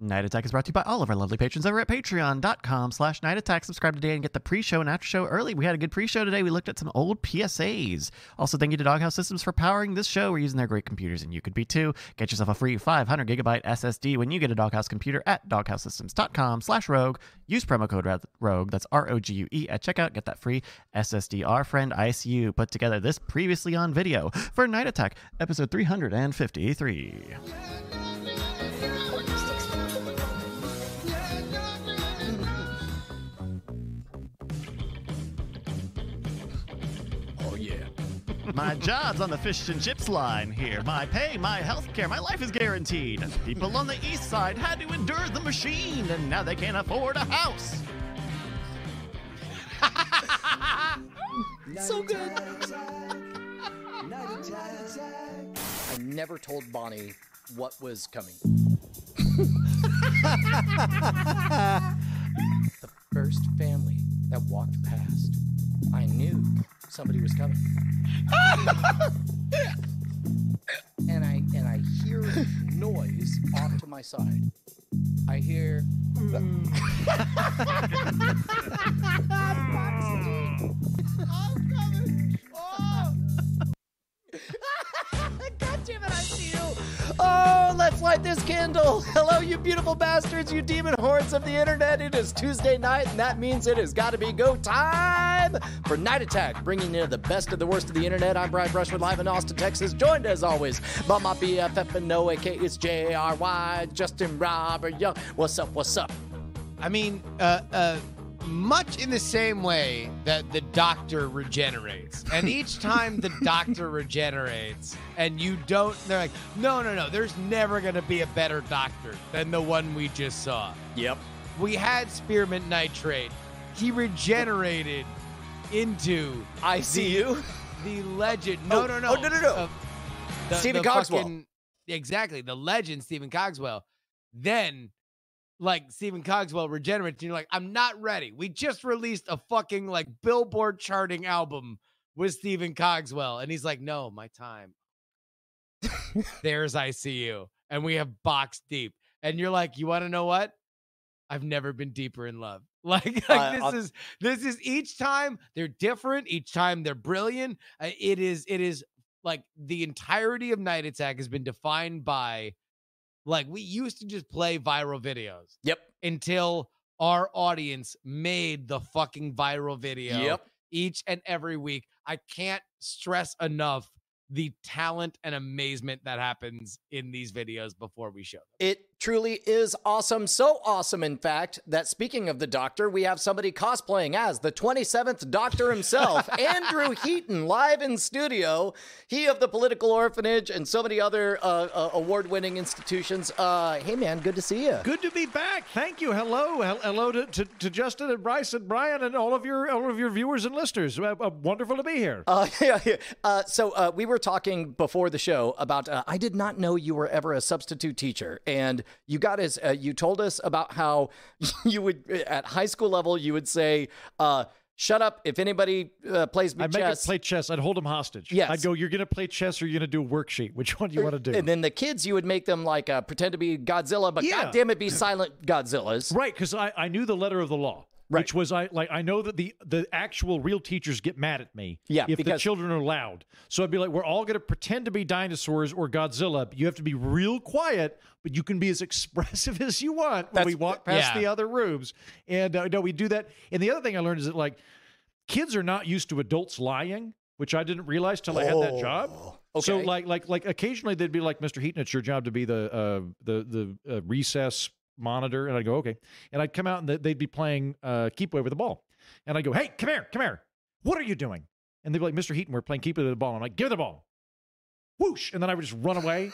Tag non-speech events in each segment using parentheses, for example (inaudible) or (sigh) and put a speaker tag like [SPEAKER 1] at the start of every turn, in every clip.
[SPEAKER 1] Night Attack is brought to you by all of our lovely patrons over at patreon.com slash night attack. Subscribe today and get the pre-show and after show early. We had a good pre-show today. We looked at some old PSAs. Also, thank you to Doghouse Systems for powering this show. We're using their great computers and you could be too. Get yourself a free 500 gigabyte SSD when you get a Doghouse computer at doghousesystems.com slash rogue. Use promo code Rad- rogue, that's R-O-G-U-E E at checkout. Get that free SSD. Our friend ICU put together this previously on video for Night Attack, episode 353.
[SPEAKER 2] Oh yeah.
[SPEAKER 1] My job's on the fish and chips line here. My pay, my health care, my life is guaranteed. People on the east side had to endure the machine, and now they can't afford a house.
[SPEAKER 2] So good.
[SPEAKER 3] I never told Bonnie what was coming. the first family that walked past, I knew somebody was coming. and I and I hear noise off to my side. I hear (laughs) God damn it, I see you. Oh, let's light this candle. (laughs) Hello, you beautiful bastards, you demon hordes of the internet. It is Tuesday night, and that means it has got to be go time for Night Attack, bringing in the best of the worst of the internet. I'm Brian Brushwood, live in Austin, Texas, joined as always by my BFF and Noah, aka it's JRY, Justin Robert Young. What's up, what's up?
[SPEAKER 4] I mean, uh, uh, much in the same way that the doctor regenerates. And each time the doctor regenerates and you don't, they're like, no, no, no, there's never going to be a better doctor than the one we just saw.
[SPEAKER 3] Yep.
[SPEAKER 4] We had spearmint nitrate, he regenerated into
[SPEAKER 3] I see you.
[SPEAKER 4] the legend. No,
[SPEAKER 3] Oh,
[SPEAKER 4] no, no.
[SPEAKER 3] oh, no, no, no.
[SPEAKER 4] Of
[SPEAKER 3] Stephen Cogswell.
[SPEAKER 4] exactly. The legend, Stephen Cogswell. Then, like, Stephen Cogswell regenerates, and you're like, I'm not ready. We just released a fucking, like, billboard charting album with Stephen Cogswell. And he's like, no, my time. There's ICU. And we have Box Deep. And you're like, you want to know what? I've never been deeper in love. (laughs) Like, like
[SPEAKER 3] Uh,
[SPEAKER 4] this
[SPEAKER 3] I'll-
[SPEAKER 4] is this is each time they're different. Each time they're brilliant. Uh, it is it is like the entirety of Night Attack has been defined by like we used to just play viral videos
[SPEAKER 3] Yep.
[SPEAKER 4] until our audience made the fucking viral video
[SPEAKER 3] Yep.
[SPEAKER 4] each and every week. I can't stress enough the talent and amazement that happens in these videos before we show. them.
[SPEAKER 3] It truly is awesome. So awesome, in fact, that speaking of the Doctor, we have somebody cosplaying as the 27th Doctor himself, Andrew Heaton, live in studio. He of the Political Orphanage and so many other uh, uh, award winning institutions. Uh, hey, man, good to see you.
[SPEAKER 2] Good to be back. Thank you. Hello, Hel- hello to, to, to Justin and Bryce and Brian and all of your all of your viewers and listeners. Uh, uh, wonderful to be here.
[SPEAKER 3] Uh, (laughs) yeah, yeah. Uh, so uh, we were talking before the show about uh, I did not know you were ever a substitute teacher, and you got us. Uh, you told us about how (laughs) you would uh, at high school level you would say, uh, "Shut up! If anybody uh, plays me
[SPEAKER 2] I'd make
[SPEAKER 3] chess."
[SPEAKER 2] it play chess. I'd hold them hostage.
[SPEAKER 3] Yes.
[SPEAKER 2] I'd go. You're gonna play chess, or you're gonna do a worksheet. Which one do you want to do?
[SPEAKER 3] and then the kids, you would make them like uh, pretend to be Godzilla, but
[SPEAKER 2] Yeah.
[SPEAKER 3] god damn it, be silent (laughs) Godzillas.
[SPEAKER 2] Right, because I, I knew the letter of the law. Which was I like I know that the the actual real teachers get mad at me
[SPEAKER 3] Yeah,
[SPEAKER 2] if the
[SPEAKER 3] because-
[SPEAKER 2] children are loud. So I'd be like, we're all gonna pretend to be dinosaurs or Godzilla. But you have to be real quiet, but you can be as (laughs) expressive as you want when we walk past
[SPEAKER 4] yeah.
[SPEAKER 2] the other rooms. And uh, no, we do that. And the other thing I learned is that like kids are not used to adults lying, which I didn't realize till I had that job. So
[SPEAKER 3] okay.
[SPEAKER 2] like like like occasionally they'd be like, Mr. Heaton, it's your job to be the uh, the the uh, recess monitor, and I'd go okay, and I'd come out and th- they'd be playing uh, keep away with the ball, and I'd go, hey, come here, come here, what are you doing? And they'd be like, Mr. Heaton, we're playing keep away with the ball. I'm like, give me the ball. Whoosh, and then I would just run away,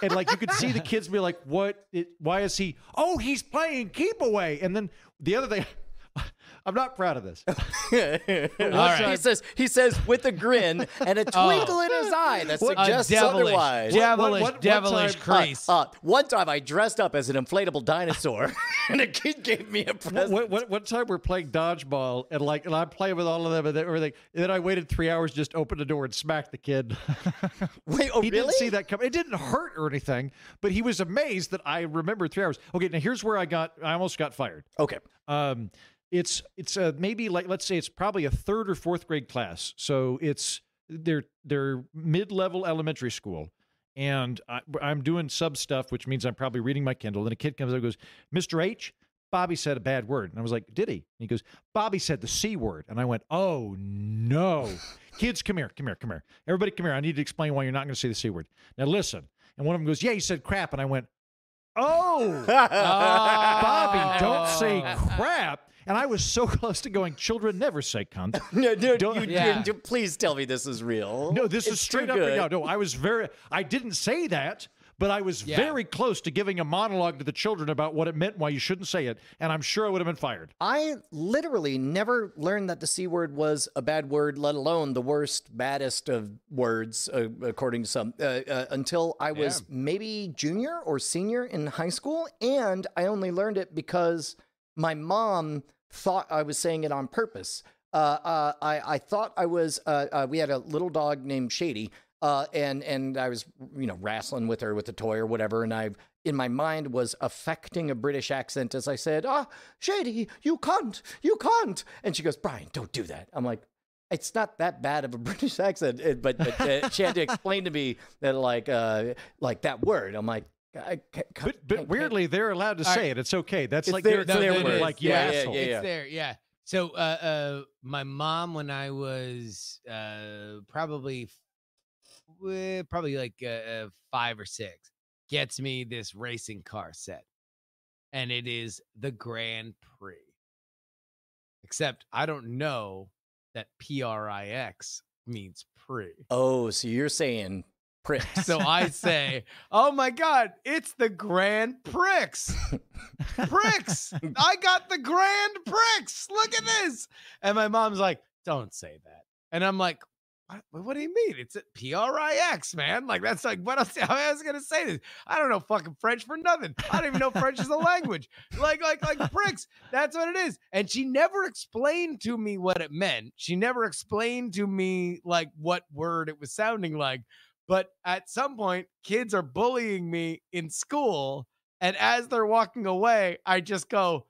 [SPEAKER 2] and like you could see the kids be like, "What? It, why is he? Oh, he's playing keep away." And then the other thing, (laughs) I'm not proud of this.
[SPEAKER 4] right.
[SPEAKER 3] He says he says with a grin and
[SPEAKER 2] (laughs)
[SPEAKER 3] a
[SPEAKER 4] Oh.
[SPEAKER 3] twinkle in his eye that
[SPEAKER 4] A
[SPEAKER 3] suggests
[SPEAKER 4] devilish,
[SPEAKER 3] otherwise.
[SPEAKER 2] What- what-
[SPEAKER 4] devilish,
[SPEAKER 2] what- what
[SPEAKER 4] devilish
[SPEAKER 2] time-
[SPEAKER 3] Uh,
[SPEAKER 4] crease.
[SPEAKER 3] uh, one time I dressed up as an inflatable dinosaur (laughs) and a kid gave me a present.
[SPEAKER 2] What, what, what, one time we're playing dodgeball and like and I'm playing with all of them and then everything. And then I waited three hours, just to open the door and smack the kid. (laughs)
[SPEAKER 3] Wait, oh
[SPEAKER 2] he
[SPEAKER 3] really?
[SPEAKER 2] didn't see that coming. It didn't hurt or anything, but he was amazed that I remembered three hours. Okay, now here's where I got. I almost got fired.
[SPEAKER 3] Okay.
[SPEAKER 2] Um, it's it's uh, maybe like let's say it's probably a third or fourth grade class. So it's they're they're mid level elementary school, and I, I'm doing sub stuff, which means I'm probably reading my Kindle. And a kid comes up and goes, "Mr. H, Bobby said a bad word," and I was like, "Did he?" And he goes, "Bobby said the c word," and I went, "Oh no." Kids, come here, come here, come here. Everybody, come here. I need to explain why you're not going to say the C word. Now, listen. And one of them goes, Yeah, he said crap. And I went, Oh, Bobby, don't say crap. And I was so (laughs) close to going, children never say cunt.
[SPEAKER 3] (laughs) No, no,
[SPEAKER 2] Don't-
[SPEAKER 3] you, you-
[SPEAKER 4] Yeah.
[SPEAKER 3] you- please tell me this is real.
[SPEAKER 2] No, this
[SPEAKER 3] It's
[SPEAKER 2] is
[SPEAKER 3] too
[SPEAKER 2] straight up.
[SPEAKER 3] good.
[SPEAKER 2] No, no, I was very, I didn't say that, but I was
[SPEAKER 4] Yeah.
[SPEAKER 2] very close to giving a monologue to the children about what it meant, why you shouldn't say it. And I'm sure I would have been fired.
[SPEAKER 3] I literally never learned that the C word was a bad word, let alone the worst, baddest of words, uh, according to some, uh, uh, until I was maybe junior or senior in high school. And I only learned it because my mom thought I was saying it on purpose. Uh, uh, I, I thought I was, uh, uh, we had a little dog named Shady. Uh, and and I was you know wrestling with her with a toy or whatever, and I in my mind was affecting a British accent as I said, "Ah, Shady, you can't, you can't," and she goes, "Brian, don't do that." I'm like, "It's not that bad of a (laughs) British accent," uh, but, but uh, she had to explain to me that like uh, like that word. I'm like, I can't,
[SPEAKER 2] But, but weirdly, they're allowed to say it. It's okay. That's
[SPEAKER 3] It's
[SPEAKER 2] like
[SPEAKER 3] their-
[SPEAKER 2] they're
[SPEAKER 3] it's their
[SPEAKER 4] word.
[SPEAKER 2] like you
[SPEAKER 4] Yeah,
[SPEAKER 3] yeah,
[SPEAKER 2] asshole.
[SPEAKER 3] yeah,
[SPEAKER 4] it's there. Yeah. So, uh, uh, my mom, when I was uh, probably, f- eh, probably like uh, uh, five or six, gets me this racing car set, and it is the Grand Prix. Except I don't know that P R I X means pre.
[SPEAKER 3] Oh, so you're saying pricks?
[SPEAKER 4] (laughs) So I say, oh my God, it's the Grand Prix. Pricks. I got the Grand Prix. Look at this. And my mom's like, don't say that. And I'm like, what, what do you mean? It's at P-R-I-X, man. Like, that's like, what else? (laughs) How was I going to say this? I don't know fucking French for nothing. I don't even know French is a language. Like, like, like bricks. That's what it is. And she never explained to me what it meant. She never explained to me, like, what word it was sounding like. But at some point, kids are bullying me in school. And as they're walking away, I just go,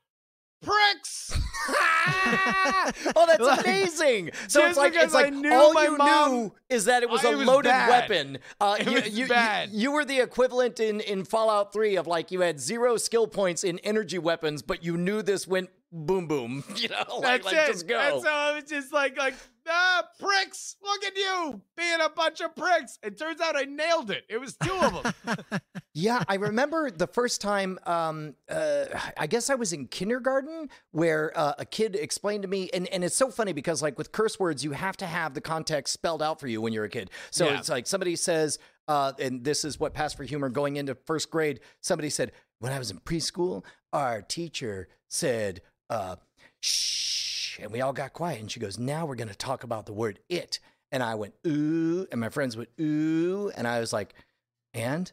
[SPEAKER 4] pricks.
[SPEAKER 3] (laughs)
[SPEAKER 4] (laughs)
[SPEAKER 3] oh, that's
[SPEAKER 4] Like,
[SPEAKER 3] amazing! So it's
[SPEAKER 4] just
[SPEAKER 3] like
[SPEAKER 4] because
[SPEAKER 3] it's like
[SPEAKER 4] I knew
[SPEAKER 3] all
[SPEAKER 4] my
[SPEAKER 3] you
[SPEAKER 4] mom-
[SPEAKER 3] knew is that it was a
[SPEAKER 4] I- it was
[SPEAKER 3] loaded
[SPEAKER 4] bad.
[SPEAKER 3] weapon. Uh,
[SPEAKER 4] It
[SPEAKER 3] you,
[SPEAKER 4] was
[SPEAKER 3] you- you-
[SPEAKER 4] bad.
[SPEAKER 3] you were the equivalent in in Fallout Three of like you had zero skill points in energy weapons, but you knew this went boom boom. (laughs) You know, (laughs) like,
[SPEAKER 4] That's
[SPEAKER 3] like
[SPEAKER 4] it.
[SPEAKER 3] just go.
[SPEAKER 4] And so I was just like, like, ah, pricks, look at you being a bunch of pricks. It turns out I nailed it. It was two of them.
[SPEAKER 3] Yeah, I remember the first time. Um, uh, I guess I was in kindergarten where uh, a kid explained to me, and, and it's so funny because like with curse words, you have to have the context spelled out for you when you're a kid. So
[SPEAKER 4] Yeah.
[SPEAKER 3] it's like somebody says, uh, and this is what passed for humor going into first grade. Somebody said, when I was in preschool, our teacher said, uh, "Shh," and we all got quiet, and she goes, "Now we're going to talk about the word it." And I went, ooh, and my friends went, ooh, and I was like, and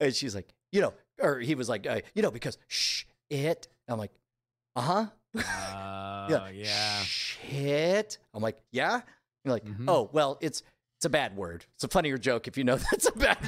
[SPEAKER 3] and she's like, you know, or he was like, uh, you know, because shh, it. I'm like, uh huh.
[SPEAKER 4] Oh,
[SPEAKER 3] Shit. I'm like, yeah. You're like,
[SPEAKER 4] Mhm.
[SPEAKER 3] oh, well, it's it's a bad word. It's a funnier joke if you know (laughs) that's a bad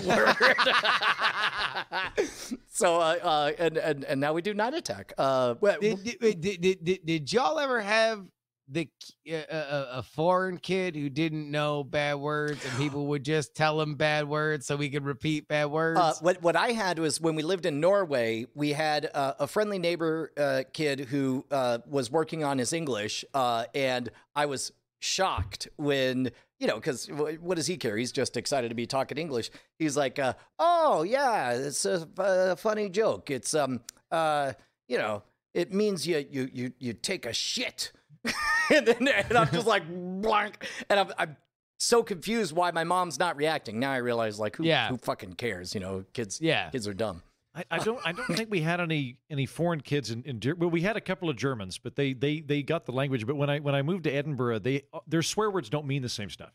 [SPEAKER 3] word. (laughs) so, uh, uh, and, and and now we do night attack. Uh, well,
[SPEAKER 4] Did, did, wait, did, did, did, did y'all ever have the ki- uh, uh, a foreign kid who didn't know bad words
[SPEAKER 2] (gasps)
[SPEAKER 4] and people would just tell him bad words so he could repeat bad words?
[SPEAKER 3] Uh, what what I had was when we lived in Norway, we had uh, a friendly neighbor uh, kid who uh, was working on his English, uh, and I was shocked when you know because what does he care? He's just excited to be talking English. He's like, uh, "Oh yeah, it's a, a funny joke. It's um uh you know it means you you you you take a shit." (laughs) and then and I'm just like (laughs) blank, and I'm, I'm so confused why my mom's not reacting. Now I realize like who
[SPEAKER 4] Yeah.
[SPEAKER 3] who fucking cares? You know, kids
[SPEAKER 4] yeah. (laughs)
[SPEAKER 3] kids are dumb.
[SPEAKER 2] I I, I don't. I don't think we had any any foreign kids in, in. Ger- Well, we had a couple of Germans, but they they they got the language. But when I when I moved to Edinburgh, they their swear words don't mean the same stuff.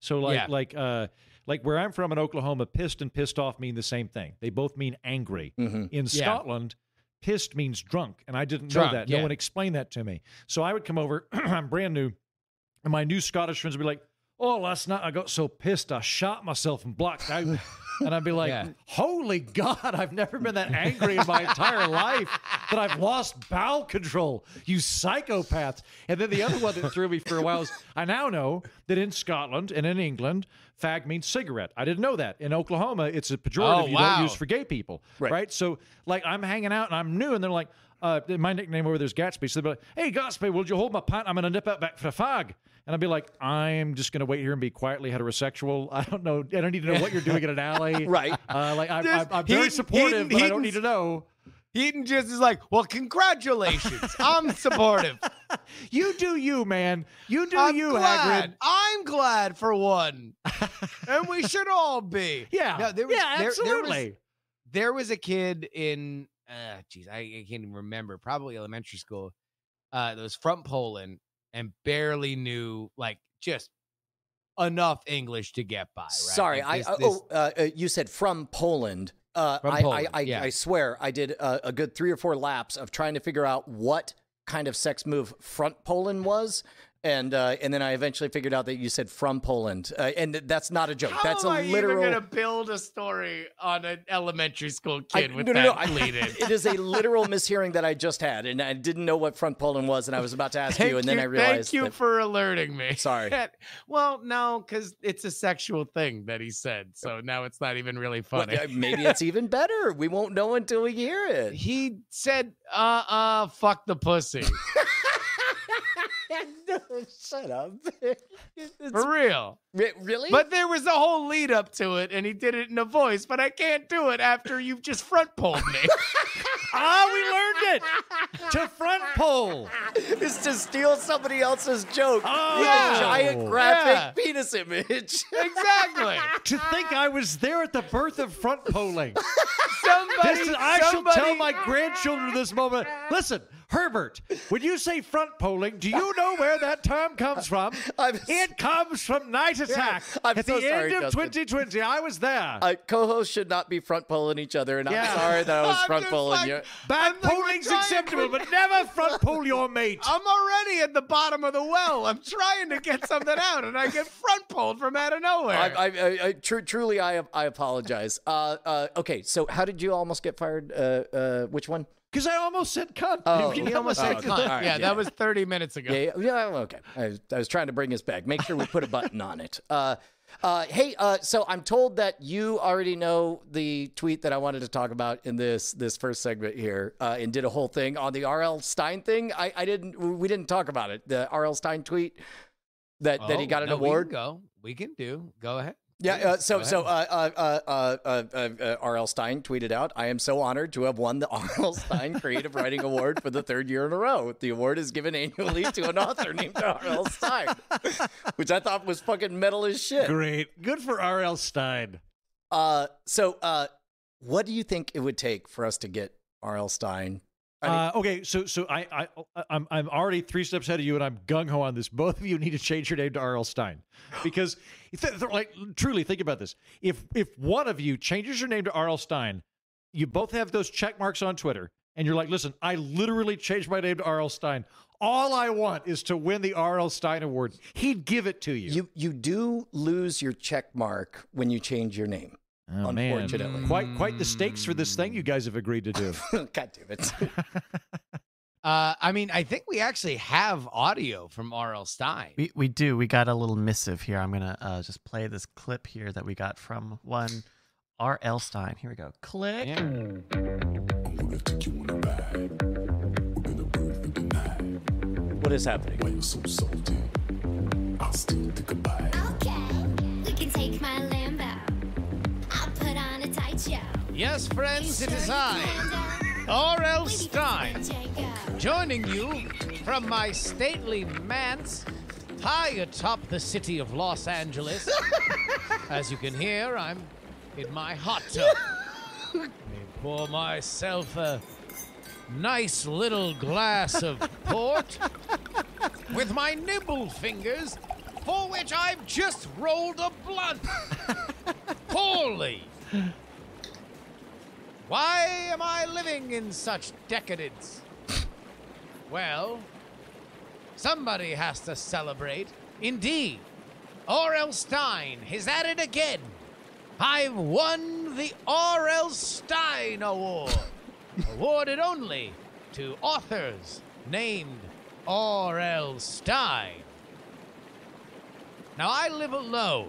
[SPEAKER 2] So like
[SPEAKER 4] Yeah.
[SPEAKER 2] like uh like where I'm from in Oklahoma, pissed and pissed off mean the same thing. They both mean angry.
[SPEAKER 3] Mm-hmm.
[SPEAKER 2] In Scotland, pissed means drunk, and I didn't
[SPEAKER 4] Drunk,
[SPEAKER 2] know that.
[SPEAKER 4] yeah.
[SPEAKER 2] No one explained that to me. So I would come over. (clears throat) I'm brand new, and my new Scottish friends would be like, "Oh, last night I got so pissed I shot myself and blocked out." And I'd be like,
[SPEAKER 4] Yeah.
[SPEAKER 2] "Holy God! I've never been that angry in my entire life that I've lost bowel control. You psychopaths!" And then the other one that threw me for a while is, "I now know that in Scotland and in England, fag means cigarette. I didn't know that. In Oklahoma, it's a pejorative
[SPEAKER 4] Oh,
[SPEAKER 2] you
[SPEAKER 4] wow.
[SPEAKER 2] don't use for gay people,
[SPEAKER 3] Right.
[SPEAKER 2] right? So, like, I'm hanging out and I'm new, and they're like, uh, my nickname over there is Gatsby. So they'll be like, hey, Gatsby, will you hold my pant? I'm going to nip out back for a fag. And I'd be like, I'm just going to wait here and be quietly heterosexual. (laughs) I don't know. I don't need to know what you're doing in
[SPEAKER 4] (laughs)
[SPEAKER 2] an alley.
[SPEAKER 3] Right.
[SPEAKER 2] Uh, like, I'm,
[SPEAKER 4] There's-
[SPEAKER 2] I'm, I'm very
[SPEAKER 4] Heaton-
[SPEAKER 2] supportive,
[SPEAKER 4] Heaton-
[SPEAKER 2] but I don't need
[SPEAKER 4] Heaton's-
[SPEAKER 2] to know.
[SPEAKER 4] Heaton just is like, well, congratulations.
[SPEAKER 2] (laughs)
[SPEAKER 4] I'm supportive.
[SPEAKER 2] You do you, man. You do
[SPEAKER 4] I'm
[SPEAKER 2] you,
[SPEAKER 4] glad.
[SPEAKER 2] Hagrid.
[SPEAKER 4] I'm glad for
[SPEAKER 2] (laughs)
[SPEAKER 4] one. and we should all be.
[SPEAKER 2] Yeah.
[SPEAKER 4] No, there was-
[SPEAKER 2] yeah,
[SPEAKER 4] there- there was-
[SPEAKER 2] absolutely.
[SPEAKER 4] there was a kid in uh jeez I, I can't even remember probably elementary school uh that was from poland and barely knew like just enough english to get by right
[SPEAKER 3] Sorry,
[SPEAKER 4] Like, this-
[SPEAKER 3] I
[SPEAKER 4] this-
[SPEAKER 3] oh, uh, uh, you said from Poland. Uh,
[SPEAKER 4] From
[SPEAKER 3] I,
[SPEAKER 4] Poland,
[SPEAKER 3] I, I,
[SPEAKER 4] yeah.
[SPEAKER 3] I swear I did a, a good three or four laps of trying to figure out what kind of sex move front Poland was. And uh, and then I eventually figured out that you said from Poland, uh, and th- that's not a joke.
[SPEAKER 4] how
[SPEAKER 3] that's a
[SPEAKER 4] am I
[SPEAKER 3] literal.
[SPEAKER 4] even gonna build a story on an elementary school
[SPEAKER 3] I-
[SPEAKER 4] kid with
[SPEAKER 3] no, no, no,
[SPEAKER 4] that
[SPEAKER 3] I- (laughs)
[SPEAKER 4] bleed in?
[SPEAKER 3] it is a literal mishearing that I just had, and I didn't know what front Poland was, and I was about to ask
[SPEAKER 4] Thank
[SPEAKER 3] you, and then I
[SPEAKER 4] thank
[SPEAKER 3] realized.
[SPEAKER 4] you
[SPEAKER 3] that-
[SPEAKER 4] for alerting me. (laughs)
[SPEAKER 3] Sorry.
[SPEAKER 4] well, no, because it's a sexual thing that he said, so now it's not even really
[SPEAKER 3] Well,
[SPEAKER 4] funny.
[SPEAKER 3] uh, maybe it's even better. We won't know until we hear (laughs) it.
[SPEAKER 4] he said, uh uh, fuck the pussy.
[SPEAKER 3] no, shut up. (laughs) It's-
[SPEAKER 4] For real.
[SPEAKER 3] re- really?
[SPEAKER 4] But there was a whole lead up to it, and he did it in a voice, but I can't do it after you've just front pulled (laughs) me.
[SPEAKER 2] Ah, we learned it. to front pole.
[SPEAKER 3] is to steal somebody else's joke
[SPEAKER 2] Oh.
[SPEAKER 3] with
[SPEAKER 4] Yeah.
[SPEAKER 3] a giant graphic
[SPEAKER 4] Yeah.
[SPEAKER 3] penis image. (laughs)
[SPEAKER 4] (laughs) exactly.
[SPEAKER 2] To think I was there at the birth of front polling.
[SPEAKER 4] Somebody,
[SPEAKER 2] This is, I
[SPEAKER 4] somebody,
[SPEAKER 2] shall tell my grandchildren this moment. Listen, Herbert, when you say front polling, do you know where that term comes from?
[SPEAKER 3] I'm-
[SPEAKER 2] it comes from Night Attack.
[SPEAKER 3] I'm
[SPEAKER 2] At
[SPEAKER 3] so
[SPEAKER 2] the
[SPEAKER 3] sorry,
[SPEAKER 2] end of
[SPEAKER 3] Justin.
[SPEAKER 2] 2020, I was there.
[SPEAKER 3] Uh, co-hosts should not be front pulling each other, and
[SPEAKER 2] Yeah.
[SPEAKER 3] I'm sorry that I was
[SPEAKER 4] (laughs) I'm
[SPEAKER 3] front
[SPEAKER 4] just
[SPEAKER 3] pulling
[SPEAKER 4] like-
[SPEAKER 3] you.
[SPEAKER 2] Bad
[SPEAKER 4] I'm like, we're
[SPEAKER 2] polling's
[SPEAKER 4] trying
[SPEAKER 2] acceptable,
[SPEAKER 4] to- Oh.
[SPEAKER 2] but never front poll your mate.
[SPEAKER 4] (laughs) I'm already at the bottom of the well. I'm trying to get something out, and I get front pulled from out of nowhere.
[SPEAKER 3] I, I, I, I tru- truly, I I apologize. Uh, uh, okay, so how did you almost get fired? Uh, uh, which one?
[SPEAKER 2] Because I almost said cunt.
[SPEAKER 3] Oh.
[SPEAKER 2] (laughs) You
[SPEAKER 4] he almost
[SPEAKER 3] Oh,
[SPEAKER 4] said,
[SPEAKER 3] okay.
[SPEAKER 4] cunt.
[SPEAKER 3] All right,
[SPEAKER 4] yeah,
[SPEAKER 3] yeah.
[SPEAKER 4] that was 30 minutes ago.
[SPEAKER 3] Yeah, yeah, yeah, okay. I, was- I was trying to bring us back. Make sure we put a button on it. Uh, uh, hey, uh, so I'm told that you already know the tweet that I wanted to talk about in this this first segment here, uh, and did a whole thing on the R.L. Stein thing. I, I didn't. We didn't talk about it. The R.L. Stein tweet that that he
[SPEAKER 4] Oh,
[SPEAKER 3] got an
[SPEAKER 4] no,
[SPEAKER 3] award.
[SPEAKER 4] We can go. We can do. Go ahead.
[SPEAKER 3] Yeah.
[SPEAKER 4] Please,
[SPEAKER 3] Uh, so
[SPEAKER 4] go
[SPEAKER 3] so uh, uh, uh, uh, uh, uh, R.L. Stein tweeted out, "I am so honored to have won the (laughs) R.L. Stein Creative Writing Award for the third year in a row. The award is given annually to an author named R.L. Stein," (laughs) which I thought was fucking metal as shit.
[SPEAKER 2] Great. Good for R.L. Stein.
[SPEAKER 3] Uh, so uh, what do you think it would take for us to get R.L. Stein? I mean-
[SPEAKER 2] uh, okay, so so I I I- I'm I'm already three steps ahead of you, and I'm gung ho on this. Both of you need to change your name to
[SPEAKER 3] (gasps)
[SPEAKER 2] R.L. Stein, because th- th- like truly think about this. If if one of you changes your name to R.L. Stein, you both have those check marks on Twitter, and you're like, listen, I literally changed my name to R.L. Stein. All I want is to win the R.L. Stein Award. He'd give it to you.
[SPEAKER 3] You you do lose your check mark when you change your name. (laughs)
[SPEAKER 2] Oh, man.
[SPEAKER 3] Unfortunately.
[SPEAKER 2] quite quite the stakes for this thing you guys have agreed to do.
[SPEAKER 3] God damn it! (laughs)
[SPEAKER 4] Uh, I mean, I think we actually have audio from R.L. Stein.
[SPEAKER 1] We, we do. We got a little missive here. I'm going to uh, just play this clip here that we got from one R.L. Stein. Here we go. Click.
[SPEAKER 4] Yeah.
[SPEAKER 5] I'm gonna take you on a ride. We're gonna burn through the night.
[SPEAKER 3] what is happening?
[SPEAKER 5] Why you so salty? I'll still take a bite.
[SPEAKER 6] Okay, we can take my Lambo. I'll put on a tight show. uh,
[SPEAKER 4] Yes, friends, it is I,
[SPEAKER 6] Lambo,
[SPEAKER 4] R.L.
[SPEAKER 6] we can
[SPEAKER 4] Stein.
[SPEAKER 6] spend Django.
[SPEAKER 4] joining you from my stately manse high atop the city of Los Angeles. As you can hear, I'm in my hot tub. pour myself a nice little glass of port with my nimble fingers, for which I've just rolled a blunt. Poorly. Why am I living in such decadence? Well, somebody has to celebrate, indeed. R.L. Stein is at it again. I've won the R.L. Stein Award, awarded only to authors named R.L. Stein. Now, I live alone.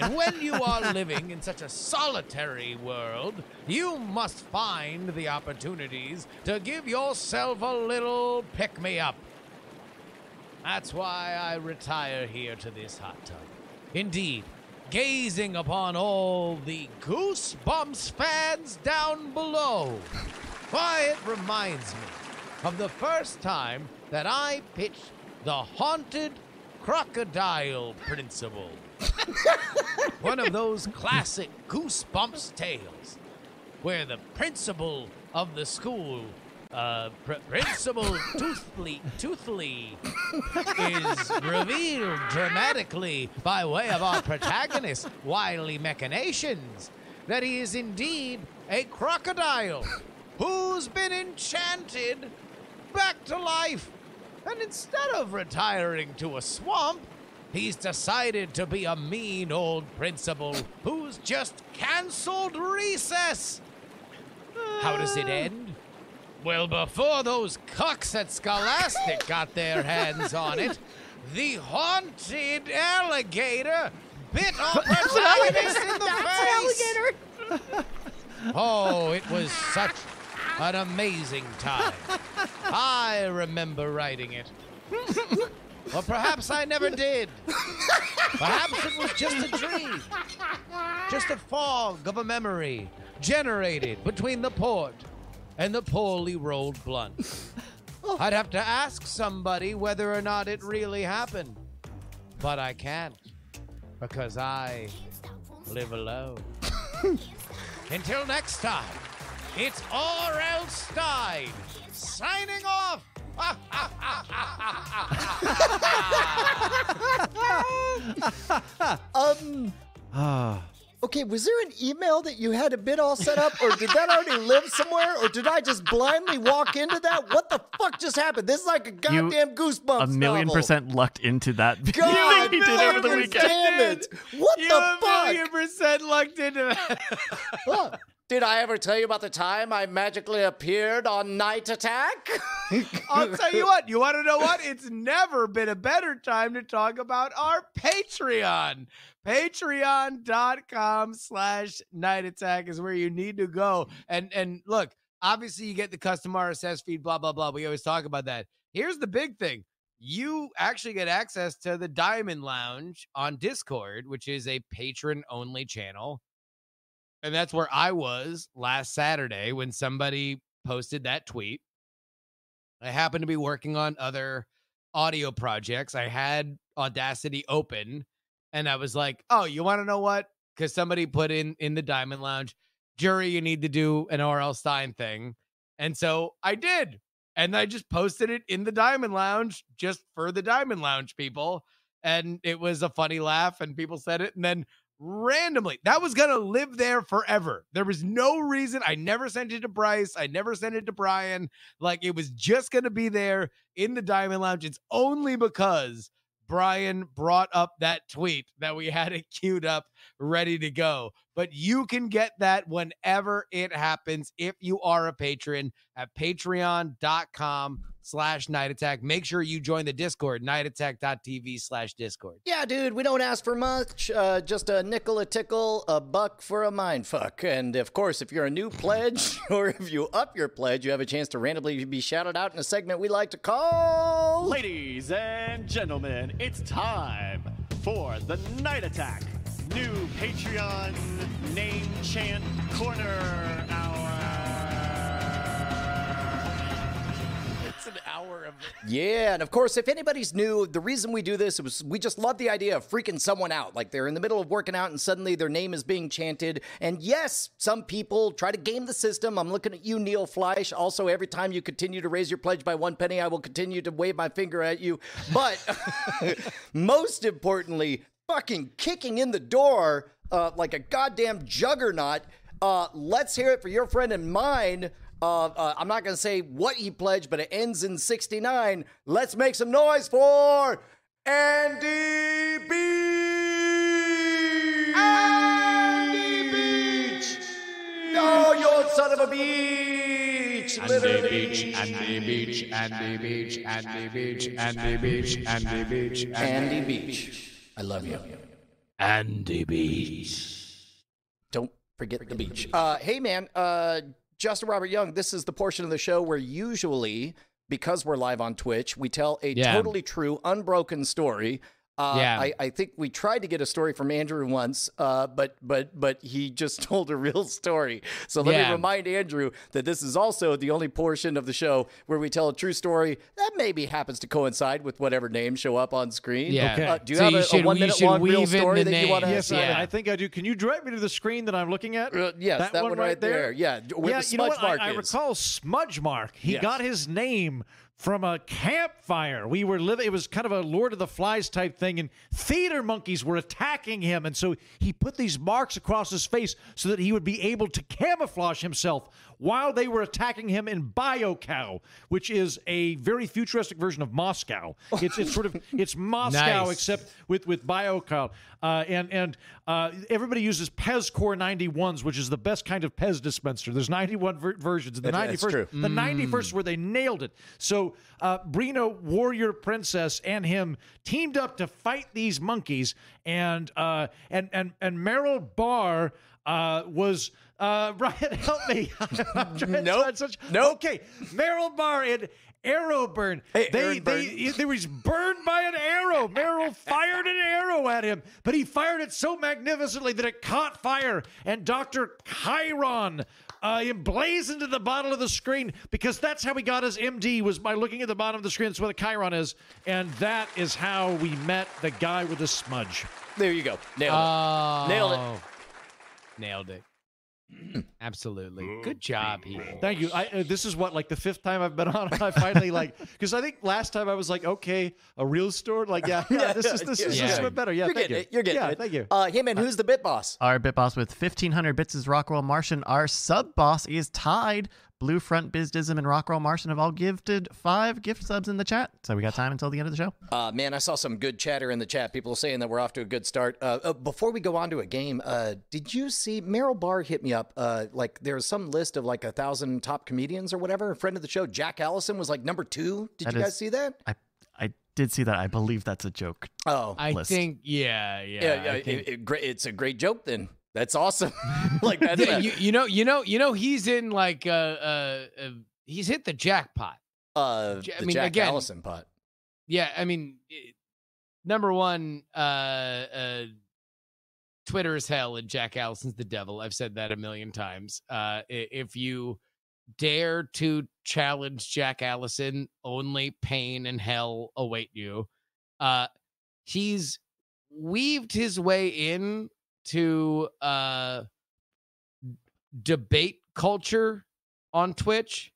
[SPEAKER 4] And when you are living in such a solitary world, you must find the opportunities to give yourself a little pick me up. That's why I retire here to this hot tub. Indeed, gazing upon all the Goosebumps fans down below, why, it reminds me of the first time that I pitched the haunted crocodile principle. One of those classic Goosebumps tales where the principal of the school, uh, pr- Principal Toothly, Toothly, is revealed dramatically by way of our protagonist's wily machinations that he is indeed a crocodile who's been enchanted back to life. And instead of retiring to a swamp, he's decided to be a mean old principal who's just canceled recess. How does it end? Well, before those cucks at Scholastic got their hands on it, the haunted alligator bit our protagonist in the face. (laughs) Oh, it was such an amazing time. I remember writing it. Or perhaps I never did. Perhaps it was just a dream. Just a fog of a memory generated between the port and the poorly rolled blunt. I'd have to ask somebody whether or not it really happened. But I can't. Because I live alone. (laughs) Until next time, it's R.L. Stein signing off.
[SPEAKER 3] Um. Okay, was there an email that you had a bit all set up, or did that already live
[SPEAKER 7] (laughs)
[SPEAKER 3] somewhere, or did I just blindly walk into that? What the fuck just happened? This is like a
[SPEAKER 1] You-
[SPEAKER 3] goddamn goosebumps.
[SPEAKER 1] a million
[SPEAKER 3] novel.
[SPEAKER 1] percent lucked into that
[SPEAKER 3] God
[SPEAKER 1] thing we did over the
[SPEAKER 3] fucking
[SPEAKER 1] weekend.
[SPEAKER 3] damn it! What
[SPEAKER 8] You
[SPEAKER 3] the
[SPEAKER 8] a million
[SPEAKER 3] fuck?
[SPEAKER 8] percent lucked into that.
[SPEAKER 3] Huh. Did I ever tell you about the time I magically appeared on Night Attack?
[SPEAKER 8] I'll tell you what, you want to know what? It's never been a better time to talk about our Patreon. Patreon.com slash night attack is where you need to go. And and look, obviously you get the custom RSS feed, blah, blah, blah. We always talk about that. Here's the big thing. You actually get access to the Diamond Lounge on Discord, which is a patron only channel. And that's where I was last Saturday when somebody posted that tweet. I happened to be working on other audio projects. I had Audacity open and I was like, "Oh, you want to know what?" Cuz somebody put in in the Diamond Lounge, "Jury, you need to do an RL Stein thing." And so I did. And I just posted it in the Diamond Lounge just for the Diamond Lounge people, and it was a funny laugh and people said it and then randomly that was going to live there forever. There was no reason I never sent it to Bryce, I never sent it to Brian. Like it was just going to be there in the Diamond Lounge. It's only because Brian brought up that tweet that we had it queued up, ready to go. But you can get that whenever it happens if you are a patron at patreon.com slash night attack. Make sure you join the Discord, nightattack.tv slash Discord.
[SPEAKER 3] (laughs) Yeah, dude, we don't ask for much. Uh, just a nickel a tickle, a buck for a mind fuck. And of course, if you're a new pledge (laughs) or if you up your pledge, you have a chance to randomly be shouted out in a segment we like to call.
[SPEAKER 9] Ladies and gentlemen, it's time for the Night Attack new Patreon name chant corner hour.
[SPEAKER 4] It's an hour of
[SPEAKER 3] Yeah, and of course, if anybody's new, the reason we do this is we just love the idea of freaking someone out. Like they're in the middle of working out and suddenly their name is being chanted. And yes, some people try to game the system. I'm looking at you, Neil Fleisch. Also, every time you continue to raise your pledge by one penny, I will continue to wave my finger at you. But (laughs) most importantly, fucking kicking in the door uh, like a goddamn juggernaut. Uh, let's hear it for your friend and mine. Uh, uh, I'm not going to say what he pledged, but it ends in 69. Let's make some noise for Andy Beach! Andy Beach! Oh, you son of a beach! Literally. Andy Beach. I love you.
[SPEAKER 4] Andy Beach.
[SPEAKER 3] Don't forget, the beach. Uh, hey, man, uh, Justin Robert Young, this is the portion of the show where usually, because we're live on Twitch, we tell a
[SPEAKER 4] Yeah.
[SPEAKER 3] totally true, unbroken story. Uh,
[SPEAKER 4] Yeah.
[SPEAKER 3] I, I think we tried to get a story from Andrew once, uh, but but but he just (laughs) told a real story. So let me
[SPEAKER 4] Yeah.
[SPEAKER 3] remind Andrew that this is also the only portion of the show where we tell a true story that maybe happens to coincide with whatever names show up on screen.
[SPEAKER 4] Yeah.
[SPEAKER 2] Okay.
[SPEAKER 3] Uh, do you
[SPEAKER 4] So
[SPEAKER 3] have
[SPEAKER 4] you
[SPEAKER 3] a,
[SPEAKER 4] should-
[SPEAKER 3] a one
[SPEAKER 4] you
[SPEAKER 3] minute
[SPEAKER 4] should
[SPEAKER 3] long real
[SPEAKER 4] weave in
[SPEAKER 3] story
[SPEAKER 4] the
[SPEAKER 3] that you want to?
[SPEAKER 4] names.
[SPEAKER 2] Yes,
[SPEAKER 4] Yeah.
[SPEAKER 2] I, I think I do. Can you direct me to the screen that I'm looking at?
[SPEAKER 3] Uh, yes, that, one, right there. Yeah, d- where
[SPEAKER 2] yeah,
[SPEAKER 3] the
[SPEAKER 2] you know
[SPEAKER 3] smudge
[SPEAKER 2] what?
[SPEAKER 3] mark
[SPEAKER 2] I, I
[SPEAKER 3] is.
[SPEAKER 2] recall Smudge Mark. He
[SPEAKER 3] Yes.
[SPEAKER 2] got his name from a campfire. We were living. It was kind of a Lord of the Flies type thing, and theater monkeys were attacking him, and so he put these marks across his face so that he would be able to camouflage himself while they were attacking him in BioCow, which is a very futuristic version of Moscow. It's it's sort of it's Moscow
[SPEAKER 4] Nice.
[SPEAKER 2] except with with BioCal. Uh, and and uh, everybody uses PezCore 91s, which is the best kind of Pez dispenser. There's 91 ver- versions. The
[SPEAKER 3] That's
[SPEAKER 2] 91st,
[SPEAKER 3] true.
[SPEAKER 2] the 91st is where they nailed it. So uh, Brino, Warrior Princess, and him teamed up to fight these monkeys, and uh, and and and Meryl Barr uh, was. Uh, (laughs) Ryan, help me. I'm trying to
[SPEAKER 3] Nope.
[SPEAKER 2] find Such,
[SPEAKER 3] Nope.
[SPEAKER 2] Okay, Meryl Barr and Arrowburn.
[SPEAKER 3] Hey,
[SPEAKER 2] they
[SPEAKER 3] Aaron
[SPEAKER 2] they
[SPEAKER 3] Burn.
[SPEAKER 2] he, he was burned by an
[SPEAKER 3] (laughs)
[SPEAKER 2] arrow. Merrill fired an arrow at him, but he fired it so magnificently that it caught fire. And Dr. Chiron uh, emblazoned in the bottom of the screen because that's how he got his MD was by looking at the bottom of the screen. That's where the Chiron is. And that is how we met the guy with the smudge.
[SPEAKER 3] There you go. Nailed
[SPEAKER 4] Oh,
[SPEAKER 3] Nailed it. (clears throat)
[SPEAKER 4] Nailed it. Absolutely. Good job, people.
[SPEAKER 2] Thank you. I, uh, this is what like the fifth time I've been (laughs) on. I finally like because I think last time I was like, okay, a real store.
[SPEAKER 3] (laughs)
[SPEAKER 2] Like, yeah, yeah, this is this is
[SPEAKER 4] yeah.
[SPEAKER 2] this is better. Yeah,
[SPEAKER 3] You're
[SPEAKER 2] thank
[SPEAKER 3] getting
[SPEAKER 2] you.
[SPEAKER 3] it. You're getting
[SPEAKER 2] yeah,
[SPEAKER 3] it.
[SPEAKER 2] Thank you.
[SPEAKER 3] Uh, hey, man, who's the bit boss?
[SPEAKER 1] Our bit boss with 1500 bits is Rockwell Martian. Our sub boss is tied. Blue Front Bizdism and Rockwell Martian have all gifted five gift subs in the chat. So we got time until the end of the show.
[SPEAKER 3] Uh, man, I saw some good chatter in the chat. People saying that we're off to a good start. Uh, uh, before we go on to a game, uh, did you see Meryl Barr hit me up? Uh, like there was some list of like a thousand top comedians or whatever. A friend of the show, Jack Allison, was like number two. Did
[SPEAKER 1] That
[SPEAKER 3] you guys
[SPEAKER 1] is-
[SPEAKER 3] see that?
[SPEAKER 1] I I did see that. I believe that's a joke.
[SPEAKER 3] Oh,
[SPEAKER 4] I
[SPEAKER 1] List.
[SPEAKER 4] think, yeah, yeah.
[SPEAKER 3] yeah, yeah.
[SPEAKER 4] I
[SPEAKER 3] It,
[SPEAKER 4] think-
[SPEAKER 3] it, great- it's a great joke. Then that's
[SPEAKER 4] (laughs)
[SPEAKER 3] awesome. (laughs) like that's
[SPEAKER 4] Yeah,
[SPEAKER 3] a-
[SPEAKER 4] you, you know, you know, you know, he's in like uh, uh, uh he's hit the jackpot.
[SPEAKER 3] uh,
[SPEAKER 4] J- I
[SPEAKER 3] the
[SPEAKER 4] mean,
[SPEAKER 3] Jack
[SPEAKER 4] again-
[SPEAKER 3] Allison pot.
[SPEAKER 4] Yeah, I mean, it- number one, uh, uh, Twitter is hell and Jack Allison's the devil. I've said that a million times. Uh, i- if you dare to challenge Jack Allison, only pain and hell await you. Uh, he's weaved his way in to uh, debate culture on Twitch.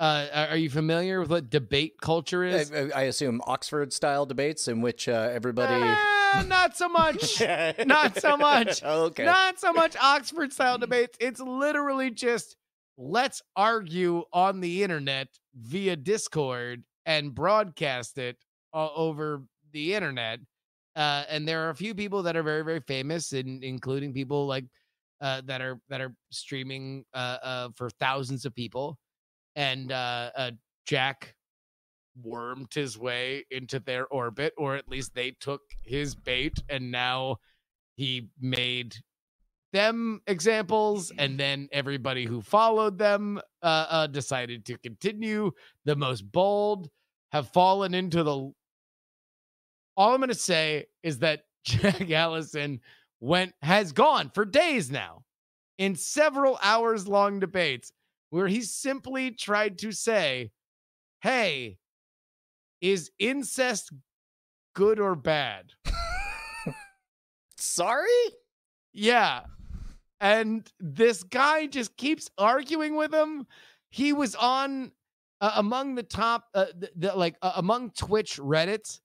[SPEAKER 4] Uh, are- are you familiar with what debate culture
[SPEAKER 3] I,
[SPEAKER 4] is?
[SPEAKER 3] I- I assume Oxford style debates in which uh, everybody.
[SPEAKER 4] Eh, not so much.
[SPEAKER 3] (laughs)
[SPEAKER 4] not so much.
[SPEAKER 3] okay.
[SPEAKER 4] Not so much Oxford style debates. It's literally just let's argue on the internet via Discord and broadcast it all over the internet. Uh, and there are a few people that are very, very famous, and including people like uh, that are that are streaming uh, uh, for thousands of people. And uh, uh, Jack wormed his way into their orbit, or at least they took his bait, and now he made them examples, and then everybody who followed them uh, uh, decided to continue. The most bold have fallen into the. All I'm going to say is that (laughs) Jack Allison went has gone for days now, in several hours long debates where he simply tried to say hey, is incest good or bad?
[SPEAKER 3] Sorry?
[SPEAKER 4] Yeah. And this guy just keeps arguing with him. He was on uh, among the top, uh, the, the, like uh, among Twitch Reddit.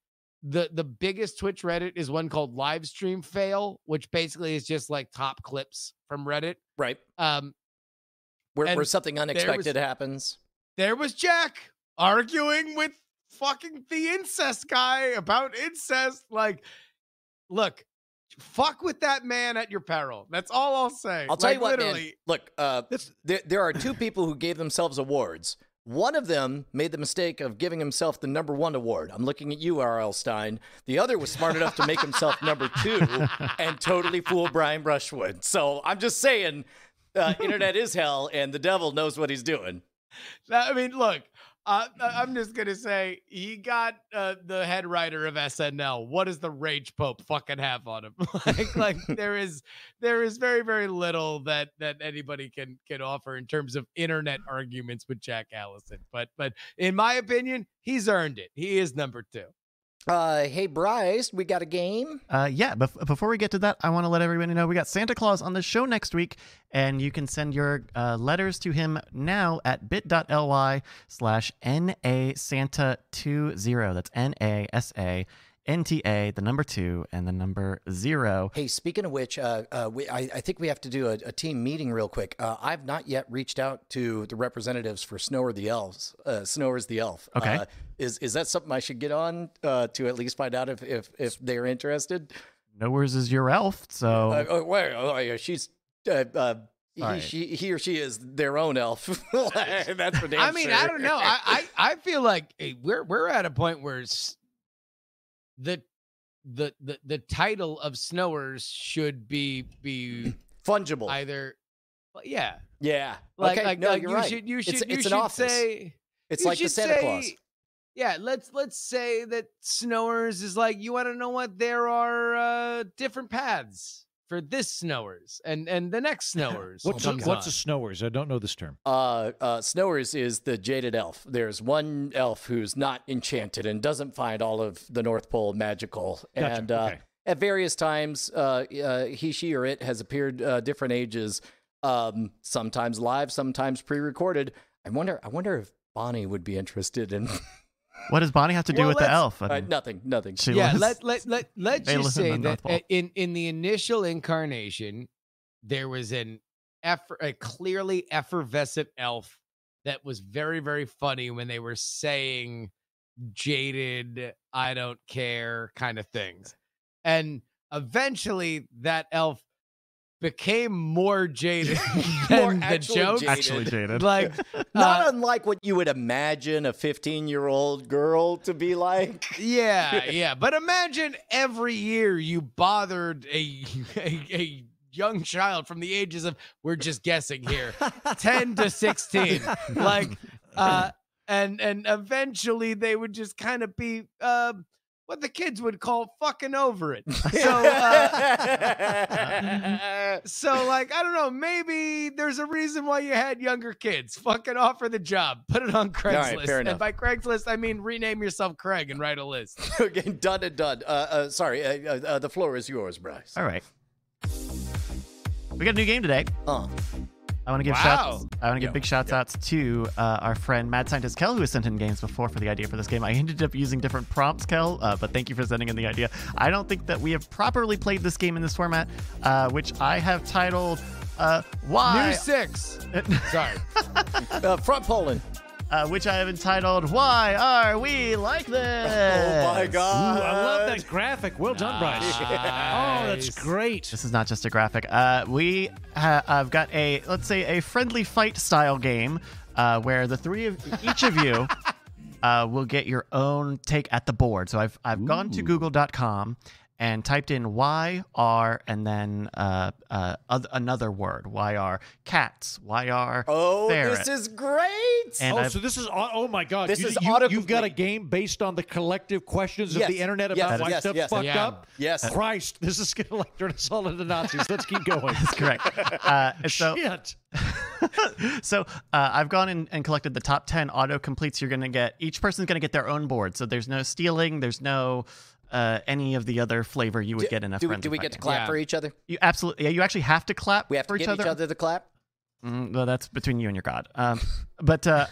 [SPEAKER 4] The the biggest Twitch Reddit is one called Livestream Fail, which basically is just like top clips from Reddit.
[SPEAKER 3] Right.
[SPEAKER 4] Um,
[SPEAKER 3] Where,
[SPEAKER 4] And
[SPEAKER 3] where something unexpected happens.
[SPEAKER 4] there was Jack arguing with fucking the incest guy about incest. Like, look, fuck with that man at your peril. That's all I'll say.
[SPEAKER 3] I'll tell
[SPEAKER 4] Like,
[SPEAKER 3] you what, man.
[SPEAKER 4] literally,
[SPEAKER 3] Look, uh,
[SPEAKER 2] That's-
[SPEAKER 3] there, there are two people who gave themselves awards. One of them made the mistake of giving himself the number one award. I'm looking at you, R.L. Stein. The other was smart enough to make himself number two
[SPEAKER 4] (laughs)
[SPEAKER 3] and totally fool Brian Brushwood. So I'm just saying, uh, internet is hell, and the devil knows what he's doing.
[SPEAKER 4] That- I mean, look, uh, I- I'm just gonna say he got uh, the head writer of SNL. What does the Rage Pope fucking have on him? (laughs)
[SPEAKER 3] (laughs)
[SPEAKER 4] like, like there is there is very very little that that anybody can can offer in terms of internet arguments with Jack Allison. But but in my opinion, he's earned it. He is number two.
[SPEAKER 3] Uh, hey, Bryce, we got a game.
[SPEAKER 1] Uh, yeah, bef- before we get to that, I want to let everybody know we got Santa Claus on the show next week, and you can send your uh, letters to him now at bit.ly slash nasanta20. That's N-A-S-A-N-T-A, the number two, and the number zero.
[SPEAKER 3] Hey, speaking of which, uh, uh, we, I, I think we have to do a, a team meeting real quick. Uh, I've not yet reached out to the representatives for Snower the Elves. Uh, Snower's the Elf.
[SPEAKER 1] Okay.
[SPEAKER 3] Uh, is is that something I should get on uh, to at least find out if if, if they're interested?
[SPEAKER 1] Nowhere's is your elf,
[SPEAKER 4] (laughs)
[SPEAKER 1] so...
[SPEAKER 3] Uh, oh, wait, oh, yeah, she's. Uh, uh, he,
[SPEAKER 1] All right.
[SPEAKER 3] she, he or she is their own elf. (laughs) That's for damn
[SPEAKER 4] I mean, I
[SPEAKER 3] sure.
[SPEAKER 4] don't know. I, I I feel like eh, we're we're at a point where s- the the the the title of Snowers should be be
[SPEAKER 3] fungible.
[SPEAKER 4] either well, yeah
[SPEAKER 3] yeah.
[SPEAKER 4] like
[SPEAKER 3] okay.
[SPEAKER 4] like,
[SPEAKER 3] no,
[SPEAKER 4] like
[SPEAKER 3] you're
[SPEAKER 4] you
[SPEAKER 3] right.
[SPEAKER 4] should you
[SPEAKER 3] It's-
[SPEAKER 4] should you
[SPEAKER 3] it's an
[SPEAKER 4] should
[SPEAKER 3] office.
[SPEAKER 4] say
[SPEAKER 3] it's
[SPEAKER 4] you
[SPEAKER 3] like the
[SPEAKER 4] should
[SPEAKER 3] Santa Claus.
[SPEAKER 4] say- yeah let's let's say that Snowers is like you want to know what there are uh different paths for this Snowers and and the
[SPEAKER 3] (laughs)
[SPEAKER 4] next Snowers
[SPEAKER 2] What's a,
[SPEAKER 4] comes
[SPEAKER 2] what's a
[SPEAKER 4] on.
[SPEAKER 2] snowers? I don't know this term.
[SPEAKER 3] uh, uh, Snowers is the jaded elf. There's one elf who's not enchanted and doesn't find all of the North Pole magical.
[SPEAKER 2] Gotcha,
[SPEAKER 3] And uh,
[SPEAKER 2] okay.
[SPEAKER 3] at various times, uh, uh, he, she, or it has appeared uh, different ages, um, sometimes live, sometimes pre-recorded. I wonder. I wonder if Bonnie would be interested in (laughs)
[SPEAKER 1] What does Bonnie have to do
[SPEAKER 4] Well,
[SPEAKER 1] with the
[SPEAKER 4] let's-
[SPEAKER 1] elf? I
[SPEAKER 3] uh,
[SPEAKER 1] mean,
[SPEAKER 3] nothing. Nothing.
[SPEAKER 1] she
[SPEAKER 4] yeah,
[SPEAKER 1] lives- (laughs)
[SPEAKER 4] let let let let's
[SPEAKER 1] They
[SPEAKER 4] just
[SPEAKER 1] live
[SPEAKER 4] say
[SPEAKER 1] in the North
[SPEAKER 4] that
[SPEAKER 1] Pole.
[SPEAKER 4] uh, in in the initial incarnation, there was an effort, a clearly effervescent elf that was very very funny when they were saying jaded, I don't care kind of things, and eventually that elf became more
[SPEAKER 3] (laughs)
[SPEAKER 4] jaded
[SPEAKER 3] More
[SPEAKER 4] than the
[SPEAKER 3] actually
[SPEAKER 4] joke.
[SPEAKER 3] jaded.
[SPEAKER 4] (laughs)
[SPEAKER 1] actually jaded.
[SPEAKER 4] Like
[SPEAKER 3] (laughs) Not
[SPEAKER 4] uh,
[SPEAKER 3] unlike what you would imagine a 15-year-old girl to be like. (laughs)
[SPEAKER 4] Yeah, yeah. But imagine every year you bothered a, (laughs) a a young child from the ages of we're just guessing
[SPEAKER 3] (laughs)
[SPEAKER 4] here, ten to sixteen. Like uh and and eventually they would just kind of be uh what the kids would call fucking over it. So
[SPEAKER 3] (laughs)
[SPEAKER 4] uh (laughs) so like I don't know, maybe there's a reason why you had younger kids. Fucking offer the job. Put it on Craigslist.
[SPEAKER 3] right, fair enough.
[SPEAKER 4] and by Craigslist I mean rename yourself Craig and write a list.
[SPEAKER 3] (laughs) okay, done and done. Uh, uh, sorry, uh, uh, uh, the floor is yours, Bryce.
[SPEAKER 1] All right. We got a new game today.
[SPEAKER 3] Uh,
[SPEAKER 1] I want to give
[SPEAKER 4] Wow.
[SPEAKER 1] shouts. I want to give big shouts outs to uh, our friend Mad Scientist Kel, who has sent in games before for the idea for this game. I ended up using different prompts, Kel, uh, but thank you for sending in the idea. I don't think that we have properly played this game in this format, uh, which I have titled uh,
[SPEAKER 4] New
[SPEAKER 1] "Why,"
[SPEAKER 4] six. Sorry.
[SPEAKER 3] uh, front Poland.
[SPEAKER 1] uh, which I have entitled "Why Are We
[SPEAKER 4] (laughs)
[SPEAKER 1] Like This?"
[SPEAKER 3] Oh my
[SPEAKER 2] Ooh,
[SPEAKER 3] God!
[SPEAKER 2] I love that graphic. Well done, Bryce. Oh, that's great.
[SPEAKER 1] This is not just a graphic. Uh, we ha- I've got a let's say a friendly fight style game uh, where the three of each of
[SPEAKER 3] (laughs)
[SPEAKER 1] you uh, will get your own take at the board. So I've I've gone to Google.com and typed in Y R and then uh, uh, oth- another word Y R cats Y R.
[SPEAKER 3] Oh,
[SPEAKER 1] ferret.
[SPEAKER 3] this is great.
[SPEAKER 1] and
[SPEAKER 2] oh,
[SPEAKER 1] I've-
[SPEAKER 2] so this is au- oh my god!
[SPEAKER 3] This
[SPEAKER 2] you,
[SPEAKER 3] is
[SPEAKER 2] you,
[SPEAKER 3] autocomplete.
[SPEAKER 2] You've got a game based on the collective questions
[SPEAKER 3] Yes,
[SPEAKER 2] of the internet
[SPEAKER 3] yes,
[SPEAKER 2] about why
[SPEAKER 3] yes,
[SPEAKER 2] stuff
[SPEAKER 3] yes.
[SPEAKER 2] fucked
[SPEAKER 4] Yeah.
[SPEAKER 2] up.
[SPEAKER 3] Yes.
[SPEAKER 2] Christ,
[SPEAKER 3] (laughs)
[SPEAKER 2] this is gonna like turn us all into Nazis. Let's keep going.
[SPEAKER 1] Correct. Uh, and so
[SPEAKER 2] Shit.
[SPEAKER 1] so uh, I've gone in and collected the top 10 auto completes you're going to get. Each person's going to get their own board. So there's no stealing, there's no uh, any of the other flavor you would get in a
[SPEAKER 3] do, we-
[SPEAKER 1] friendly
[SPEAKER 3] do we
[SPEAKER 1] fight
[SPEAKER 3] get to
[SPEAKER 1] game.
[SPEAKER 3] clap
[SPEAKER 4] Yeah.
[SPEAKER 3] for each other?
[SPEAKER 1] You absolutely, yeah, you actually have to clap
[SPEAKER 3] We have to
[SPEAKER 1] for
[SPEAKER 3] give each other. the clap.
[SPEAKER 1] Mm, well, that's between you and your God.
[SPEAKER 3] (laughs)
[SPEAKER 1] Um, but uh,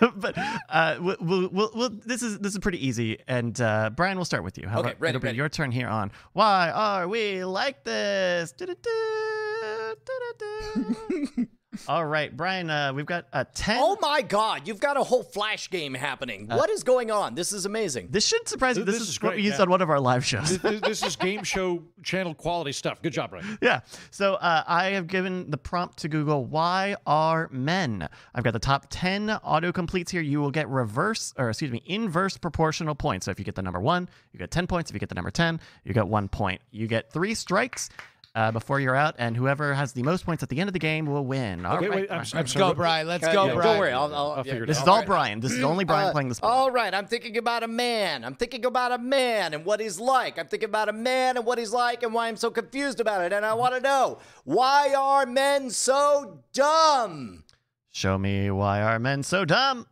[SPEAKER 1] (laughs) but uh, we'll, we'll, we'll, we'll, this is this is pretty easy. And uh, Brian, we'll start with you. How
[SPEAKER 3] Okay,
[SPEAKER 1] about,
[SPEAKER 3] ready,
[SPEAKER 1] it'll be
[SPEAKER 3] ready.
[SPEAKER 1] your turn here on. Why are we like this? Du-du-du,
[SPEAKER 3] (laughs)
[SPEAKER 1] du-du-du. All right, Brian. Uh, we've got a ten.
[SPEAKER 3] Oh my God! You've got a whole flash game happening. what is going on? This is amazing.
[SPEAKER 1] this should surprise you.
[SPEAKER 2] Th-
[SPEAKER 1] This,
[SPEAKER 2] this
[SPEAKER 1] is,
[SPEAKER 2] is
[SPEAKER 1] what
[SPEAKER 2] great,
[SPEAKER 1] we used
[SPEAKER 2] yeah.
[SPEAKER 1] on one of our live shows.
[SPEAKER 2] This, this is game show channel quality stuff. Good job, Ryan.
[SPEAKER 1] yeah. So uh, I have given the prompt to Google, why are men? I've got the top 10 autocompletes here. You will get reverse, or excuse me, inverse proportional points. So if you get the number one, you get 10 points. If you get the number 10, you get one point. You get three strikes. Uh, before you're out, and whoever has the most points at the end of the game will win. All right,
[SPEAKER 2] Okay, wait, I'm,
[SPEAKER 1] Brian.
[SPEAKER 2] I'm
[SPEAKER 4] Let's
[SPEAKER 2] sorry.
[SPEAKER 4] go,
[SPEAKER 2] What-
[SPEAKER 4] Brian. Let's
[SPEAKER 3] Uh,
[SPEAKER 4] go,
[SPEAKER 3] yeah,
[SPEAKER 4] Brian.
[SPEAKER 3] Don't worry. I'll, I'll,
[SPEAKER 2] I'll
[SPEAKER 3] yeah.
[SPEAKER 2] figure it
[SPEAKER 1] uh, This
[SPEAKER 2] out.
[SPEAKER 1] is all oh. Brian. This is only Brian
[SPEAKER 3] Uh,
[SPEAKER 1] playing this.
[SPEAKER 3] All right, I'm thinking about a man. I'm thinking about a man and what he's like. I'm thinking about a man and what he's like and why I'm so confused about it. And I want to know why are men so dumb?
[SPEAKER 1] Show me why are men so dumb?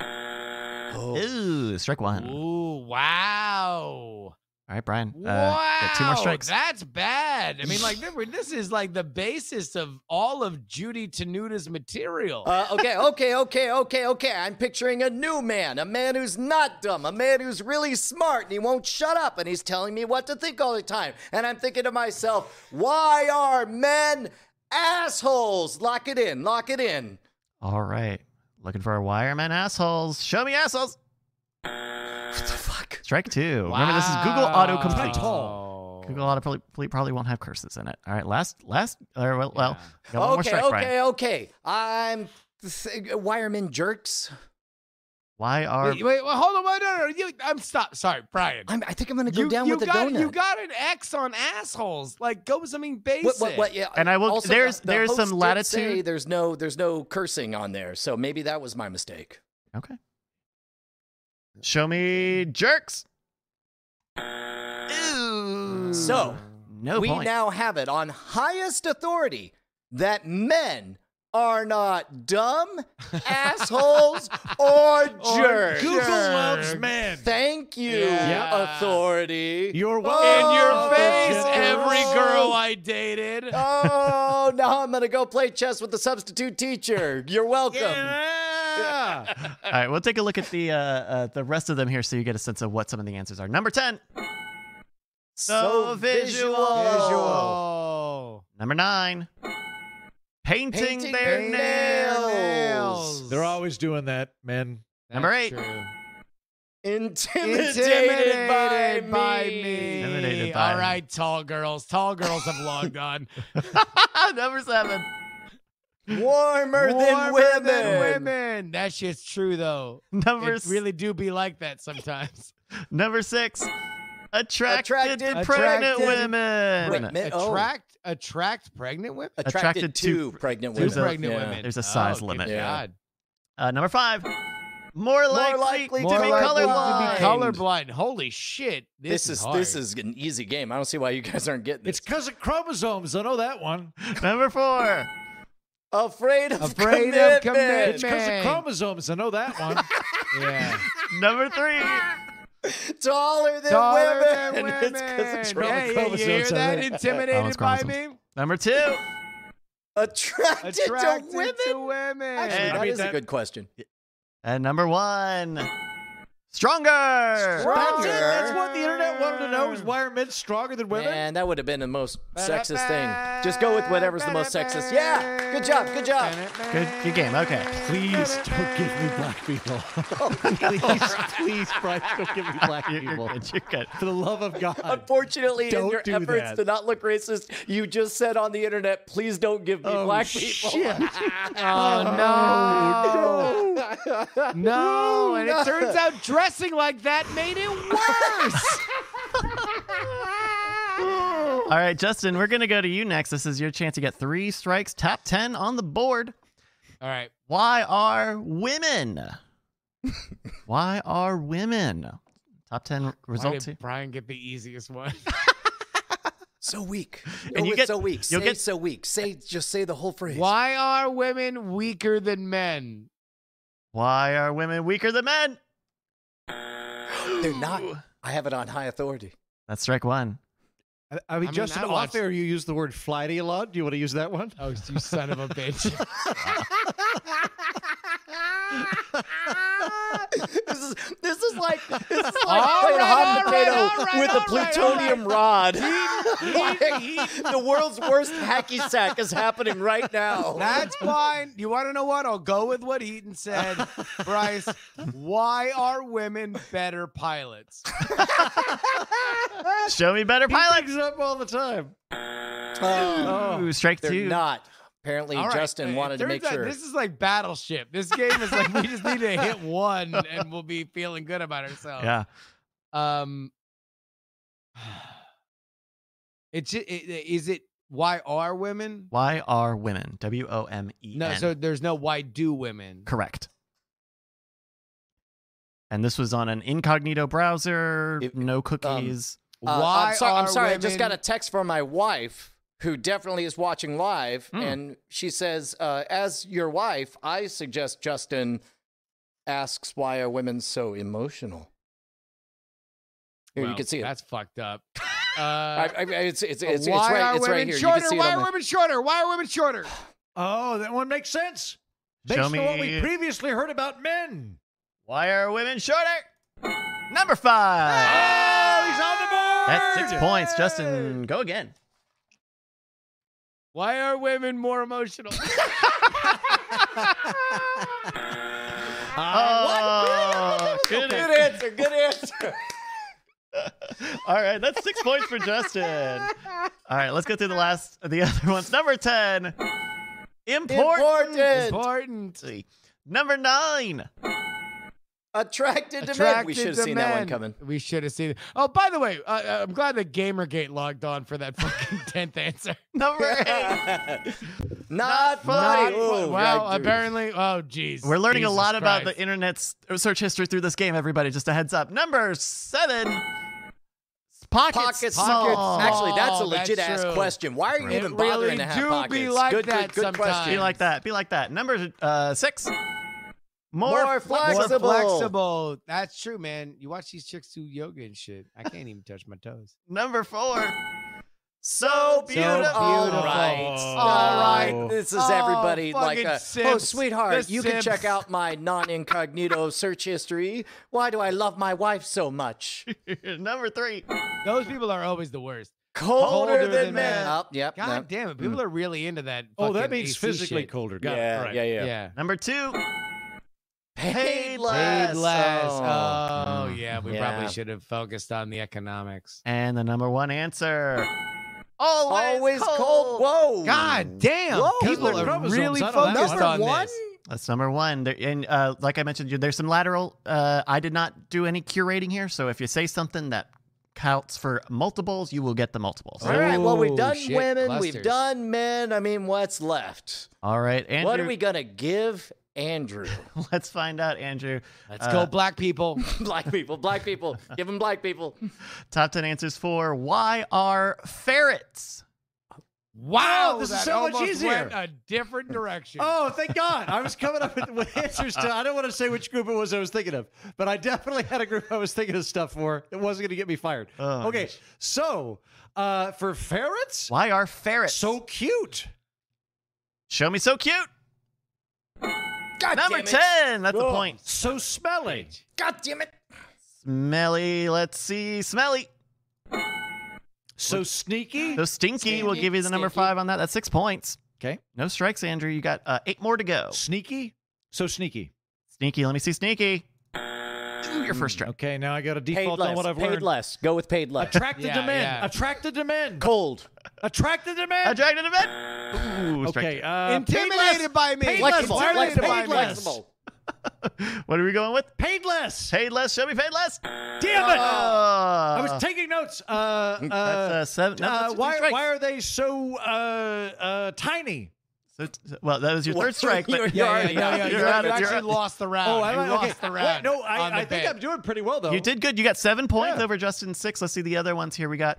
[SPEAKER 1] Oh. Ooh, strike one.
[SPEAKER 4] Ooh, wow.
[SPEAKER 1] All right, Brian.
[SPEAKER 4] Wow.
[SPEAKER 1] Uh, get two more strikes.
[SPEAKER 4] That's bad. I mean, like, remember, this is like the basis of all of Judy Tenuda's material.
[SPEAKER 3] Uh, okay, (laughs) okay, okay, okay, okay. I'm picturing a new man, a man who's not dumb, a man who's really smart and he won't shut up and he's telling me what to think all the time. And I'm thinking to myself, why are men assholes? Lock it in, lock it in.
[SPEAKER 1] All right. Looking for wireman assholes. Show me assholes.
[SPEAKER 3] Fuck.
[SPEAKER 1] Strike two. Remember, this is Google autocomplete.
[SPEAKER 4] Wow.
[SPEAKER 1] Google autocomplete probably won't have curses in it. All right. Last, last, or, well, well we got one more
[SPEAKER 3] okay,
[SPEAKER 1] strike,
[SPEAKER 3] okay,
[SPEAKER 1] Brian.
[SPEAKER 3] okay. I'm th- wireman jerks.
[SPEAKER 1] Why are.
[SPEAKER 4] Wait, wait, wait, hold on. Wait, no, no, no, you, I'm stop. Sorry, Brian.
[SPEAKER 3] I'm, I think I'm gonna go down with the
[SPEAKER 4] got,
[SPEAKER 3] donut.
[SPEAKER 4] You got an X on assholes. Like, go with something basic.
[SPEAKER 3] what, what, what, yeah.
[SPEAKER 1] And I will-
[SPEAKER 3] Also,
[SPEAKER 1] there's-
[SPEAKER 3] the- the
[SPEAKER 1] there's
[SPEAKER 3] host
[SPEAKER 1] some
[SPEAKER 3] did
[SPEAKER 1] latitude.
[SPEAKER 3] say there's no there's no cursing on there, so maybe that was my mistake.
[SPEAKER 1] Okay. Show me jerks.
[SPEAKER 3] So
[SPEAKER 1] No
[SPEAKER 3] we
[SPEAKER 1] point.
[SPEAKER 3] now have it on highest authority that men are not
[SPEAKER 4] (laughs)
[SPEAKER 3] dumb assholes or jerks.
[SPEAKER 2] Google loves men.
[SPEAKER 3] Thank you,
[SPEAKER 4] Yeah.
[SPEAKER 3] authority.
[SPEAKER 2] You're
[SPEAKER 4] In
[SPEAKER 2] welcome.
[SPEAKER 4] your
[SPEAKER 3] Oh,
[SPEAKER 4] face,
[SPEAKER 3] Jesus.
[SPEAKER 4] every girl I dated.
[SPEAKER 3] oh, now I'm gonna go play chess with the substitute teacher. You're welcome.
[SPEAKER 2] Yeah.
[SPEAKER 1] All right, we'll take a look at the uh, uh, the rest of them here, so you get a sense of what some of the answers are. Number ten, So visual.
[SPEAKER 3] visual.
[SPEAKER 4] Oh.
[SPEAKER 1] number nine, painting,
[SPEAKER 3] Painting
[SPEAKER 1] their
[SPEAKER 3] their
[SPEAKER 1] nails.
[SPEAKER 3] Nails.
[SPEAKER 2] They're always doing that, men.
[SPEAKER 1] Number eight.
[SPEAKER 4] true.
[SPEAKER 3] Intimidated,
[SPEAKER 4] Intimidated by,
[SPEAKER 3] by,
[SPEAKER 4] me.
[SPEAKER 1] Intimidated by
[SPEAKER 4] All
[SPEAKER 1] me.
[SPEAKER 4] right, tall girls. Tall girls have long gone.
[SPEAKER 3] (laughs)
[SPEAKER 1] (laughs) number seven,
[SPEAKER 3] me. Warmer, than,
[SPEAKER 4] Warmer
[SPEAKER 3] women.
[SPEAKER 4] than women. That shit's true though.
[SPEAKER 1] number
[SPEAKER 4] It really do be like that sometimes.
[SPEAKER 1] number six, attracted,
[SPEAKER 3] Attracted-
[SPEAKER 1] to
[SPEAKER 3] attracted-
[SPEAKER 1] pregnant women.
[SPEAKER 3] Wait, men- (laughs) oh.
[SPEAKER 4] attract, attract pregnant women.
[SPEAKER 3] Attracted,
[SPEAKER 1] Attracted
[SPEAKER 3] to
[SPEAKER 1] to
[SPEAKER 3] pregnant
[SPEAKER 1] to
[SPEAKER 4] Two
[SPEAKER 3] women.
[SPEAKER 1] There's a-
[SPEAKER 4] pregnant
[SPEAKER 3] Yeah.
[SPEAKER 4] women.
[SPEAKER 1] there's a size
[SPEAKER 4] oh,
[SPEAKER 1] limit.
[SPEAKER 4] Good
[SPEAKER 3] Yeah.
[SPEAKER 4] God.
[SPEAKER 1] Uh, number five, more likely,
[SPEAKER 3] likely
[SPEAKER 1] to
[SPEAKER 3] More
[SPEAKER 1] be
[SPEAKER 3] likely
[SPEAKER 1] colorblind.
[SPEAKER 3] to be
[SPEAKER 4] colorblind. Holy shit! This,
[SPEAKER 3] This, is
[SPEAKER 4] hard.
[SPEAKER 3] this is an easy game. I don't see why you guys aren't getting
[SPEAKER 2] It's
[SPEAKER 3] this.
[SPEAKER 2] because of chromosomes. I know that one.
[SPEAKER 1] number four,
[SPEAKER 3] afraid of
[SPEAKER 4] Afraid
[SPEAKER 3] commitment.
[SPEAKER 4] of
[SPEAKER 2] It's because of
[SPEAKER 4] Man.
[SPEAKER 2] chromosomes. I know that one.
[SPEAKER 4] yeah.
[SPEAKER 1] number three,
[SPEAKER 3] Taller than
[SPEAKER 4] Taller than
[SPEAKER 3] women. (laughs)
[SPEAKER 4] women.
[SPEAKER 3] It's 'cause of
[SPEAKER 2] women.
[SPEAKER 4] yeah, yeah, you
[SPEAKER 2] chromosomes
[SPEAKER 4] hear
[SPEAKER 2] are
[SPEAKER 3] (laughs)
[SPEAKER 4] that?
[SPEAKER 2] there.
[SPEAKER 1] Oh, it's
[SPEAKER 4] Intimidated by me?
[SPEAKER 1] chromosomes. number two,
[SPEAKER 3] attracted,
[SPEAKER 4] Attracted
[SPEAKER 3] to women.
[SPEAKER 4] to women.
[SPEAKER 3] Actually,
[SPEAKER 1] And-
[SPEAKER 3] that
[SPEAKER 2] I mean,
[SPEAKER 3] is a
[SPEAKER 2] that-
[SPEAKER 3] good question.
[SPEAKER 1] and number one, stronger.
[SPEAKER 2] That's it. That's
[SPEAKER 3] Stronger.
[SPEAKER 2] what the internet wanted to know: is why are men stronger than women?
[SPEAKER 3] Man, that would have been the most sexist thing. Just go with whatever's the most sexist. Yeah, good job, good job.
[SPEAKER 1] Good, good game. Okay.
[SPEAKER 2] Please don't give me black people. please, please, Bryce, don't give me black
[SPEAKER 1] You're, you're
[SPEAKER 2] people.
[SPEAKER 1] good. (laughs) You're good.
[SPEAKER 2] For the love of God.
[SPEAKER 3] Unfortunately, in
[SPEAKER 2] Don't
[SPEAKER 3] your
[SPEAKER 2] do
[SPEAKER 3] efforts
[SPEAKER 2] that.
[SPEAKER 3] to not look racist, you just said on the internet, please don't give me
[SPEAKER 2] Oh,
[SPEAKER 3] black people.
[SPEAKER 2] shit.
[SPEAKER 4] Oh, no. No. And it turns out dressing like that made it (laughs) worse.
[SPEAKER 1] All right, Justin, we're going to go to you next. This is your chance to get three strikes, top 10 on the board.
[SPEAKER 4] All right.
[SPEAKER 1] Why are women? Why are women? Top 10
[SPEAKER 4] Why
[SPEAKER 1] results
[SPEAKER 4] did
[SPEAKER 1] here.
[SPEAKER 4] Brian get the easiest one?
[SPEAKER 3] So weak.
[SPEAKER 1] And
[SPEAKER 3] Oh,
[SPEAKER 1] you
[SPEAKER 3] it's
[SPEAKER 1] get-
[SPEAKER 3] so weak. Say
[SPEAKER 1] you'll get-
[SPEAKER 3] so weak. Say just say the whole phrase.
[SPEAKER 4] (laughs) Why are women weaker than men?
[SPEAKER 1] Why are women weaker than men?
[SPEAKER 3] They're not. I have it on high authority.
[SPEAKER 1] That's strike one.
[SPEAKER 2] I, I mean,
[SPEAKER 4] mean,
[SPEAKER 2] Justin,
[SPEAKER 4] I
[SPEAKER 2] off
[SPEAKER 4] watched-
[SPEAKER 2] air, you use the word flighty a lot. Do you want to use that one?
[SPEAKER 4] Oh, you son of a bitch.
[SPEAKER 3] (laughs) this is this is like this is like
[SPEAKER 4] All
[SPEAKER 3] playing
[SPEAKER 4] right,
[SPEAKER 3] hot
[SPEAKER 4] all
[SPEAKER 3] potato
[SPEAKER 4] right, all right,
[SPEAKER 3] with
[SPEAKER 4] all
[SPEAKER 3] a
[SPEAKER 4] right,
[SPEAKER 3] plutonium rod. (laughs) Like,
[SPEAKER 4] heat,
[SPEAKER 3] the world's worst hacky sack is happening right now.
[SPEAKER 4] (laughs) That's fine. You want to know what? I'll go with what Heaton (laughs) said. Bryce, why are women better pilots?
[SPEAKER 1] Show me better pilots.
[SPEAKER 2] Brings it up all the time.
[SPEAKER 3] Uh,
[SPEAKER 1] (laughs) Ooh, strike
[SPEAKER 3] they're
[SPEAKER 1] two.
[SPEAKER 3] not. Apparently,
[SPEAKER 4] All right,
[SPEAKER 3] Justin
[SPEAKER 4] it
[SPEAKER 3] wanted to
[SPEAKER 4] turns
[SPEAKER 3] make
[SPEAKER 4] out
[SPEAKER 3] sure.
[SPEAKER 4] This is like Battleship. This game is like we just need to
[SPEAKER 3] (laughs)
[SPEAKER 4] hit one and we'll be feeling good about ourselves.
[SPEAKER 1] Yeah.
[SPEAKER 4] Um, (sighs) it's it, it, is it why are women?
[SPEAKER 1] Why are women? W O M E N.
[SPEAKER 4] No, so there's no why do women.
[SPEAKER 1] correct. And this was on an incognito browser,
[SPEAKER 3] If-
[SPEAKER 1] no cookies.
[SPEAKER 3] Uh,
[SPEAKER 4] why
[SPEAKER 3] I'm sorry. I'm
[SPEAKER 4] are
[SPEAKER 3] sorry. I just got a
[SPEAKER 4] women-
[SPEAKER 3] text from my wife, who definitely is watching live,
[SPEAKER 1] Hmm.
[SPEAKER 3] and she says, uh, "As your wife, I suggest Justin asks why are women so emotional." Here you
[SPEAKER 4] Well,
[SPEAKER 3] can see it.
[SPEAKER 4] That's
[SPEAKER 3] (laughs)
[SPEAKER 4] fucked up. Uh,
[SPEAKER 3] I, I, I- it's it's it's, it's
[SPEAKER 4] why
[SPEAKER 3] right
[SPEAKER 4] are
[SPEAKER 3] it's
[SPEAKER 4] women
[SPEAKER 3] right here.
[SPEAKER 4] shorter?
[SPEAKER 3] You can see
[SPEAKER 4] why
[SPEAKER 3] it on
[SPEAKER 4] are
[SPEAKER 3] the-
[SPEAKER 4] women shorter? Why are women shorter?
[SPEAKER 2] (sighs) Oh, that one makes sense. Based
[SPEAKER 1] Show
[SPEAKER 2] on what we
[SPEAKER 1] me-
[SPEAKER 2] previously heard about men.
[SPEAKER 1] Why are women shorter? Number five.
[SPEAKER 2] Oh, he's on the board.
[SPEAKER 1] That's six points. Justin, go again.
[SPEAKER 4] Why are women more emotional?
[SPEAKER 1] Oh, good
[SPEAKER 3] Good answer. Good
[SPEAKER 4] (laughs)
[SPEAKER 3] answer.
[SPEAKER 1] All right, that's six points for Justin. All right, let's go through the last, the other ones. Number 10, important.
[SPEAKER 3] Important.
[SPEAKER 4] Important.
[SPEAKER 1] Number nine,
[SPEAKER 3] Attracted to men. We
[SPEAKER 4] Attracted
[SPEAKER 3] should have
[SPEAKER 4] to
[SPEAKER 3] seen that one
[SPEAKER 4] men.
[SPEAKER 3] coming.
[SPEAKER 4] We should have seen it. Oh, by the way, uh, uh, I'm glad that Gamergate logged on for that fucking (laughs) 10th answer.
[SPEAKER 1] number eight.
[SPEAKER 3] Not funny. Oh,
[SPEAKER 4] wow,
[SPEAKER 3] right, dude.
[SPEAKER 4] apparently, oh, jeez.
[SPEAKER 1] We're learning a
[SPEAKER 4] Jesus
[SPEAKER 1] lot about
[SPEAKER 4] Christ.
[SPEAKER 1] the internet's search history through this game, everybody. Just a heads up. Number seven, pocket,
[SPEAKER 3] Pocket
[SPEAKER 1] small.
[SPEAKER 3] small. Actually, that's a
[SPEAKER 4] Oh, that's
[SPEAKER 3] legit ass
[SPEAKER 4] true.
[SPEAKER 3] question. Why are you
[SPEAKER 1] It
[SPEAKER 3] even bothering
[SPEAKER 4] really
[SPEAKER 3] to have
[SPEAKER 4] do
[SPEAKER 3] pockets?
[SPEAKER 4] be like
[SPEAKER 3] good,
[SPEAKER 4] that
[SPEAKER 3] good, good
[SPEAKER 4] sometimes.
[SPEAKER 3] question.
[SPEAKER 1] Be like that. Be like that. Number uh, six,
[SPEAKER 3] More, flexible.
[SPEAKER 4] More flexible. That's true, man. You watch these chicks do yoga and shit. I can't even touch my toes.
[SPEAKER 1] Number four, so beautiful.
[SPEAKER 4] beautiful.
[SPEAKER 3] All right. All
[SPEAKER 4] right.
[SPEAKER 3] This is
[SPEAKER 4] Oh,
[SPEAKER 3] everybody like
[SPEAKER 4] fucking
[SPEAKER 3] a oh
[SPEAKER 4] simps.
[SPEAKER 3] sweetheart,
[SPEAKER 4] The
[SPEAKER 3] you can check
[SPEAKER 4] simps.
[SPEAKER 3] out my non-incognito search history. Why do I love my wife so
[SPEAKER 4] (laughs)
[SPEAKER 3] much?
[SPEAKER 1] (laughs) Number three.
[SPEAKER 4] Those people are always the worst.
[SPEAKER 3] Colder,
[SPEAKER 4] Colder
[SPEAKER 3] than,
[SPEAKER 4] than
[SPEAKER 3] men.
[SPEAKER 4] men.
[SPEAKER 3] Oh, yep.
[SPEAKER 4] God
[SPEAKER 3] no.
[SPEAKER 4] damn it. People are really into that.
[SPEAKER 2] Oh, that
[SPEAKER 4] fucking
[SPEAKER 2] means
[SPEAKER 4] AC
[SPEAKER 2] physically
[SPEAKER 4] shit.
[SPEAKER 2] colder. Got it.
[SPEAKER 3] Yeah,
[SPEAKER 2] All right.
[SPEAKER 3] yeah, yeah,
[SPEAKER 4] Yeah.
[SPEAKER 1] Number two.
[SPEAKER 3] Paid less.
[SPEAKER 4] Paid less. Oh,
[SPEAKER 1] Mm.
[SPEAKER 4] yeah. We
[SPEAKER 3] Yeah.
[SPEAKER 4] probably should have focused on the economics.
[SPEAKER 1] And the number one answer. Always,
[SPEAKER 3] Always
[SPEAKER 1] cold.
[SPEAKER 3] cold. Whoa.
[SPEAKER 4] God damn.
[SPEAKER 3] Whoa.
[SPEAKER 4] People
[SPEAKER 2] Couple
[SPEAKER 4] are
[SPEAKER 2] of
[SPEAKER 4] really
[SPEAKER 2] chromosomes out of that
[SPEAKER 4] focused
[SPEAKER 2] one.
[SPEAKER 4] on
[SPEAKER 3] Number one?
[SPEAKER 4] this.
[SPEAKER 1] That's number one. There, and uh, like I mentioned, you- there's some lateral. Uh, I did not do any curating here, so if you say something that counts for multiples, you will get the multiples.
[SPEAKER 3] All right. Well, we've
[SPEAKER 4] Oh,
[SPEAKER 3] done
[SPEAKER 4] shit,
[SPEAKER 3] women. We've
[SPEAKER 4] clusters.
[SPEAKER 3] done men. I mean, what's left?
[SPEAKER 1] All right, Andrew.
[SPEAKER 3] What are we gonna give Andrew?
[SPEAKER 1] (laughs)
[SPEAKER 3] (laughs)
[SPEAKER 1] Let's find out, Andrew.
[SPEAKER 4] Let's go, black people.
[SPEAKER 3] black people. Black people. Give them black people.
[SPEAKER 1] Top ten answers for why are ferrets?
[SPEAKER 4] Wow,
[SPEAKER 2] this is
[SPEAKER 4] that
[SPEAKER 2] so much
[SPEAKER 4] almost
[SPEAKER 2] easier.
[SPEAKER 4] Went a (laughs) different direction.
[SPEAKER 2] Oh, thank God. I was coming up
[SPEAKER 1] (laughs)
[SPEAKER 2] with, with answers to, I don't want to say which group it was I was thinking of, but I definitely had a group I was thinking of stuff for that wasn't going to get me fired.
[SPEAKER 1] Oh,
[SPEAKER 2] okay.
[SPEAKER 1] gosh.
[SPEAKER 2] So, uh, for ferrets,
[SPEAKER 1] Why are ferrets
[SPEAKER 2] so cute.
[SPEAKER 1] Show me so
[SPEAKER 3] (laughs)
[SPEAKER 1] cute.
[SPEAKER 3] God
[SPEAKER 1] Number
[SPEAKER 3] damn it.
[SPEAKER 1] ten. That's a point.
[SPEAKER 2] So smelly.
[SPEAKER 3] God damn it.
[SPEAKER 1] Smelly. Let's see. Smelly.
[SPEAKER 2] So sneaky.
[SPEAKER 1] So stinky, will give you the number five on that. That's six points.
[SPEAKER 2] Okay.
[SPEAKER 1] No strikes, Andrew. You got uh, eight more to go.
[SPEAKER 2] Sneaky. So sneaky.
[SPEAKER 1] Sneaky. Let me see sneaky. Ooh, your first strike.
[SPEAKER 2] Okay, now I got to
[SPEAKER 3] Paid
[SPEAKER 2] default on
[SPEAKER 3] less.
[SPEAKER 2] what I've
[SPEAKER 3] Paid
[SPEAKER 2] learned.
[SPEAKER 3] less. Go with paid less.
[SPEAKER 2] Attracted
[SPEAKER 4] Yeah,
[SPEAKER 2] to men.
[SPEAKER 4] yeah.
[SPEAKER 2] Attracted to men.
[SPEAKER 3] Cold.
[SPEAKER 2] Attracted to men.
[SPEAKER 1] Attracted to men. Ooh, strike
[SPEAKER 2] Okay.
[SPEAKER 1] two.
[SPEAKER 2] Uh,
[SPEAKER 4] Intimidated by me.
[SPEAKER 2] Paid less.
[SPEAKER 3] Flexible.
[SPEAKER 2] Why are they
[SPEAKER 3] Flexible.
[SPEAKER 2] paid less?
[SPEAKER 3] Flexible.
[SPEAKER 1] What are we going with?
[SPEAKER 2] Paid less.
[SPEAKER 1] Paid less. Show me paid less.
[SPEAKER 2] Damn it.
[SPEAKER 3] uh,
[SPEAKER 2] I
[SPEAKER 1] I
[SPEAKER 2] was taking notes. Uh,
[SPEAKER 3] Mm,
[SPEAKER 2] uh,
[SPEAKER 1] That's uh, seven. No,
[SPEAKER 2] uh,
[SPEAKER 1] that's two
[SPEAKER 2] why,
[SPEAKER 1] strikes.
[SPEAKER 2] why are they so uh, uh, tiny?
[SPEAKER 1] So t- well, that was your
[SPEAKER 3] What?
[SPEAKER 1] third strike. But
[SPEAKER 3] (laughs) You're-
[SPEAKER 1] you
[SPEAKER 3] you're
[SPEAKER 4] Yeah, yeah,
[SPEAKER 3] already
[SPEAKER 4] yeah,
[SPEAKER 3] out.
[SPEAKER 4] yeah,
[SPEAKER 1] You're
[SPEAKER 4] you
[SPEAKER 1] out.
[SPEAKER 4] you
[SPEAKER 1] You're
[SPEAKER 4] actually
[SPEAKER 1] out.
[SPEAKER 4] lost the round.
[SPEAKER 2] Oh, I-
[SPEAKER 4] Ah, you lost the round.
[SPEAKER 2] Wait,
[SPEAKER 4] on
[SPEAKER 2] no,
[SPEAKER 4] the
[SPEAKER 2] I, I think
[SPEAKER 4] bet.
[SPEAKER 2] I'm doing pretty well though.
[SPEAKER 1] did good. You got seven points
[SPEAKER 2] Yeah.
[SPEAKER 1] over Justin's six. Let's see the other ones here. We got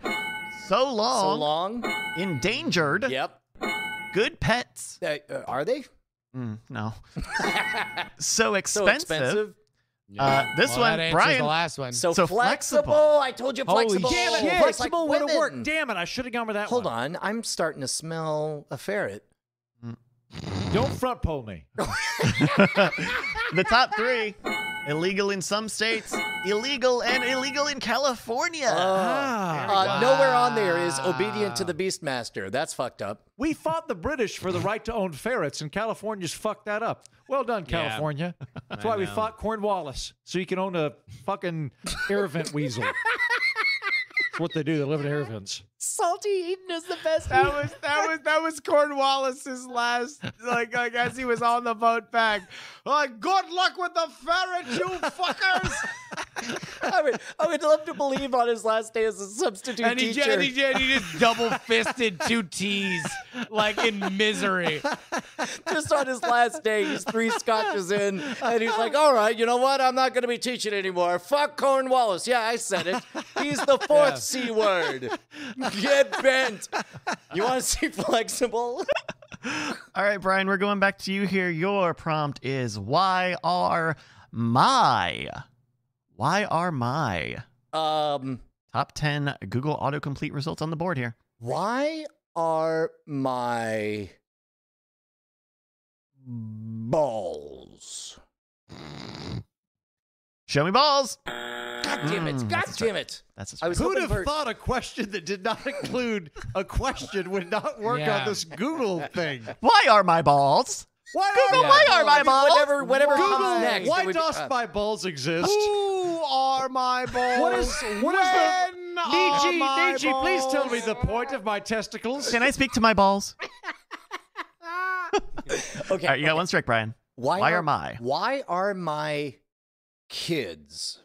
[SPEAKER 1] So long,
[SPEAKER 3] So long.
[SPEAKER 1] endangered,
[SPEAKER 3] Yep.
[SPEAKER 1] good pets.
[SPEAKER 3] Uh, uh, are they?
[SPEAKER 1] Mm, no, so
[SPEAKER 3] So
[SPEAKER 1] expensive.
[SPEAKER 3] expensive.
[SPEAKER 1] Uh, this
[SPEAKER 4] Well, that
[SPEAKER 1] one,
[SPEAKER 4] answers
[SPEAKER 1] Brian.
[SPEAKER 4] the last one. (laughs)
[SPEAKER 3] So,
[SPEAKER 1] So
[SPEAKER 3] flexible.
[SPEAKER 1] flexible.
[SPEAKER 3] I told you
[SPEAKER 4] Holy
[SPEAKER 3] flexible.
[SPEAKER 4] shit.
[SPEAKER 3] Flexible
[SPEAKER 2] Yeah,
[SPEAKER 3] like
[SPEAKER 2] flexible would have
[SPEAKER 3] women.
[SPEAKER 2] worked. Damn it, I should have gone with that
[SPEAKER 3] Hold
[SPEAKER 2] one.
[SPEAKER 3] on. I'm starting to smell a ferret.
[SPEAKER 2] Don't front pole me.
[SPEAKER 3] Oh,
[SPEAKER 1] the top three: illegal in some states, illegal and illegal in California.
[SPEAKER 3] Uh,
[SPEAKER 2] Ah,
[SPEAKER 3] Nowhere on there is obedient to the Beastmaster. That's fucked up.
[SPEAKER 2] we fought the British for the right to own ferrets, and California's fucked that up. Well done, California. That's why we fought Cornwallis, so you can own a fucking air vent weasel. That's what they do. They live in air vents.
[SPEAKER 3] Salty Eden is the (laughs) best.
[SPEAKER 4] That was that was that was Cornwallis's last like like as he was on the boat back. Like good luck with the ferret, (laughs) you fuckers!
[SPEAKER 3] I would, I would love to believe on his last day as a substitute
[SPEAKER 4] and, he,
[SPEAKER 3] teacher.
[SPEAKER 4] ju- and he ju- and he just double fisted two T's like in misery.
[SPEAKER 3] just on his last day, he's three scotches in, and he's like, "All right, you know what? I'm not going to be teaching anymore. Fuck Cornwallis. Yeah, I said it. He's the fourth c word. Get bent. You want to see (laughs) flexible?
[SPEAKER 1] All right, Brian, we're going back to you here. Your prompt is why are my why are my
[SPEAKER 3] Um,
[SPEAKER 1] top 10 Google autocomplete results on the board here?
[SPEAKER 3] why are my balls?
[SPEAKER 1] Show me balls.
[SPEAKER 3] God damn it!
[SPEAKER 1] Mm,
[SPEAKER 3] God
[SPEAKER 1] that's
[SPEAKER 3] damn it!
[SPEAKER 1] That's his
[SPEAKER 3] I was
[SPEAKER 2] Who'd
[SPEAKER 3] hoping
[SPEAKER 2] have
[SPEAKER 3] for-
[SPEAKER 2] thought a question that did not include a question would not work
[SPEAKER 4] Yeah.
[SPEAKER 2] on this Google thing?
[SPEAKER 1] Why are my balls?
[SPEAKER 2] Why
[SPEAKER 1] Google,
[SPEAKER 2] are
[SPEAKER 1] why are my
[SPEAKER 3] I mean,
[SPEAKER 1] balls?
[SPEAKER 3] Whatever, whatever comes
[SPEAKER 2] Google,
[SPEAKER 3] next. it
[SPEAKER 2] why
[SPEAKER 3] would be-
[SPEAKER 2] does
[SPEAKER 3] uh,
[SPEAKER 2] my balls exist?
[SPEAKER 4] Who are my balls?
[SPEAKER 2] What is- what is the-
[SPEAKER 4] when are
[SPEAKER 2] Nietzsche,
[SPEAKER 4] my
[SPEAKER 2] Nietzsche, please tell me
[SPEAKER 4] balls?
[SPEAKER 2] the point of my testicles.
[SPEAKER 1] Can I speak to my
[SPEAKER 4] (laughs)
[SPEAKER 1] balls?
[SPEAKER 3] Okay.
[SPEAKER 1] All right, you got one strike, Brian. Why are my?
[SPEAKER 3] Why are my kids?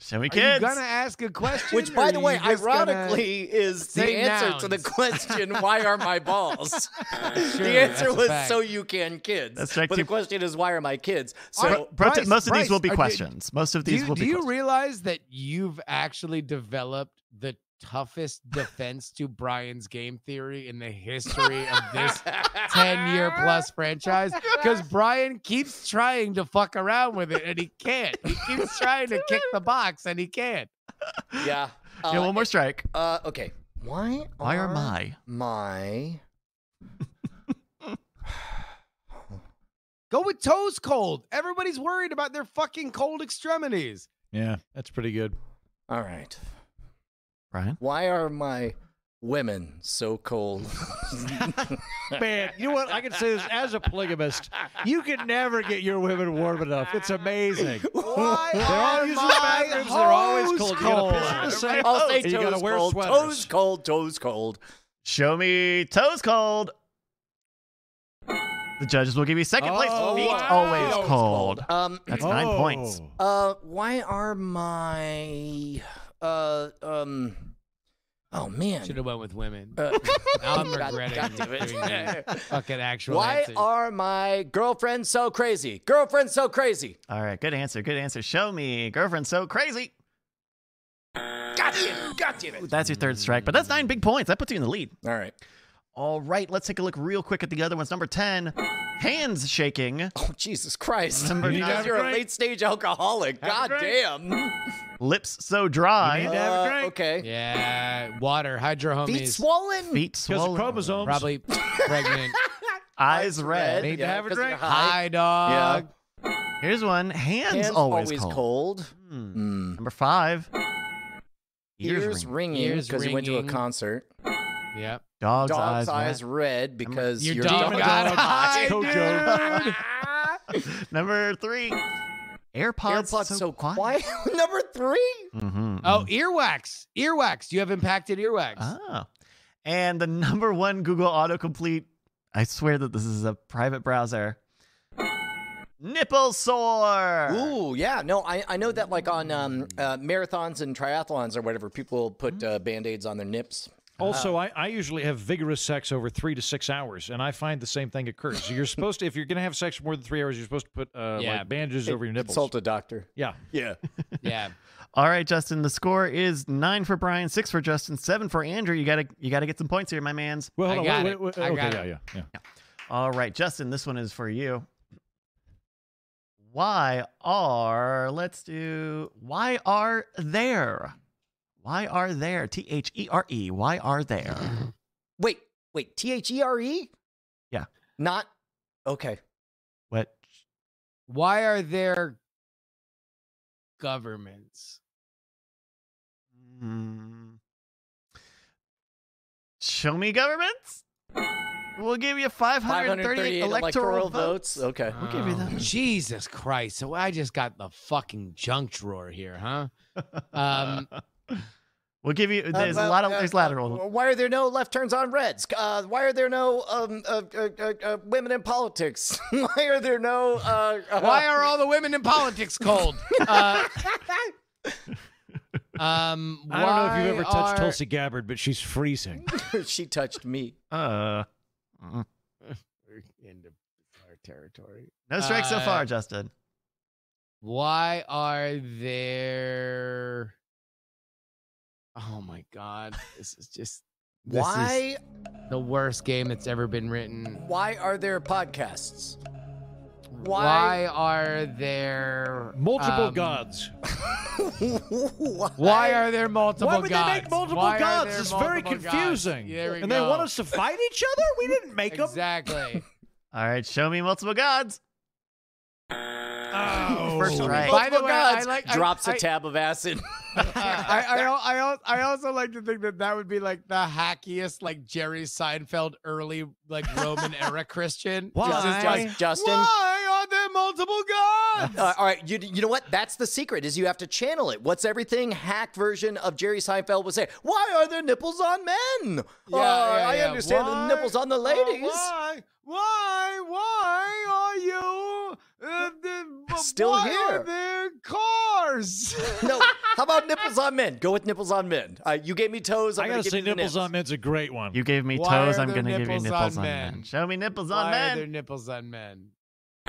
[SPEAKER 1] Show me
[SPEAKER 4] Are you
[SPEAKER 1] kids.
[SPEAKER 4] gonna ask a question?
[SPEAKER 3] Which,
[SPEAKER 4] or
[SPEAKER 3] by
[SPEAKER 4] are
[SPEAKER 3] the
[SPEAKER 4] you
[SPEAKER 3] way,
[SPEAKER 4] just gonna-
[SPEAKER 3] ironically, is the
[SPEAKER 4] say
[SPEAKER 3] answer to the
[SPEAKER 4] nouns?
[SPEAKER 3] question, "Why are my balls?"
[SPEAKER 4] (laughs) Sure,
[SPEAKER 3] the answer
[SPEAKER 4] that's a
[SPEAKER 3] was,
[SPEAKER 4] fact.
[SPEAKER 3] "So you can kids."
[SPEAKER 1] That's right,
[SPEAKER 3] But the
[SPEAKER 1] too.
[SPEAKER 3] question is, "Why are my kids?"
[SPEAKER 1] Bro-
[SPEAKER 3] So
[SPEAKER 1] bro-
[SPEAKER 4] Bryce,
[SPEAKER 1] most of these
[SPEAKER 4] Bryce,
[SPEAKER 1] will be
[SPEAKER 4] are-
[SPEAKER 1] questions. Most of
[SPEAKER 4] Do
[SPEAKER 1] these
[SPEAKER 4] you,
[SPEAKER 1] will be
[SPEAKER 4] do you
[SPEAKER 1] questions.
[SPEAKER 4] realize that you've actually developed the toughest defense to Brian's game theory in the history of this 10 year plus franchise? (laughs) Because Brian keeps trying to fuck around with it and he can't. He keeps trying (laughs) to kick the box and he can't.
[SPEAKER 3] yeah. Uh,
[SPEAKER 1] yeah, one more strike.
[SPEAKER 3] uh, okay. Why?
[SPEAKER 1] Why are my?
[SPEAKER 3] my?
[SPEAKER 4] Go with toes cold. Everybody's worried about their fucking cold extremities.
[SPEAKER 2] Yeah, that's pretty good.
[SPEAKER 3] All right.
[SPEAKER 1] Brian?
[SPEAKER 3] Why are my women so cold?
[SPEAKER 2] Man, you know what? I can say this as a polygamist. You can never get your women warm enough. It's amazing.
[SPEAKER 3] (laughs)
[SPEAKER 4] Why
[SPEAKER 2] They're all
[SPEAKER 4] are
[SPEAKER 2] using
[SPEAKER 4] my
[SPEAKER 2] bathrooms. They're always
[SPEAKER 4] hose
[SPEAKER 2] cold. You gotta piss in
[SPEAKER 4] cold?
[SPEAKER 2] the
[SPEAKER 4] (laughs)
[SPEAKER 2] sink,
[SPEAKER 3] I'll say
[SPEAKER 2] and you gotta
[SPEAKER 3] toes
[SPEAKER 2] wear
[SPEAKER 3] cold.
[SPEAKER 2] sweaters.
[SPEAKER 3] Toes cold. Toes cold.
[SPEAKER 1] Show me toes cold. The judges will give you second place.
[SPEAKER 2] Oh,
[SPEAKER 1] Feet
[SPEAKER 2] wow.
[SPEAKER 1] always
[SPEAKER 2] Toes
[SPEAKER 1] cold.
[SPEAKER 3] Um.
[SPEAKER 1] That's nine
[SPEAKER 2] Oh.
[SPEAKER 1] points.
[SPEAKER 3] Uh, why are my uh um? Oh man.
[SPEAKER 4] Should have went with (laughs) women.
[SPEAKER 3] Uh,
[SPEAKER 2] (laughs)
[SPEAKER 3] (laughs)
[SPEAKER 4] Now I'm
[SPEAKER 3] God-
[SPEAKER 4] regretting
[SPEAKER 3] God damn (laughs)
[SPEAKER 4] doing that. (laughs)
[SPEAKER 3] it.
[SPEAKER 4] Fucking actual
[SPEAKER 3] Why
[SPEAKER 4] answers.
[SPEAKER 3] are my girlfriends so crazy? Girlfriends so crazy.
[SPEAKER 1] All right, good answer. Good answer. Show me girlfriend so crazy.
[SPEAKER 3] God damn it. God damn it.
[SPEAKER 1] That's your third strike, but that's nine big points. That puts you in the lead.
[SPEAKER 3] All right.
[SPEAKER 1] All right, let's take a look real quick at the other ones. Number 10, hands shaking,
[SPEAKER 3] Oh Jesus
[SPEAKER 2] (laughs)
[SPEAKER 3] Christ!
[SPEAKER 1] Number
[SPEAKER 3] You guys,
[SPEAKER 2] nine.
[SPEAKER 3] You're a
[SPEAKER 2] Have a
[SPEAKER 3] late stage alcoholic. God damn.
[SPEAKER 1] lips so dry,
[SPEAKER 2] You need to have a
[SPEAKER 3] Uh,
[SPEAKER 2] drink.
[SPEAKER 3] okay.
[SPEAKER 4] Yeah, water, hide your
[SPEAKER 3] Feet
[SPEAKER 4] homies.
[SPEAKER 3] swollen.
[SPEAKER 1] feet
[SPEAKER 2] Because of
[SPEAKER 1] swollen,
[SPEAKER 4] (laughs)
[SPEAKER 2] chromosomes.
[SPEAKER 4] Probably pregnant.
[SPEAKER 1] eyes red.
[SPEAKER 2] Need to have a
[SPEAKER 3] 'cause you're
[SPEAKER 2] drink.
[SPEAKER 3] high.
[SPEAKER 4] Hi, dog.
[SPEAKER 1] Here's one, hands,
[SPEAKER 3] Hands
[SPEAKER 1] always, cold.
[SPEAKER 3] cold.
[SPEAKER 1] Hmm.
[SPEAKER 3] Mm.
[SPEAKER 1] Number 5, ears,
[SPEAKER 3] Ears
[SPEAKER 1] ring.
[SPEAKER 3] ringing
[SPEAKER 4] Ears
[SPEAKER 3] because you went to a
[SPEAKER 4] ringing.
[SPEAKER 3] concert.
[SPEAKER 4] Yep.
[SPEAKER 1] dog's, eyes,
[SPEAKER 3] Dog's eyes
[SPEAKER 1] red.
[SPEAKER 3] red because
[SPEAKER 4] Your
[SPEAKER 3] your
[SPEAKER 2] Oh
[SPEAKER 4] dog
[SPEAKER 3] dog (laughs)
[SPEAKER 4] got
[SPEAKER 3] eye.
[SPEAKER 4] high, (laughs)
[SPEAKER 2] Kojo.
[SPEAKER 1] Number 3, AirPods,
[SPEAKER 3] AirPods so, quiet. (laughs) Number three.
[SPEAKER 1] Mhm.
[SPEAKER 4] Oh, earwax. Earwax. You have impacted earwax.
[SPEAKER 1] Oh. And the (laughs) number one Google autocomplete, I swear that this is a private browser. Nipple sore.
[SPEAKER 3] Ooh, yeah. No, I, I know that like on um, uh, marathons and triathlons or whatever, people put uh, band aids on their nips.
[SPEAKER 2] Also, I, I usually have vigorous sex over three to six hours, and I find the same thing occurs. So you're supposed to, if you're going to have sex for more than three hours, you're supposed to put uh,
[SPEAKER 4] Yeah.
[SPEAKER 2] like bandages over your nipples.
[SPEAKER 3] Consult a doctor.
[SPEAKER 2] Yeah.
[SPEAKER 10] Yeah.
[SPEAKER 4] Yeah.
[SPEAKER 1] All right, Justin. The score is nine for Brian, six for Justin, seven for Andrew. You gotta you gotta get some points here, my man's.
[SPEAKER 2] Well,
[SPEAKER 4] I
[SPEAKER 2] hold
[SPEAKER 4] got
[SPEAKER 2] on. Wait,
[SPEAKER 4] it.
[SPEAKER 2] wait, wait,
[SPEAKER 4] I
[SPEAKER 2] okay,
[SPEAKER 4] got
[SPEAKER 2] yeah,
[SPEAKER 4] it.
[SPEAKER 2] yeah, yeah.
[SPEAKER 1] All right, Justin. This one is for you. Why are let's do why are there? Why are there? T H E R E. Why are there?
[SPEAKER 3] Wait, wait, T H E R E?
[SPEAKER 1] Yeah.
[SPEAKER 3] Not okay.
[SPEAKER 1] What?
[SPEAKER 4] Why are there governments?
[SPEAKER 1] Hmm. Show me governments. We'll give you 538, electoral, votes.
[SPEAKER 3] Okay.
[SPEAKER 1] We'll give you that.
[SPEAKER 4] Oh, Jesus Christ. So I just got the fucking junk drawer here,
[SPEAKER 2] (laughs)
[SPEAKER 4] huh? Um,
[SPEAKER 1] (laughs) We'll give you. There's
[SPEAKER 3] Uh,
[SPEAKER 1] a lot of.
[SPEAKER 3] uh,
[SPEAKER 1] There's
[SPEAKER 3] uh,
[SPEAKER 1] lateral.
[SPEAKER 3] Why are there no left turns on reds? Uh, why are there no um, uh, uh, uh, uh, women in politics? (laughs) why are there no? Uh,
[SPEAKER 2] Oh.
[SPEAKER 3] uh,
[SPEAKER 4] why are all the women in politics
[SPEAKER 2] (laughs)
[SPEAKER 4] cold? Uh, um,
[SPEAKER 2] I don't know if you've
[SPEAKER 4] why
[SPEAKER 2] ever touched
[SPEAKER 4] are-
[SPEAKER 2] Tulsi Gabbard, but she's freezing.
[SPEAKER 3] (laughs) she touched me?
[SPEAKER 1] Uh,
[SPEAKER 4] We're into bizarre territory.
[SPEAKER 1] no strike so
[SPEAKER 4] Uh,
[SPEAKER 1] far, Justin.
[SPEAKER 4] Why are there? Oh my God! This is just this is
[SPEAKER 3] Why?
[SPEAKER 4] the worst game that's ever been written.
[SPEAKER 3] Why are there podcasts? (laughs)
[SPEAKER 4] Why,
[SPEAKER 3] Why?
[SPEAKER 4] are there
[SPEAKER 2] Multiple
[SPEAKER 4] um,
[SPEAKER 2] gods.
[SPEAKER 3] why?
[SPEAKER 4] Why are there multiple
[SPEAKER 2] Why would
[SPEAKER 4] gods?
[SPEAKER 2] they make multiple
[SPEAKER 4] Why are
[SPEAKER 2] gods?
[SPEAKER 4] there
[SPEAKER 2] It's very
[SPEAKER 4] multiple gods?
[SPEAKER 2] confusing.
[SPEAKER 4] There we
[SPEAKER 2] and they
[SPEAKER 4] go.
[SPEAKER 2] want us to fight each other? We didn't make
[SPEAKER 3] (laughs)
[SPEAKER 2] them. (laughs)
[SPEAKER 4] exactly.
[SPEAKER 1] All right, show me multiple gods.
[SPEAKER 2] Oh.
[SPEAKER 1] First strike.
[SPEAKER 4] By the
[SPEAKER 3] Multiple
[SPEAKER 4] way, I
[SPEAKER 3] gods
[SPEAKER 4] like- I-
[SPEAKER 3] drops a
[SPEAKER 4] I-
[SPEAKER 3] tab of acid. (laughs)
[SPEAKER 4] I, I, al- I, al- I also like to think that that would be like the hackiest, like Jerry Seinfeld early, like Roman era Christian.
[SPEAKER 2] Why?
[SPEAKER 4] It's just like,
[SPEAKER 3] Just- Justin.
[SPEAKER 4] Why are there multiple gods?
[SPEAKER 3] Uh, all right, you, you know what? That's the secret is you have to channel it. What's everything hack version of Jerry Seinfeld would say? Why are there nipples on men?
[SPEAKER 4] Yeah,
[SPEAKER 3] uh,
[SPEAKER 4] yeah,
[SPEAKER 3] I
[SPEAKER 4] yeah.
[SPEAKER 3] understand
[SPEAKER 4] Why-
[SPEAKER 3] the nipples on the
[SPEAKER 4] uh,
[SPEAKER 3] ladies.
[SPEAKER 4] why? Why? Why are you uh, the, b-
[SPEAKER 3] Still
[SPEAKER 4] why
[SPEAKER 3] here.
[SPEAKER 4] Are there
[SPEAKER 3] (laughs)
[SPEAKER 4] cars?
[SPEAKER 3] no, how about nipples on men? Go with nipples on men. Uh, you gave me toes. I'm
[SPEAKER 2] I gotta
[SPEAKER 3] give
[SPEAKER 2] say,
[SPEAKER 3] you the
[SPEAKER 2] nipples on men's a great one.
[SPEAKER 1] You gave me
[SPEAKER 4] Why
[SPEAKER 1] toes.
[SPEAKER 4] are
[SPEAKER 1] I'm
[SPEAKER 4] there
[SPEAKER 1] gonna give you
[SPEAKER 4] nipples on
[SPEAKER 1] nipples on
[SPEAKER 4] men?
[SPEAKER 1] men. Show me nipples on
[SPEAKER 4] why are there
[SPEAKER 1] men.
[SPEAKER 4] nipples on men?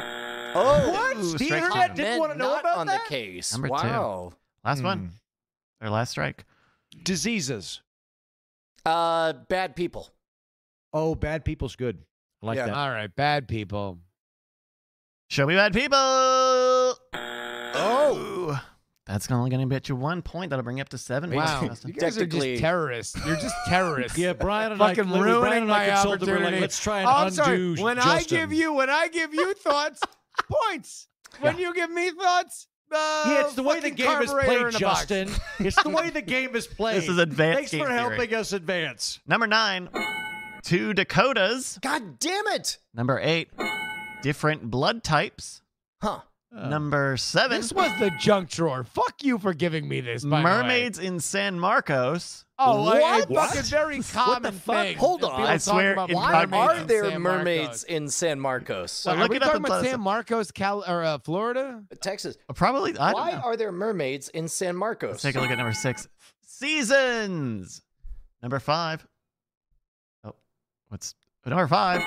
[SPEAKER 3] Oh,
[SPEAKER 2] What?
[SPEAKER 1] Ooh,
[SPEAKER 2] the
[SPEAKER 1] strike
[SPEAKER 2] internet
[SPEAKER 1] two.
[SPEAKER 2] didn't
[SPEAKER 3] men
[SPEAKER 2] want to know
[SPEAKER 3] not
[SPEAKER 2] about
[SPEAKER 3] on
[SPEAKER 2] that?
[SPEAKER 3] the case.
[SPEAKER 1] Number two.
[SPEAKER 3] wow.
[SPEAKER 1] Last one
[SPEAKER 4] Hmm.
[SPEAKER 1] or last strike.
[SPEAKER 2] Hmm. Diseases.
[SPEAKER 3] Uh, bad people.
[SPEAKER 2] Oh, bad people's good. I like
[SPEAKER 3] Yeah.
[SPEAKER 2] that.
[SPEAKER 4] All right, bad people.
[SPEAKER 1] Show me bad people.
[SPEAKER 3] Oh,
[SPEAKER 1] Ooh, that's only gonna bet you one point. That'll bring you up to seven.
[SPEAKER 4] Wow,
[SPEAKER 1] points,
[SPEAKER 4] you
[SPEAKER 1] Justin.
[SPEAKER 4] guys are
[SPEAKER 3] Technically-
[SPEAKER 4] just terrorists. You're just terrorists.
[SPEAKER 2] Yeah, Brian and
[SPEAKER 4] fucking
[SPEAKER 2] I literally-
[SPEAKER 4] ruining
[SPEAKER 2] Brian and I
[SPEAKER 4] my
[SPEAKER 2] consulted, we're like,
[SPEAKER 4] opportunity.
[SPEAKER 2] Let's try and
[SPEAKER 4] Oh, I'm
[SPEAKER 2] undo
[SPEAKER 4] sorry. When I
[SPEAKER 2] Justin."
[SPEAKER 4] give you, when I give you thoughts, points. When you give me thoughts, uh,
[SPEAKER 2] Yeah, it's the way the
[SPEAKER 4] fucking
[SPEAKER 2] game is
[SPEAKER 4] carburetor
[SPEAKER 2] played,
[SPEAKER 4] in a box.
[SPEAKER 2] Justin. it's the way the game is played.
[SPEAKER 1] This is advanced
[SPEAKER 2] Thanks
[SPEAKER 1] game
[SPEAKER 2] for
[SPEAKER 1] theory.
[SPEAKER 2] helping us advance.
[SPEAKER 1] Number nine, two Dakotas.
[SPEAKER 3] God damn it.
[SPEAKER 1] Number eight, different blood types.
[SPEAKER 3] Huh.
[SPEAKER 1] Number seven,
[SPEAKER 4] Oh. This was the junk drawer. Fuck you for giving me this. by the way.
[SPEAKER 1] mermaids in San Marcos.
[SPEAKER 4] Oh, a- a
[SPEAKER 3] What?
[SPEAKER 4] fucking very common
[SPEAKER 3] fuck?
[SPEAKER 4] thing.
[SPEAKER 3] Hold
[SPEAKER 4] that
[SPEAKER 3] on.
[SPEAKER 4] people
[SPEAKER 1] I
[SPEAKER 4] talk
[SPEAKER 1] swear
[SPEAKER 4] about
[SPEAKER 1] in
[SPEAKER 3] Why
[SPEAKER 1] Mermaids
[SPEAKER 3] are
[SPEAKER 1] in
[SPEAKER 3] there
[SPEAKER 4] San Marcos.
[SPEAKER 3] mermaids in San Marcos?
[SPEAKER 1] Well,
[SPEAKER 4] Wait,
[SPEAKER 1] look
[SPEAKER 4] are we
[SPEAKER 1] it up
[SPEAKER 4] talking
[SPEAKER 1] and
[SPEAKER 4] about
[SPEAKER 1] close it.
[SPEAKER 4] San Marcos, Cal, or uh, Florida?
[SPEAKER 3] Texas.
[SPEAKER 1] Probably. I don't
[SPEAKER 3] Why
[SPEAKER 1] know.
[SPEAKER 3] are there mermaids in San Marcos?
[SPEAKER 1] Let's take a look at number six. Seasons. Number five. Oh, what's number five?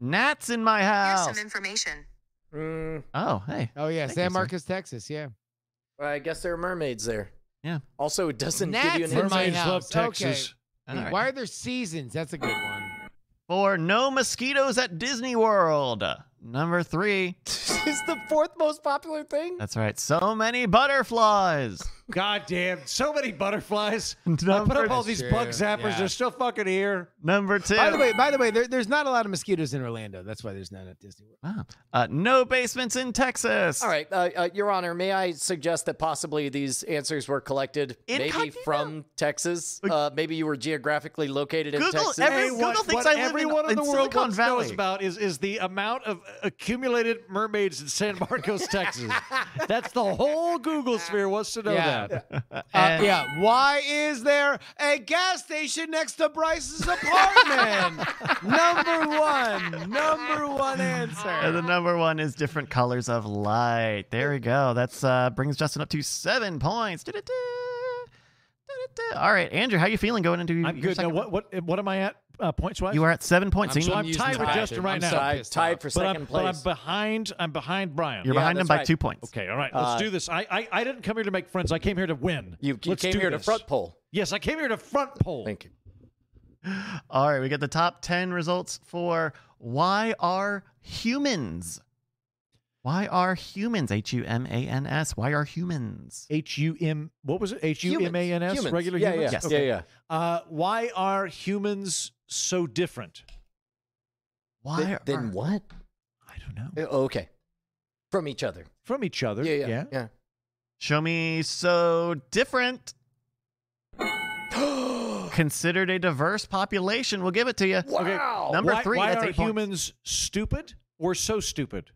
[SPEAKER 1] Gnats in my
[SPEAKER 7] Here's
[SPEAKER 1] house.
[SPEAKER 7] some information.
[SPEAKER 3] Mm,
[SPEAKER 1] Oh, hey.
[SPEAKER 4] Oh yeah,
[SPEAKER 1] Thank you,
[SPEAKER 4] San
[SPEAKER 1] sir.
[SPEAKER 4] Marcos, Texas. Yeah.
[SPEAKER 3] I guess there are mermaids there.
[SPEAKER 1] Yeah.
[SPEAKER 3] Also, it doesn't give you
[SPEAKER 4] Gnats
[SPEAKER 3] an
[SPEAKER 4] in
[SPEAKER 3] insight.
[SPEAKER 4] my
[SPEAKER 2] Mermaids love
[SPEAKER 4] house. Okay.
[SPEAKER 2] Texas.
[SPEAKER 1] All right.
[SPEAKER 4] Why are there seasons? That's a good one.
[SPEAKER 1] Four. No mosquitoes at Disney World. Number three.
[SPEAKER 3] It's the fourth most popular thing.
[SPEAKER 1] That's right. So many butterflies.
[SPEAKER 2] God damn, so many butterflies. I put
[SPEAKER 1] number,
[SPEAKER 2] up all these
[SPEAKER 4] That's
[SPEAKER 2] bug
[SPEAKER 4] true.
[SPEAKER 2] zappers.
[SPEAKER 4] Yeah.
[SPEAKER 2] They're still fucking here.
[SPEAKER 1] number two.
[SPEAKER 4] By the way, by the way, there, there's not a lot of mosquitoes in Orlando. That's why there's none at Disney World.
[SPEAKER 1] Wow. Uh, no basements in Texas.
[SPEAKER 3] All right, uh, uh, Your Honor, may I suggest that possibly these answers were collected maybe
[SPEAKER 1] Incognito?
[SPEAKER 3] from Texas? Uh, maybe you were geographically located in
[SPEAKER 1] Google
[SPEAKER 3] Texas.
[SPEAKER 1] every-
[SPEAKER 2] Hey, what,
[SPEAKER 1] Google thinks
[SPEAKER 2] what
[SPEAKER 1] I live in-
[SPEAKER 2] everyone in,
[SPEAKER 1] in
[SPEAKER 2] the world
[SPEAKER 1] Silicon
[SPEAKER 2] wants to
[SPEAKER 1] Valley.
[SPEAKER 2] knows about is is the amount of accumulated mermaids in San Marcos,
[SPEAKER 1] (laughs)
[SPEAKER 2] Texas. That's the whole Google sphere wants to know
[SPEAKER 4] Yeah.
[SPEAKER 2] that.
[SPEAKER 4] Uh,
[SPEAKER 2] (laughs)
[SPEAKER 1] And-
[SPEAKER 4] yeah. Why is there a gas station next to Bryce's apartment?
[SPEAKER 2] (laughs)
[SPEAKER 4] number one. Number one
[SPEAKER 1] And the
[SPEAKER 4] answer.
[SPEAKER 1] number one is different colors of light. There we go. That's uh brings Justin up to seven points. Du-du-du. Du-du-du. All right, Andrew, how you feeling going into your
[SPEAKER 2] I'm good. Now,
[SPEAKER 1] second?
[SPEAKER 2] what what what am I at uh, points wise?
[SPEAKER 1] you are at seven points.
[SPEAKER 4] I'm
[SPEAKER 1] Ian.
[SPEAKER 4] so
[SPEAKER 2] I'm
[SPEAKER 4] used
[SPEAKER 2] tied
[SPEAKER 4] to
[SPEAKER 2] with
[SPEAKER 4] that,
[SPEAKER 2] Justin
[SPEAKER 4] dude.
[SPEAKER 2] right
[SPEAKER 4] I'm
[SPEAKER 2] now.
[SPEAKER 4] So
[SPEAKER 3] Tied,
[SPEAKER 4] pissed off.
[SPEAKER 3] tied for
[SPEAKER 2] but
[SPEAKER 3] second
[SPEAKER 2] I'm, but
[SPEAKER 3] place.
[SPEAKER 2] I'm behind. I'm behind Brian.
[SPEAKER 1] You're
[SPEAKER 3] Yeah,
[SPEAKER 1] behind him
[SPEAKER 3] that's
[SPEAKER 1] by
[SPEAKER 3] right.
[SPEAKER 1] two points.
[SPEAKER 2] Okay, all right. Let's
[SPEAKER 3] Uh,
[SPEAKER 2] do this. I, I I didn't come here to make friends. I came here to win.
[SPEAKER 3] you you
[SPEAKER 2] Let's
[SPEAKER 3] came
[SPEAKER 2] do
[SPEAKER 3] here to
[SPEAKER 2] this.
[SPEAKER 3] front pole.
[SPEAKER 2] Yes, I came here to front pole.
[SPEAKER 3] Thank you.
[SPEAKER 1] All right, we get the top 10 results for Why Are Humans? Why are humans? H U M A N S. Why are humans?
[SPEAKER 2] H U M. What was it? H U M A N S.
[SPEAKER 3] Humans.
[SPEAKER 2] Regular
[SPEAKER 3] yeah,
[SPEAKER 2] humans.
[SPEAKER 3] Yeah,
[SPEAKER 1] Yes.
[SPEAKER 3] yeah, yeah.
[SPEAKER 2] Uh, why are humans so different?
[SPEAKER 1] Why
[SPEAKER 3] Th-
[SPEAKER 1] are
[SPEAKER 3] then what?
[SPEAKER 2] I don't know.
[SPEAKER 3] Uh, Okay. From each other.
[SPEAKER 2] From each other.
[SPEAKER 3] Yeah, yeah, yeah.
[SPEAKER 1] Show me so different.
[SPEAKER 2] (gasps)
[SPEAKER 1] Considered a diverse population. We'll give it to you.
[SPEAKER 3] Wow.
[SPEAKER 1] Number
[SPEAKER 2] why,
[SPEAKER 1] three.
[SPEAKER 2] Why
[SPEAKER 1] that's
[SPEAKER 2] are
[SPEAKER 1] eight points.
[SPEAKER 2] humans stupid or so stupid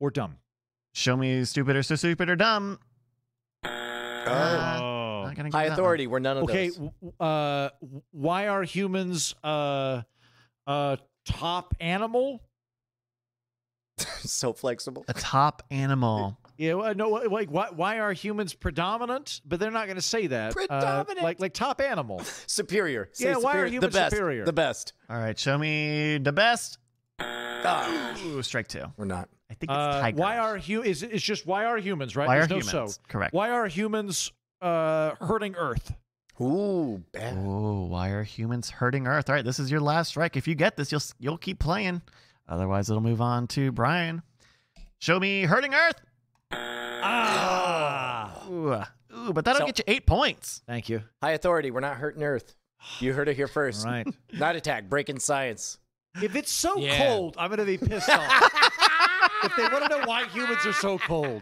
[SPEAKER 2] or dumb?
[SPEAKER 1] Show me stupid or so stupid or dumb. Uh,
[SPEAKER 2] oh.
[SPEAKER 1] not gonna give
[SPEAKER 3] High
[SPEAKER 1] that one.
[SPEAKER 3] authority. We're none of
[SPEAKER 2] Okay.
[SPEAKER 3] those. (laughs)
[SPEAKER 2] w- Uh, w- why are humans uh, uh, top animal?
[SPEAKER 3] so flexible.
[SPEAKER 1] A top animal.
[SPEAKER 2] Yeah, well, uh, no, like why, why are humans predominant? But they're not going to say that. Uh,
[SPEAKER 3] Predominant.
[SPEAKER 2] like like top (laughs) animal.
[SPEAKER 3] Superior. Say
[SPEAKER 2] Yeah, why are
[SPEAKER 3] superior.
[SPEAKER 2] humans
[SPEAKER 3] the best,
[SPEAKER 2] superior?
[SPEAKER 3] The best.
[SPEAKER 1] All right. Show me the best.
[SPEAKER 3] Ah,
[SPEAKER 1] Ooh, strike two.
[SPEAKER 3] we're not.
[SPEAKER 1] I think it's
[SPEAKER 2] Uh,
[SPEAKER 1] tiger.
[SPEAKER 2] why are hu- is it's just why are humans right?
[SPEAKER 1] Why
[SPEAKER 2] There's
[SPEAKER 1] are
[SPEAKER 2] no
[SPEAKER 1] humans?
[SPEAKER 2] so.
[SPEAKER 1] Correct.
[SPEAKER 2] Why are humans uh, hurting Earth?
[SPEAKER 3] Ooh, bad.
[SPEAKER 1] Oh, why are humans hurting Earth? All right, this is your last strike. If you get this, you'll you'll keep playing. Otherwise, it'll move on to Brian. Show me hurting Earth.
[SPEAKER 2] Ah,
[SPEAKER 1] Ooh, uh, ooh but that'll
[SPEAKER 3] So-
[SPEAKER 1] get you eight points.
[SPEAKER 2] thank you.
[SPEAKER 3] High authority. We're not hurting Earth. You heard it here first.
[SPEAKER 2] Right.
[SPEAKER 1] (laughs)
[SPEAKER 3] Night attack. Breaking science.
[SPEAKER 2] if it's so
[SPEAKER 4] Yeah.
[SPEAKER 2] cold, I'm going to be pissed off. if they want to know why humans are so cold,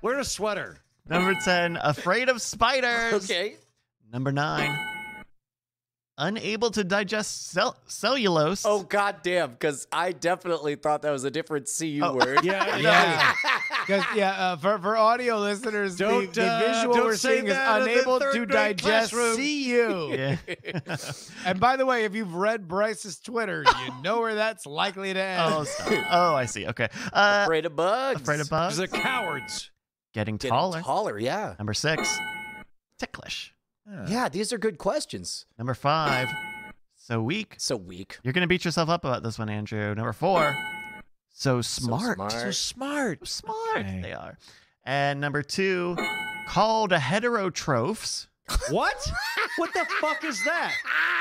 [SPEAKER 2] wear a sweater.
[SPEAKER 1] Number ten, afraid of spiders.
[SPEAKER 3] (laughs) Okay.
[SPEAKER 1] Number nine, unable to digest cell- cellulose.
[SPEAKER 3] Oh goddamn! Because I definitely thought that was a different cu
[SPEAKER 1] Oh.
[SPEAKER 3] word.
[SPEAKER 2] (laughs)
[SPEAKER 4] (laughs)
[SPEAKER 2] Yeah,
[SPEAKER 4] Yeah. Because yeah, uh, for for audio listeners, the,
[SPEAKER 2] Don't,
[SPEAKER 4] the
[SPEAKER 2] uh,
[SPEAKER 4] visual
[SPEAKER 2] don't
[SPEAKER 4] we're
[SPEAKER 2] say
[SPEAKER 4] seeing is
[SPEAKER 2] that in the
[SPEAKER 4] unable
[SPEAKER 2] third
[SPEAKER 4] to
[SPEAKER 2] grade
[SPEAKER 4] digest
[SPEAKER 2] classroom.
[SPEAKER 4] CU.
[SPEAKER 1] Yeah.
[SPEAKER 4] And by the way, if you've read Bryce's Twitter, you know where that's likely to end.
[SPEAKER 1] oh, stop. oh, I see. Okay. Uh,
[SPEAKER 3] Afraid of bugs.
[SPEAKER 1] afraid of bugs.
[SPEAKER 2] Because they're cowards.
[SPEAKER 1] Getting
[SPEAKER 3] Getting
[SPEAKER 1] taller.
[SPEAKER 3] Taller. Yeah.
[SPEAKER 1] Number six, ticklish.
[SPEAKER 3] Yeah. These are good questions.
[SPEAKER 1] Number five, so weak.
[SPEAKER 3] So weak.
[SPEAKER 1] You're gonna beat yourself up about this one, Andrew. Number four. So smart.
[SPEAKER 3] So
[SPEAKER 2] So
[SPEAKER 3] smart.
[SPEAKER 2] smart.
[SPEAKER 1] So smart
[SPEAKER 2] Okay.
[SPEAKER 1] They are. And number two, called heterotrophs.
[SPEAKER 2] What? What the fuck is that?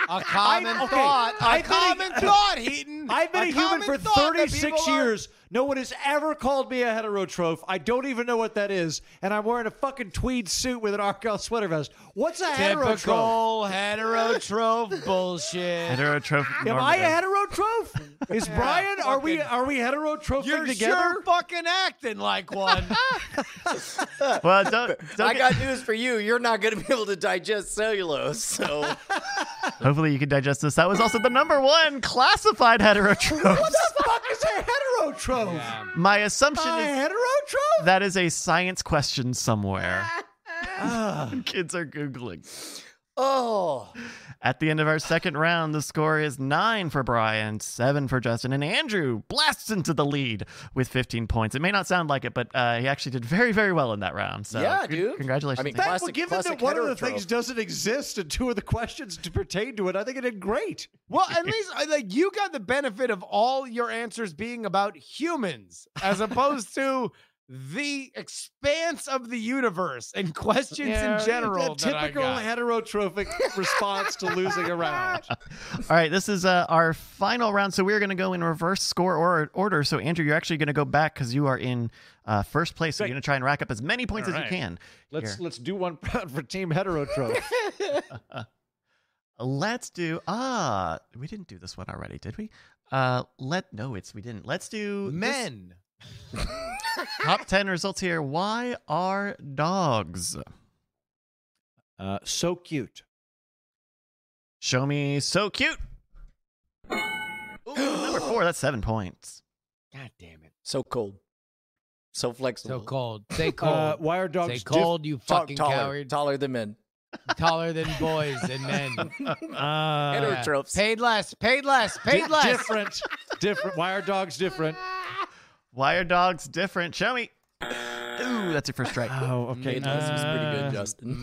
[SPEAKER 4] A common
[SPEAKER 2] I- okay,
[SPEAKER 4] thought. A
[SPEAKER 2] I've been a- (laughs)
[SPEAKER 4] common thought, Heaton.
[SPEAKER 2] I've been a, human
[SPEAKER 4] common
[SPEAKER 2] for
[SPEAKER 4] thought that
[SPEAKER 2] 36
[SPEAKER 4] people are-
[SPEAKER 2] years. No one has ever called me a heterotroph. I don't even know what that is. And I'm wearing a fucking tweed suit with an Argyle sweater vest. What's a heterotroph?
[SPEAKER 4] Typical (laughs) heterotroph bullshit.
[SPEAKER 1] Heterotroph.
[SPEAKER 2] Am I a heterotroph?
[SPEAKER 4] (laughs)
[SPEAKER 2] Is Brian? Are we
[SPEAKER 4] fucking-
[SPEAKER 2] are we heterotrophing
[SPEAKER 4] You're
[SPEAKER 2] together?
[SPEAKER 4] sure fucking acting like (laughs) one.
[SPEAKER 1] well, don't, don't
[SPEAKER 3] I
[SPEAKER 1] get-
[SPEAKER 3] got news for you. You're not going to be able to digest cellulose. So
[SPEAKER 1] Hopefully, you can digest this. That was also the number one classified
[SPEAKER 3] (laughs)
[SPEAKER 1] heterotroph.
[SPEAKER 2] the fuck is a heterotroph?
[SPEAKER 1] My assumption
[SPEAKER 2] A
[SPEAKER 1] is
[SPEAKER 2] heterotroph?
[SPEAKER 1] that is a science question
[SPEAKER 3] (laughs)
[SPEAKER 1] somewhere. Ah, Kids are googling.
[SPEAKER 3] Oh,
[SPEAKER 1] At the end of our second round, the score is nine for Brian, seven for Justin, and Andrew blasts into the lead with 15 points. It may not sound like it, but uh, he actually did very, very well in that round. So,
[SPEAKER 3] Yeah,
[SPEAKER 1] con-
[SPEAKER 3] dude.
[SPEAKER 1] Congratulations.
[SPEAKER 3] I mean,
[SPEAKER 1] Andrew.
[SPEAKER 2] That, well,
[SPEAKER 3] Classic-
[SPEAKER 2] given that
[SPEAKER 3] classic
[SPEAKER 2] one of the
[SPEAKER 3] heterotroph.
[SPEAKER 2] things doesn't exist and two of the questions to pertain to it, I think it did great.
[SPEAKER 4] well, at least (laughs) I- like you got the benefit of all your answers being about humans as opposed to the expanse of the universe and questions in general.
[SPEAKER 2] that
[SPEAKER 4] that I
[SPEAKER 2] typical
[SPEAKER 4] got.
[SPEAKER 2] heterotrophic response to losing
[SPEAKER 4] (laughs)
[SPEAKER 2] a round.
[SPEAKER 1] All right, this is uh, our final round, so we're going to go in reverse score or order. So, Andrew, you're actually going to go back because you are in uh, first place. So, you're
[SPEAKER 2] Great.
[SPEAKER 1] going to try and rack up as many points
[SPEAKER 2] All
[SPEAKER 1] as
[SPEAKER 2] right.
[SPEAKER 1] you can.
[SPEAKER 2] Let's
[SPEAKER 1] Here.
[SPEAKER 2] let's do one (laughs) for Team Heterotroph.
[SPEAKER 1] Let's do. Ah, we didn't do this one already, did we? Uh, let no, it's we didn't. Let's do this
[SPEAKER 4] Men.
[SPEAKER 1] top ten results here. Why are dogs?
[SPEAKER 2] uh, so cute.
[SPEAKER 1] Show me so cute. Ooh,
[SPEAKER 2] (gasps)
[SPEAKER 1] number four. That's seven points.
[SPEAKER 4] God damn it.
[SPEAKER 3] so cold. So flexible.
[SPEAKER 4] So cold. Stay cold.
[SPEAKER 2] Uh, why are dogs
[SPEAKER 4] Stay
[SPEAKER 2] diff-
[SPEAKER 4] cold, you
[SPEAKER 3] Ta-
[SPEAKER 4] fucking
[SPEAKER 3] taller,
[SPEAKER 4] coward.
[SPEAKER 3] taller than men.
[SPEAKER 4] Taller (laughs) than boys and men. (laughs)
[SPEAKER 2] Uh,
[SPEAKER 3] Heter-
[SPEAKER 4] Yeah.
[SPEAKER 3] Heterotrophs.
[SPEAKER 4] Paid less. Paid less. Paid
[SPEAKER 2] di-
[SPEAKER 4] less.
[SPEAKER 2] different, different. Why are dogs different?
[SPEAKER 1] Why are dogs different? Show me. Ooh, Ooh, that's your first strike.
[SPEAKER 2] Oh, okay.
[SPEAKER 3] Okay, no, this was pretty
[SPEAKER 2] uh,
[SPEAKER 3] good, Justin.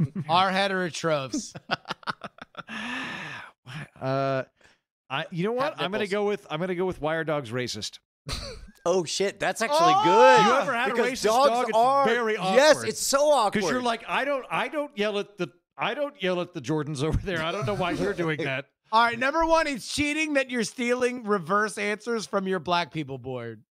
[SPEAKER 4] Mm. Our heterotrophs.
[SPEAKER 2] (sighs) Uh, I, you know what?
[SPEAKER 3] Have
[SPEAKER 2] I'm gonna
[SPEAKER 3] nipples.
[SPEAKER 2] go with I'm gonna go with Wire Dogs Racist.
[SPEAKER 3] oh shit, that's actually
[SPEAKER 4] Oh!
[SPEAKER 3] good.
[SPEAKER 2] You ever had a
[SPEAKER 3] because
[SPEAKER 2] racist
[SPEAKER 3] dogs
[SPEAKER 2] dog? It's
[SPEAKER 3] are
[SPEAKER 2] very
[SPEAKER 3] Yes,
[SPEAKER 2] awkward.
[SPEAKER 3] it's so awkward.
[SPEAKER 2] Because
[SPEAKER 3] (gasps)
[SPEAKER 2] you're like I don't I don't yell at the I don't yell at the Jordans over there. I don't know why you're doing that.
[SPEAKER 4] (laughs) All right, number one, it's cheating that you're stealing reverse answers from your black people board.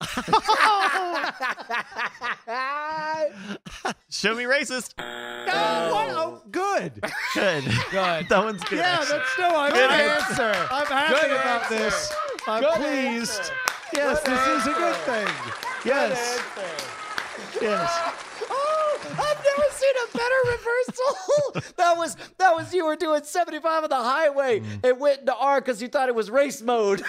[SPEAKER 1] Show me racist.
[SPEAKER 2] Oh, good.
[SPEAKER 1] Good.
[SPEAKER 4] Good.
[SPEAKER 1] (laughs) that one's good.
[SPEAKER 2] Yeah,
[SPEAKER 1] actually.
[SPEAKER 2] that's no. I'm
[SPEAKER 1] Good
[SPEAKER 2] happy,
[SPEAKER 1] answer.
[SPEAKER 2] I'm happy
[SPEAKER 4] Good
[SPEAKER 2] about
[SPEAKER 4] answer.
[SPEAKER 2] this. I'm
[SPEAKER 4] Good
[SPEAKER 2] pleased.
[SPEAKER 4] answer.
[SPEAKER 2] Yes, this is a good thing. Yes, yes.
[SPEAKER 3] Oh, I've never seen a better reversal. (laughs) that was that was you were doing 75 on the highway. It went into R because you thought it was race mode.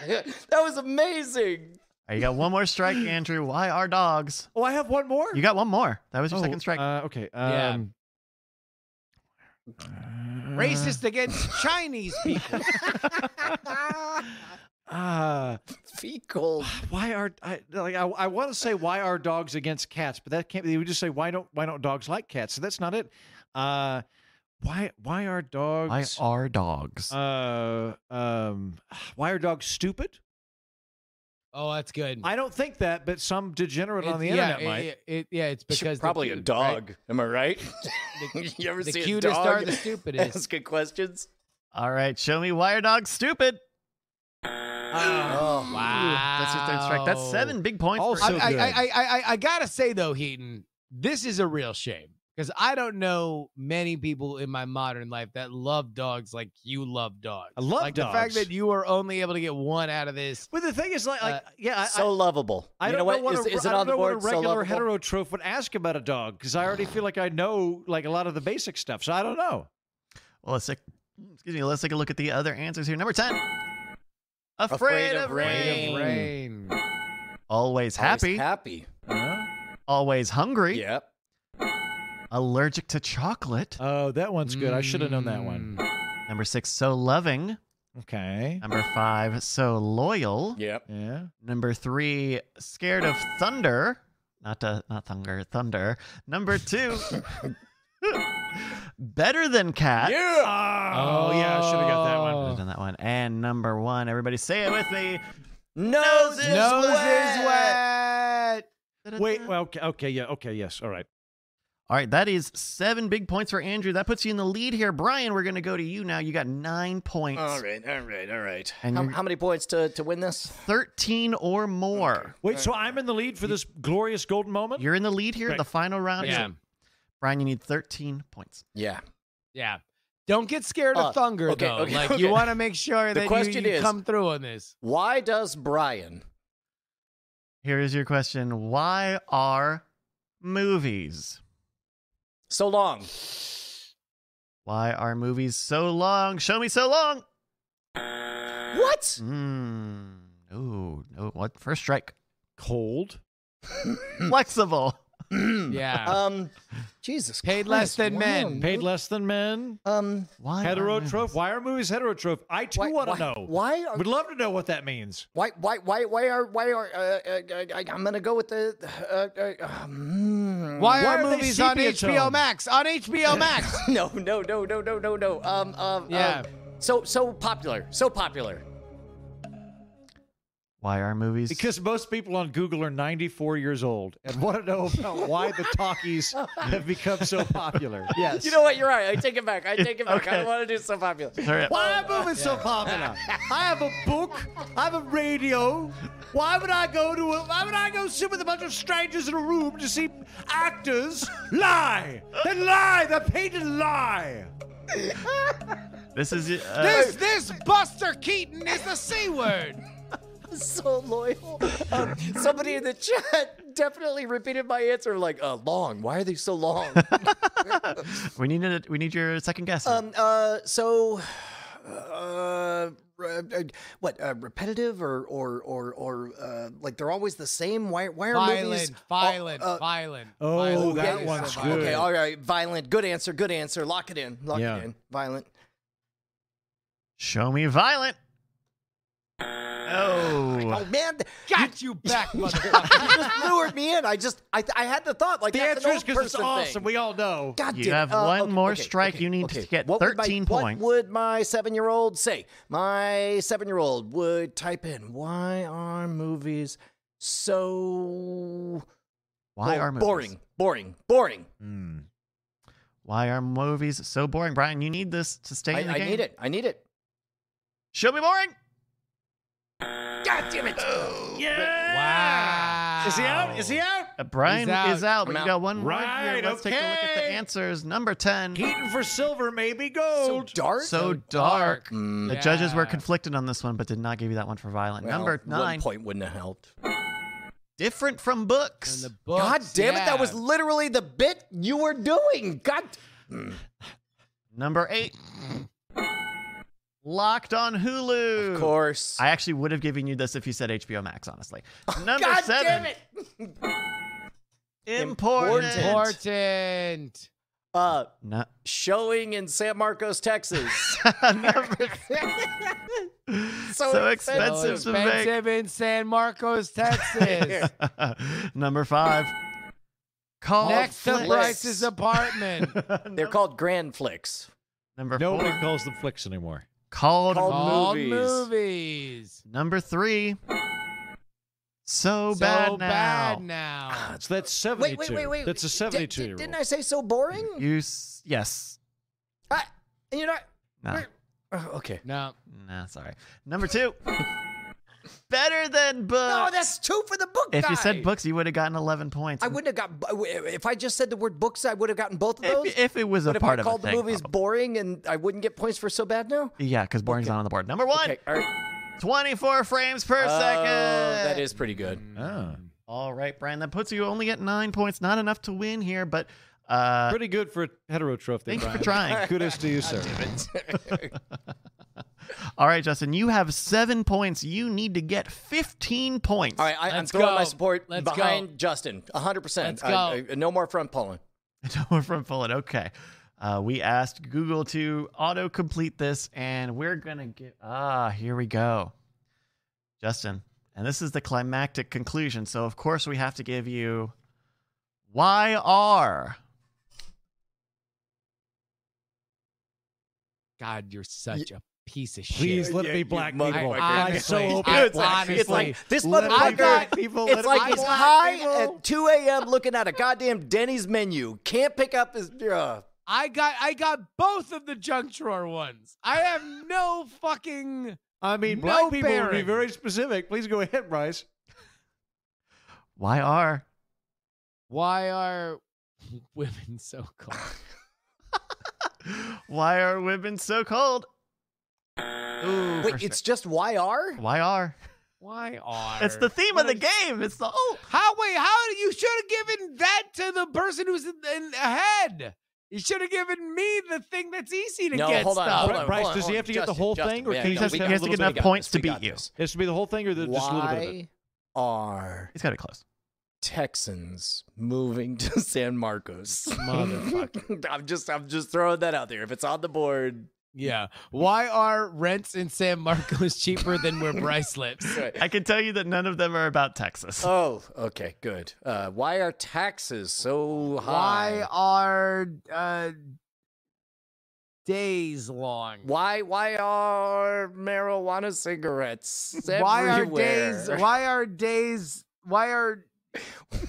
[SPEAKER 3] (laughs) that was amazing.
[SPEAKER 1] All right, you got one more
[SPEAKER 2] (laughs)
[SPEAKER 1] strike, Andrew. Why are dogs?
[SPEAKER 2] Oh, I have one more.
[SPEAKER 1] You got one more. That was your second strike.
[SPEAKER 2] Uh, okay.
[SPEAKER 4] Yeah.
[SPEAKER 2] Um,
[SPEAKER 4] Racist against Chinese people.
[SPEAKER 2] uh,
[SPEAKER 3] (sighs) Fecal.
[SPEAKER 2] why are I like I, I want to say why are dogs against cats, but that can't be. We just say why don't why don't dogs like cats? So that's not it. Uh, why why are
[SPEAKER 1] Why
[SPEAKER 2] dogs?
[SPEAKER 1] are dogs?
[SPEAKER 2] uh, um, why are dogs stupid?
[SPEAKER 4] (laughs) Oh, that's good.
[SPEAKER 2] I don't think that, but some degenerate on the
[SPEAKER 4] It's-
[SPEAKER 2] internet
[SPEAKER 4] yeah,
[SPEAKER 2] might.
[SPEAKER 4] It, it- yeah, it's because they're
[SPEAKER 3] probably a
[SPEAKER 4] cute, right?
[SPEAKER 3] dog. Am I right? (laughs) you ever
[SPEAKER 4] The
[SPEAKER 3] see a
[SPEAKER 4] cutest
[SPEAKER 3] dog
[SPEAKER 4] are the
[SPEAKER 3] (laughs)
[SPEAKER 4] stupidest.
[SPEAKER 3] ask good questions?
[SPEAKER 1] All right, show me why are dogs stupid?
[SPEAKER 3] (sighs) Oh,
[SPEAKER 4] Wow.
[SPEAKER 1] That's your third strike. That's seven big points. for-
[SPEAKER 2] Also- So
[SPEAKER 4] I,
[SPEAKER 2] good.
[SPEAKER 4] I, I, I, I, I gotta say though, Heaton, this is a real shame because I don't know many people in my modern life that love dogs like you love dogs.
[SPEAKER 2] I love
[SPEAKER 4] like the fact
[SPEAKER 2] dogs.
[SPEAKER 4] that you are only able to get one out of this.
[SPEAKER 2] But the thing is, like, like
[SPEAKER 4] Uh,
[SPEAKER 2] yeah, I,
[SPEAKER 3] so lovable.
[SPEAKER 2] I, I
[SPEAKER 3] you
[SPEAKER 2] don't
[SPEAKER 3] know what?
[SPEAKER 2] what
[SPEAKER 3] Is-
[SPEAKER 2] a,
[SPEAKER 3] is
[SPEAKER 2] I
[SPEAKER 3] it
[SPEAKER 2] don't
[SPEAKER 3] on the
[SPEAKER 2] know
[SPEAKER 3] board?
[SPEAKER 2] what a
[SPEAKER 3] so Uh.
[SPEAKER 2] regular
[SPEAKER 3] lovable.
[SPEAKER 2] heterotroph would ask about a dog because I already feel like I know like a lot of the basic stuff. So I don't know.
[SPEAKER 1] well, let's take, excuse me. Let's take a look at the other answers here. Number ten. Afraid,
[SPEAKER 3] Afraid
[SPEAKER 1] of,
[SPEAKER 3] of
[SPEAKER 1] rain.
[SPEAKER 3] rain.
[SPEAKER 4] Rain. Rain.
[SPEAKER 1] Always happy.
[SPEAKER 3] Always happy.
[SPEAKER 1] always hungry.
[SPEAKER 3] Yep.
[SPEAKER 1] Allergic to chocolate.
[SPEAKER 2] Oh, that one's good. I should have known that
[SPEAKER 4] Mm.
[SPEAKER 2] one.
[SPEAKER 1] Number six. So loving.
[SPEAKER 2] Mm. Okay.
[SPEAKER 1] Number five. So loyal.
[SPEAKER 3] Yep.
[SPEAKER 2] Yeah.
[SPEAKER 1] Number three, scared of thunder. Not uh, not thunder, thunder. Number two, (laughs) better than cat.
[SPEAKER 2] Oh, yeah. I should have got that one.
[SPEAKER 1] I've done that one. And number one, everybody say it with me.
[SPEAKER 3] Nose is
[SPEAKER 4] Nose
[SPEAKER 3] wet.
[SPEAKER 4] is wet.
[SPEAKER 2] Oh. Wait. Well, okay. Okay. Yeah. Okay. Yes. All right.
[SPEAKER 1] All right, that is seven big points for Andrew. That puts you in the lead here. Brian, we're going to go to you now. You got nine points.
[SPEAKER 3] All right. All right. All right.
[SPEAKER 1] And
[SPEAKER 3] How,
[SPEAKER 1] you're-
[SPEAKER 3] how many points to, to win this?
[SPEAKER 1] 13 or more.
[SPEAKER 2] Wait. So I'm in the lead for this glorious golden moment.
[SPEAKER 1] You're in the lead here,
[SPEAKER 2] Right.
[SPEAKER 1] the final round.
[SPEAKER 4] Yeah.
[SPEAKER 1] Brian, you need 13 points.
[SPEAKER 3] Yeah.
[SPEAKER 4] Yeah. Don't get scared
[SPEAKER 3] Uh,
[SPEAKER 4] of thunder
[SPEAKER 3] okay,
[SPEAKER 4] though.
[SPEAKER 3] okay,
[SPEAKER 4] like
[SPEAKER 3] okay.
[SPEAKER 4] you want to make sure
[SPEAKER 3] The
[SPEAKER 4] that you-
[SPEAKER 3] question
[SPEAKER 4] you,
[SPEAKER 3] is-
[SPEAKER 4] come through on this.
[SPEAKER 3] Why does Brian?
[SPEAKER 1] Here is your question Why are movies?
[SPEAKER 3] So long.
[SPEAKER 1] Why are movies so long? Show me so long.
[SPEAKER 3] What?
[SPEAKER 1] Mm, no, no. What? First
[SPEAKER 3] (clears throat)
[SPEAKER 1] strike.
[SPEAKER 2] cold.
[SPEAKER 1] Flexible.
[SPEAKER 4] Yeah.
[SPEAKER 3] Um, Jesus.
[SPEAKER 4] Paid
[SPEAKER 3] Christ,
[SPEAKER 4] less than
[SPEAKER 3] wow.
[SPEAKER 4] men.
[SPEAKER 2] Paid less than men.
[SPEAKER 3] Um,
[SPEAKER 1] Why? are
[SPEAKER 2] Heterotroph.
[SPEAKER 1] movies-
[SPEAKER 2] Why are movies heterotroph? I too
[SPEAKER 3] why,
[SPEAKER 2] want
[SPEAKER 3] why,
[SPEAKER 2] to know.
[SPEAKER 3] Why? Are,
[SPEAKER 2] Would love to know what that means.
[SPEAKER 3] why? Why? Why? Why are? Why are? Uh, uh, uh, I, I'm gonna go with the. Uh, uh, um, (laughs)
[SPEAKER 4] Why,
[SPEAKER 2] Why
[SPEAKER 4] are,
[SPEAKER 2] are they
[SPEAKER 4] movies on
[SPEAKER 2] sepia
[SPEAKER 4] HBO
[SPEAKER 2] toned?
[SPEAKER 4] Max? On HBO Max.
[SPEAKER 3] No, no, no, no, no, no, no. Um, um,
[SPEAKER 4] Yeah.
[SPEAKER 3] um, so, so popular. So popular.
[SPEAKER 1] Why are movies?
[SPEAKER 2] Because most people on Google are 94 years old and want to know about why the (laughs) talkies have become so popular. Yes.
[SPEAKER 3] You know what? You're right. I take it back. I take it back. I
[SPEAKER 4] (laughs)
[SPEAKER 1] Okay.
[SPEAKER 3] don't want to do so popular.
[SPEAKER 1] Sorry.
[SPEAKER 2] Why are movies so (laughs) popular? I have a book. I have a radio. Why would I go to a, why would I go sit with a bunch of strangers in a room to see actors lie? They lie. They're paid to lie.
[SPEAKER 1] This is. Uh,
[SPEAKER 4] this this Buster Keaton is the
[SPEAKER 3] (laughs)
[SPEAKER 4] C word.
[SPEAKER 3] so loyal. Um, somebody in the chat (laughs) definitely repeated my answer. Like, uh, long. Why are they so long?
[SPEAKER 1] we need a, We need your second guess.
[SPEAKER 3] um, (laughs) uh, so, uh, re- uh, what? Uh, repetitive or or or or uh, like they're always the same. Why? Why are movies
[SPEAKER 4] Violent,
[SPEAKER 3] all-
[SPEAKER 4] violent,
[SPEAKER 3] uh,
[SPEAKER 4] violent.
[SPEAKER 2] Oh,
[SPEAKER 4] violent.
[SPEAKER 2] that
[SPEAKER 4] Movies
[SPEAKER 2] one's
[SPEAKER 4] are
[SPEAKER 2] good.
[SPEAKER 3] Okay, all right. Violent. Good answer. Good answer. Lock it in. Lock
[SPEAKER 2] Yeah.
[SPEAKER 3] it in. Violent.
[SPEAKER 1] Show me violent. Oh.
[SPEAKER 3] Oh man,
[SPEAKER 4] Got you
[SPEAKER 3] (laughs)
[SPEAKER 4] back,
[SPEAKER 3] you
[SPEAKER 4] motherfucker.
[SPEAKER 3] just lured me in. I just, I, I had the thought like
[SPEAKER 2] The
[SPEAKER 3] that's
[SPEAKER 2] answer
[SPEAKER 3] an
[SPEAKER 2] is
[SPEAKER 3] old
[SPEAKER 2] because it's
[SPEAKER 3] person
[SPEAKER 2] awesome.
[SPEAKER 3] thing.
[SPEAKER 2] We all know.
[SPEAKER 3] God
[SPEAKER 1] You
[SPEAKER 3] damn it. Uh,
[SPEAKER 1] have
[SPEAKER 3] one
[SPEAKER 1] one more strike. You need to get 13
[SPEAKER 3] would my,
[SPEAKER 1] points.
[SPEAKER 3] What would my seven year old say? My seven year old would type in, Why are movies so
[SPEAKER 1] Why
[SPEAKER 3] bo-
[SPEAKER 1] are movies?
[SPEAKER 3] boring? Boring, boring.
[SPEAKER 2] Hmm.
[SPEAKER 1] Why are movies so boring? Brian, you need this to stay
[SPEAKER 3] I,
[SPEAKER 1] in the
[SPEAKER 3] I
[SPEAKER 1] game.
[SPEAKER 3] need it. I need it.
[SPEAKER 1] Show me boring.
[SPEAKER 3] God damn it.
[SPEAKER 4] wow.
[SPEAKER 2] Is he out? Is he out?
[SPEAKER 1] Uh, Brian
[SPEAKER 4] He's out.
[SPEAKER 1] is out, but
[SPEAKER 3] I'm
[SPEAKER 1] you got one more here.
[SPEAKER 2] Right,
[SPEAKER 1] Let's take a look at the
[SPEAKER 2] okay.
[SPEAKER 1] answers. Number 10.
[SPEAKER 2] Heating for silver, maybe
[SPEAKER 3] So
[SPEAKER 2] gold.
[SPEAKER 3] dark.
[SPEAKER 1] so
[SPEAKER 4] dark.
[SPEAKER 1] dark.
[SPEAKER 3] Mm,
[SPEAKER 1] The judges were
[SPEAKER 4] Yeah.
[SPEAKER 1] conflicted on this one, but did not give you that one for violent.
[SPEAKER 3] well,
[SPEAKER 1] Number
[SPEAKER 3] One
[SPEAKER 1] nine,
[SPEAKER 3] point wouldn't have helped.
[SPEAKER 1] different from books.
[SPEAKER 4] In the books,
[SPEAKER 3] God damn it.
[SPEAKER 4] yeah.
[SPEAKER 3] That was literally the bit you were doing. God.
[SPEAKER 1] Number eight, locked on Hulu.
[SPEAKER 3] Of course.
[SPEAKER 1] I actually would have given you this if you said HBO Max, honestly. Number
[SPEAKER 3] Oh, God
[SPEAKER 1] seven,
[SPEAKER 3] damn it.
[SPEAKER 1] important.
[SPEAKER 3] Important.
[SPEAKER 4] important.
[SPEAKER 3] Uh,
[SPEAKER 1] No- (laughs)
[SPEAKER 3] showing in San Marcos, Texas. (laughs)
[SPEAKER 1] number so,
[SPEAKER 3] expensive.
[SPEAKER 1] expensive,
[SPEAKER 4] So expensive in San Marcos,
[SPEAKER 1] to
[SPEAKER 3] (laughs)
[SPEAKER 4] Texas,
[SPEAKER 1] make. (laughs) number five, called
[SPEAKER 4] next to
[SPEAKER 1] Flicks.
[SPEAKER 4] Bryce's (laughs) apartment.
[SPEAKER 3] They're called Grand Flicks.
[SPEAKER 1] (laughs) Number four,
[SPEAKER 2] Nobody calls them flicks anymore.
[SPEAKER 1] called,
[SPEAKER 3] Called-
[SPEAKER 4] All
[SPEAKER 3] Movies.
[SPEAKER 4] movies.
[SPEAKER 1] number three. So,
[SPEAKER 4] so
[SPEAKER 1] bad now.
[SPEAKER 4] bad now.
[SPEAKER 2] So that's 72.
[SPEAKER 3] Wait, wait, wait, wait.
[SPEAKER 2] That's a
[SPEAKER 3] Di- di-
[SPEAKER 2] 72 year old.
[SPEAKER 3] Didn't I say so boring?
[SPEAKER 1] You s- yes.
[SPEAKER 3] I, you know.
[SPEAKER 1] No.
[SPEAKER 3] Oh, okay.
[SPEAKER 4] No.
[SPEAKER 1] No, sorry. Number two. Better than books.
[SPEAKER 3] No, that's two for the book.
[SPEAKER 1] Uh, if you
[SPEAKER 3] guy.
[SPEAKER 1] said books, you would have gotten 11 points.
[SPEAKER 3] I wouldn't have got. bu- If I just said the word books, I would have gotten both of those.
[SPEAKER 1] If, if it was a
[SPEAKER 3] but if
[SPEAKER 1] part
[SPEAKER 3] I
[SPEAKER 1] of a
[SPEAKER 3] called the
[SPEAKER 1] thing.
[SPEAKER 3] movies
[SPEAKER 1] probably.
[SPEAKER 3] boring, and I wouldn't get points for so bad now.
[SPEAKER 1] yeah, because boring's not on the board. Number one,
[SPEAKER 3] Okay, all right.
[SPEAKER 1] 24 frames per
[SPEAKER 3] Oh,
[SPEAKER 1] second. Mm.
[SPEAKER 3] that is pretty good.
[SPEAKER 2] Ah.
[SPEAKER 1] All right, Brian. That puts you only at nine points. Not enough to win here, but uh,
[SPEAKER 2] Pretty good for a heterotroph.
[SPEAKER 1] thank you
[SPEAKER 2] Brian.
[SPEAKER 1] for
[SPEAKER 3] (laughs)
[SPEAKER 1] trying.
[SPEAKER 2] Kudos to you, sir.
[SPEAKER 1] All right, Justin, you have seven points. You need to get 15 points.
[SPEAKER 3] All right, I, I'm
[SPEAKER 4] Let's
[SPEAKER 3] throwing
[SPEAKER 4] go.
[SPEAKER 3] my support
[SPEAKER 4] Let's
[SPEAKER 3] behind Justin, 100. percent
[SPEAKER 4] Let's go.
[SPEAKER 3] no more front pulling.
[SPEAKER 1] (laughs) No, we're from Fulton. Okay. Uh, we asked Google to auto complete this, and we're going to get. Ah, here we go. Justin, and this is the climactic conclusion. So, of course, we have to give you why are.
[SPEAKER 4] God, you're such a piece of shit.
[SPEAKER 2] Please let
[SPEAKER 3] Yeah,
[SPEAKER 2] me
[SPEAKER 3] you
[SPEAKER 2] black
[SPEAKER 3] motherfucker.
[SPEAKER 2] people.
[SPEAKER 4] I-
[SPEAKER 2] I'm so
[SPEAKER 4] I-
[SPEAKER 2] open.
[SPEAKER 4] I-
[SPEAKER 2] to black
[SPEAKER 4] honestly-
[SPEAKER 3] It's
[SPEAKER 2] people.
[SPEAKER 3] like this
[SPEAKER 2] Let me
[SPEAKER 4] I
[SPEAKER 3] motherfucker.
[SPEAKER 4] got-
[SPEAKER 2] black
[SPEAKER 1] Oh,
[SPEAKER 2] people.
[SPEAKER 3] It's
[SPEAKER 2] let
[SPEAKER 3] like
[SPEAKER 2] me
[SPEAKER 3] he's
[SPEAKER 2] black
[SPEAKER 3] high
[SPEAKER 2] people.
[SPEAKER 3] at 2 a.m. looking at a goddamn Denny's menu. Can't pick up his. Uh,
[SPEAKER 4] I got I got both of the junk drawer ones. I have no fucking
[SPEAKER 2] I mean,
[SPEAKER 4] No
[SPEAKER 2] black people would be
[SPEAKER 4] bearing.
[SPEAKER 2] very specific. Please go ahead, Bryce.
[SPEAKER 1] Why are. (laughs)
[SPEAKER 4] why are women so cold?
[SPEAKER 1] Why are women so cold? Ooh,
[SPEAKER 3] wait,
[SPEAKER 1] first
[SPEAKER 3] it's just YR?
[SPEAKER 1] thing. Why are?
[SPEAKER 4] Why are
[SPEAKER 1] It's the theme of the game. It's the oh. whole.
[SPEAKER 4] How wait, how you should have given that to the person who's in, in ahead. You should have given me the thing that's easy to
[SPEAKER 3] No,
[SPEAKER 4] get
[SPEAKER 3] hold on,
[SPEAKER 4] stuff.
[SPEAKER 3] hold
[SPEAKER 2] Bri-
[SPEAKER 3] on,
[SPEAKER 2] Bryce,
[SPEAKER 3] hold on,
[SPEAKER 2] does he
[SPEAKER 3] hold
[SPEAKER 2] have to
[SPEAKER 3] on.
[SPEAKER 2] get the
[SPEAKER 3] Justin,
[SPEAKER 2] whole
[SPEAKER 3] Justin,
[SPEAKER 2] thing, or
[SPEAKER 3] yeah,
[SPEAKER 2] can he
[SPEAKER 3] no,
[SPEAKER 1] just-
[SPEAKER 3] we
[SPEAKER 1] he
[SPEAKER 3] got
[SPEAKER 1] has
[SPEAKER 3] this,
[SPEAKER 1] to
[SPEAKER 3] we
[SPEAKER 1] get enough
[SPEAKER 3] got
[SPEAKER 1] points
[SPEAKER 3] this,
[SPEAKER 1] to
[SPEAKER 3] we got
[SPEAKER 1] beat you.
[SPEAKER 3] this.
[SPEAKER 2] It has to be the whole thing, or the, just a little bit of it.
[SPEAKER 3] Why are
[SPEAKER 1] He's got it close.
[SPEAKER 3] Texans moving to San Marcos?
[SPEAKER 4] Motherfucker.
[SPEAKER 3] (laughs) I'm just, I'm just throwing that out there. If it's on the board,
[SPEAKER 4] Yeah. Why are rents in San Marcos (laughs) cheaper than where Bryce lives?
[SPEAKER 1] I can tell you that none of them are about Texas.
[SPEAKER 3] oh, okay, good. Uh, why are taxes so high?
[SPEAKER 4] Why are uh, days long?
[SPEAKER 3] Why why are marijuana cigarettes
[SPEAKER 4] Why are
[SPEAKER 3] everywhere?
[SPEAKER 4] days? Why are days? Why are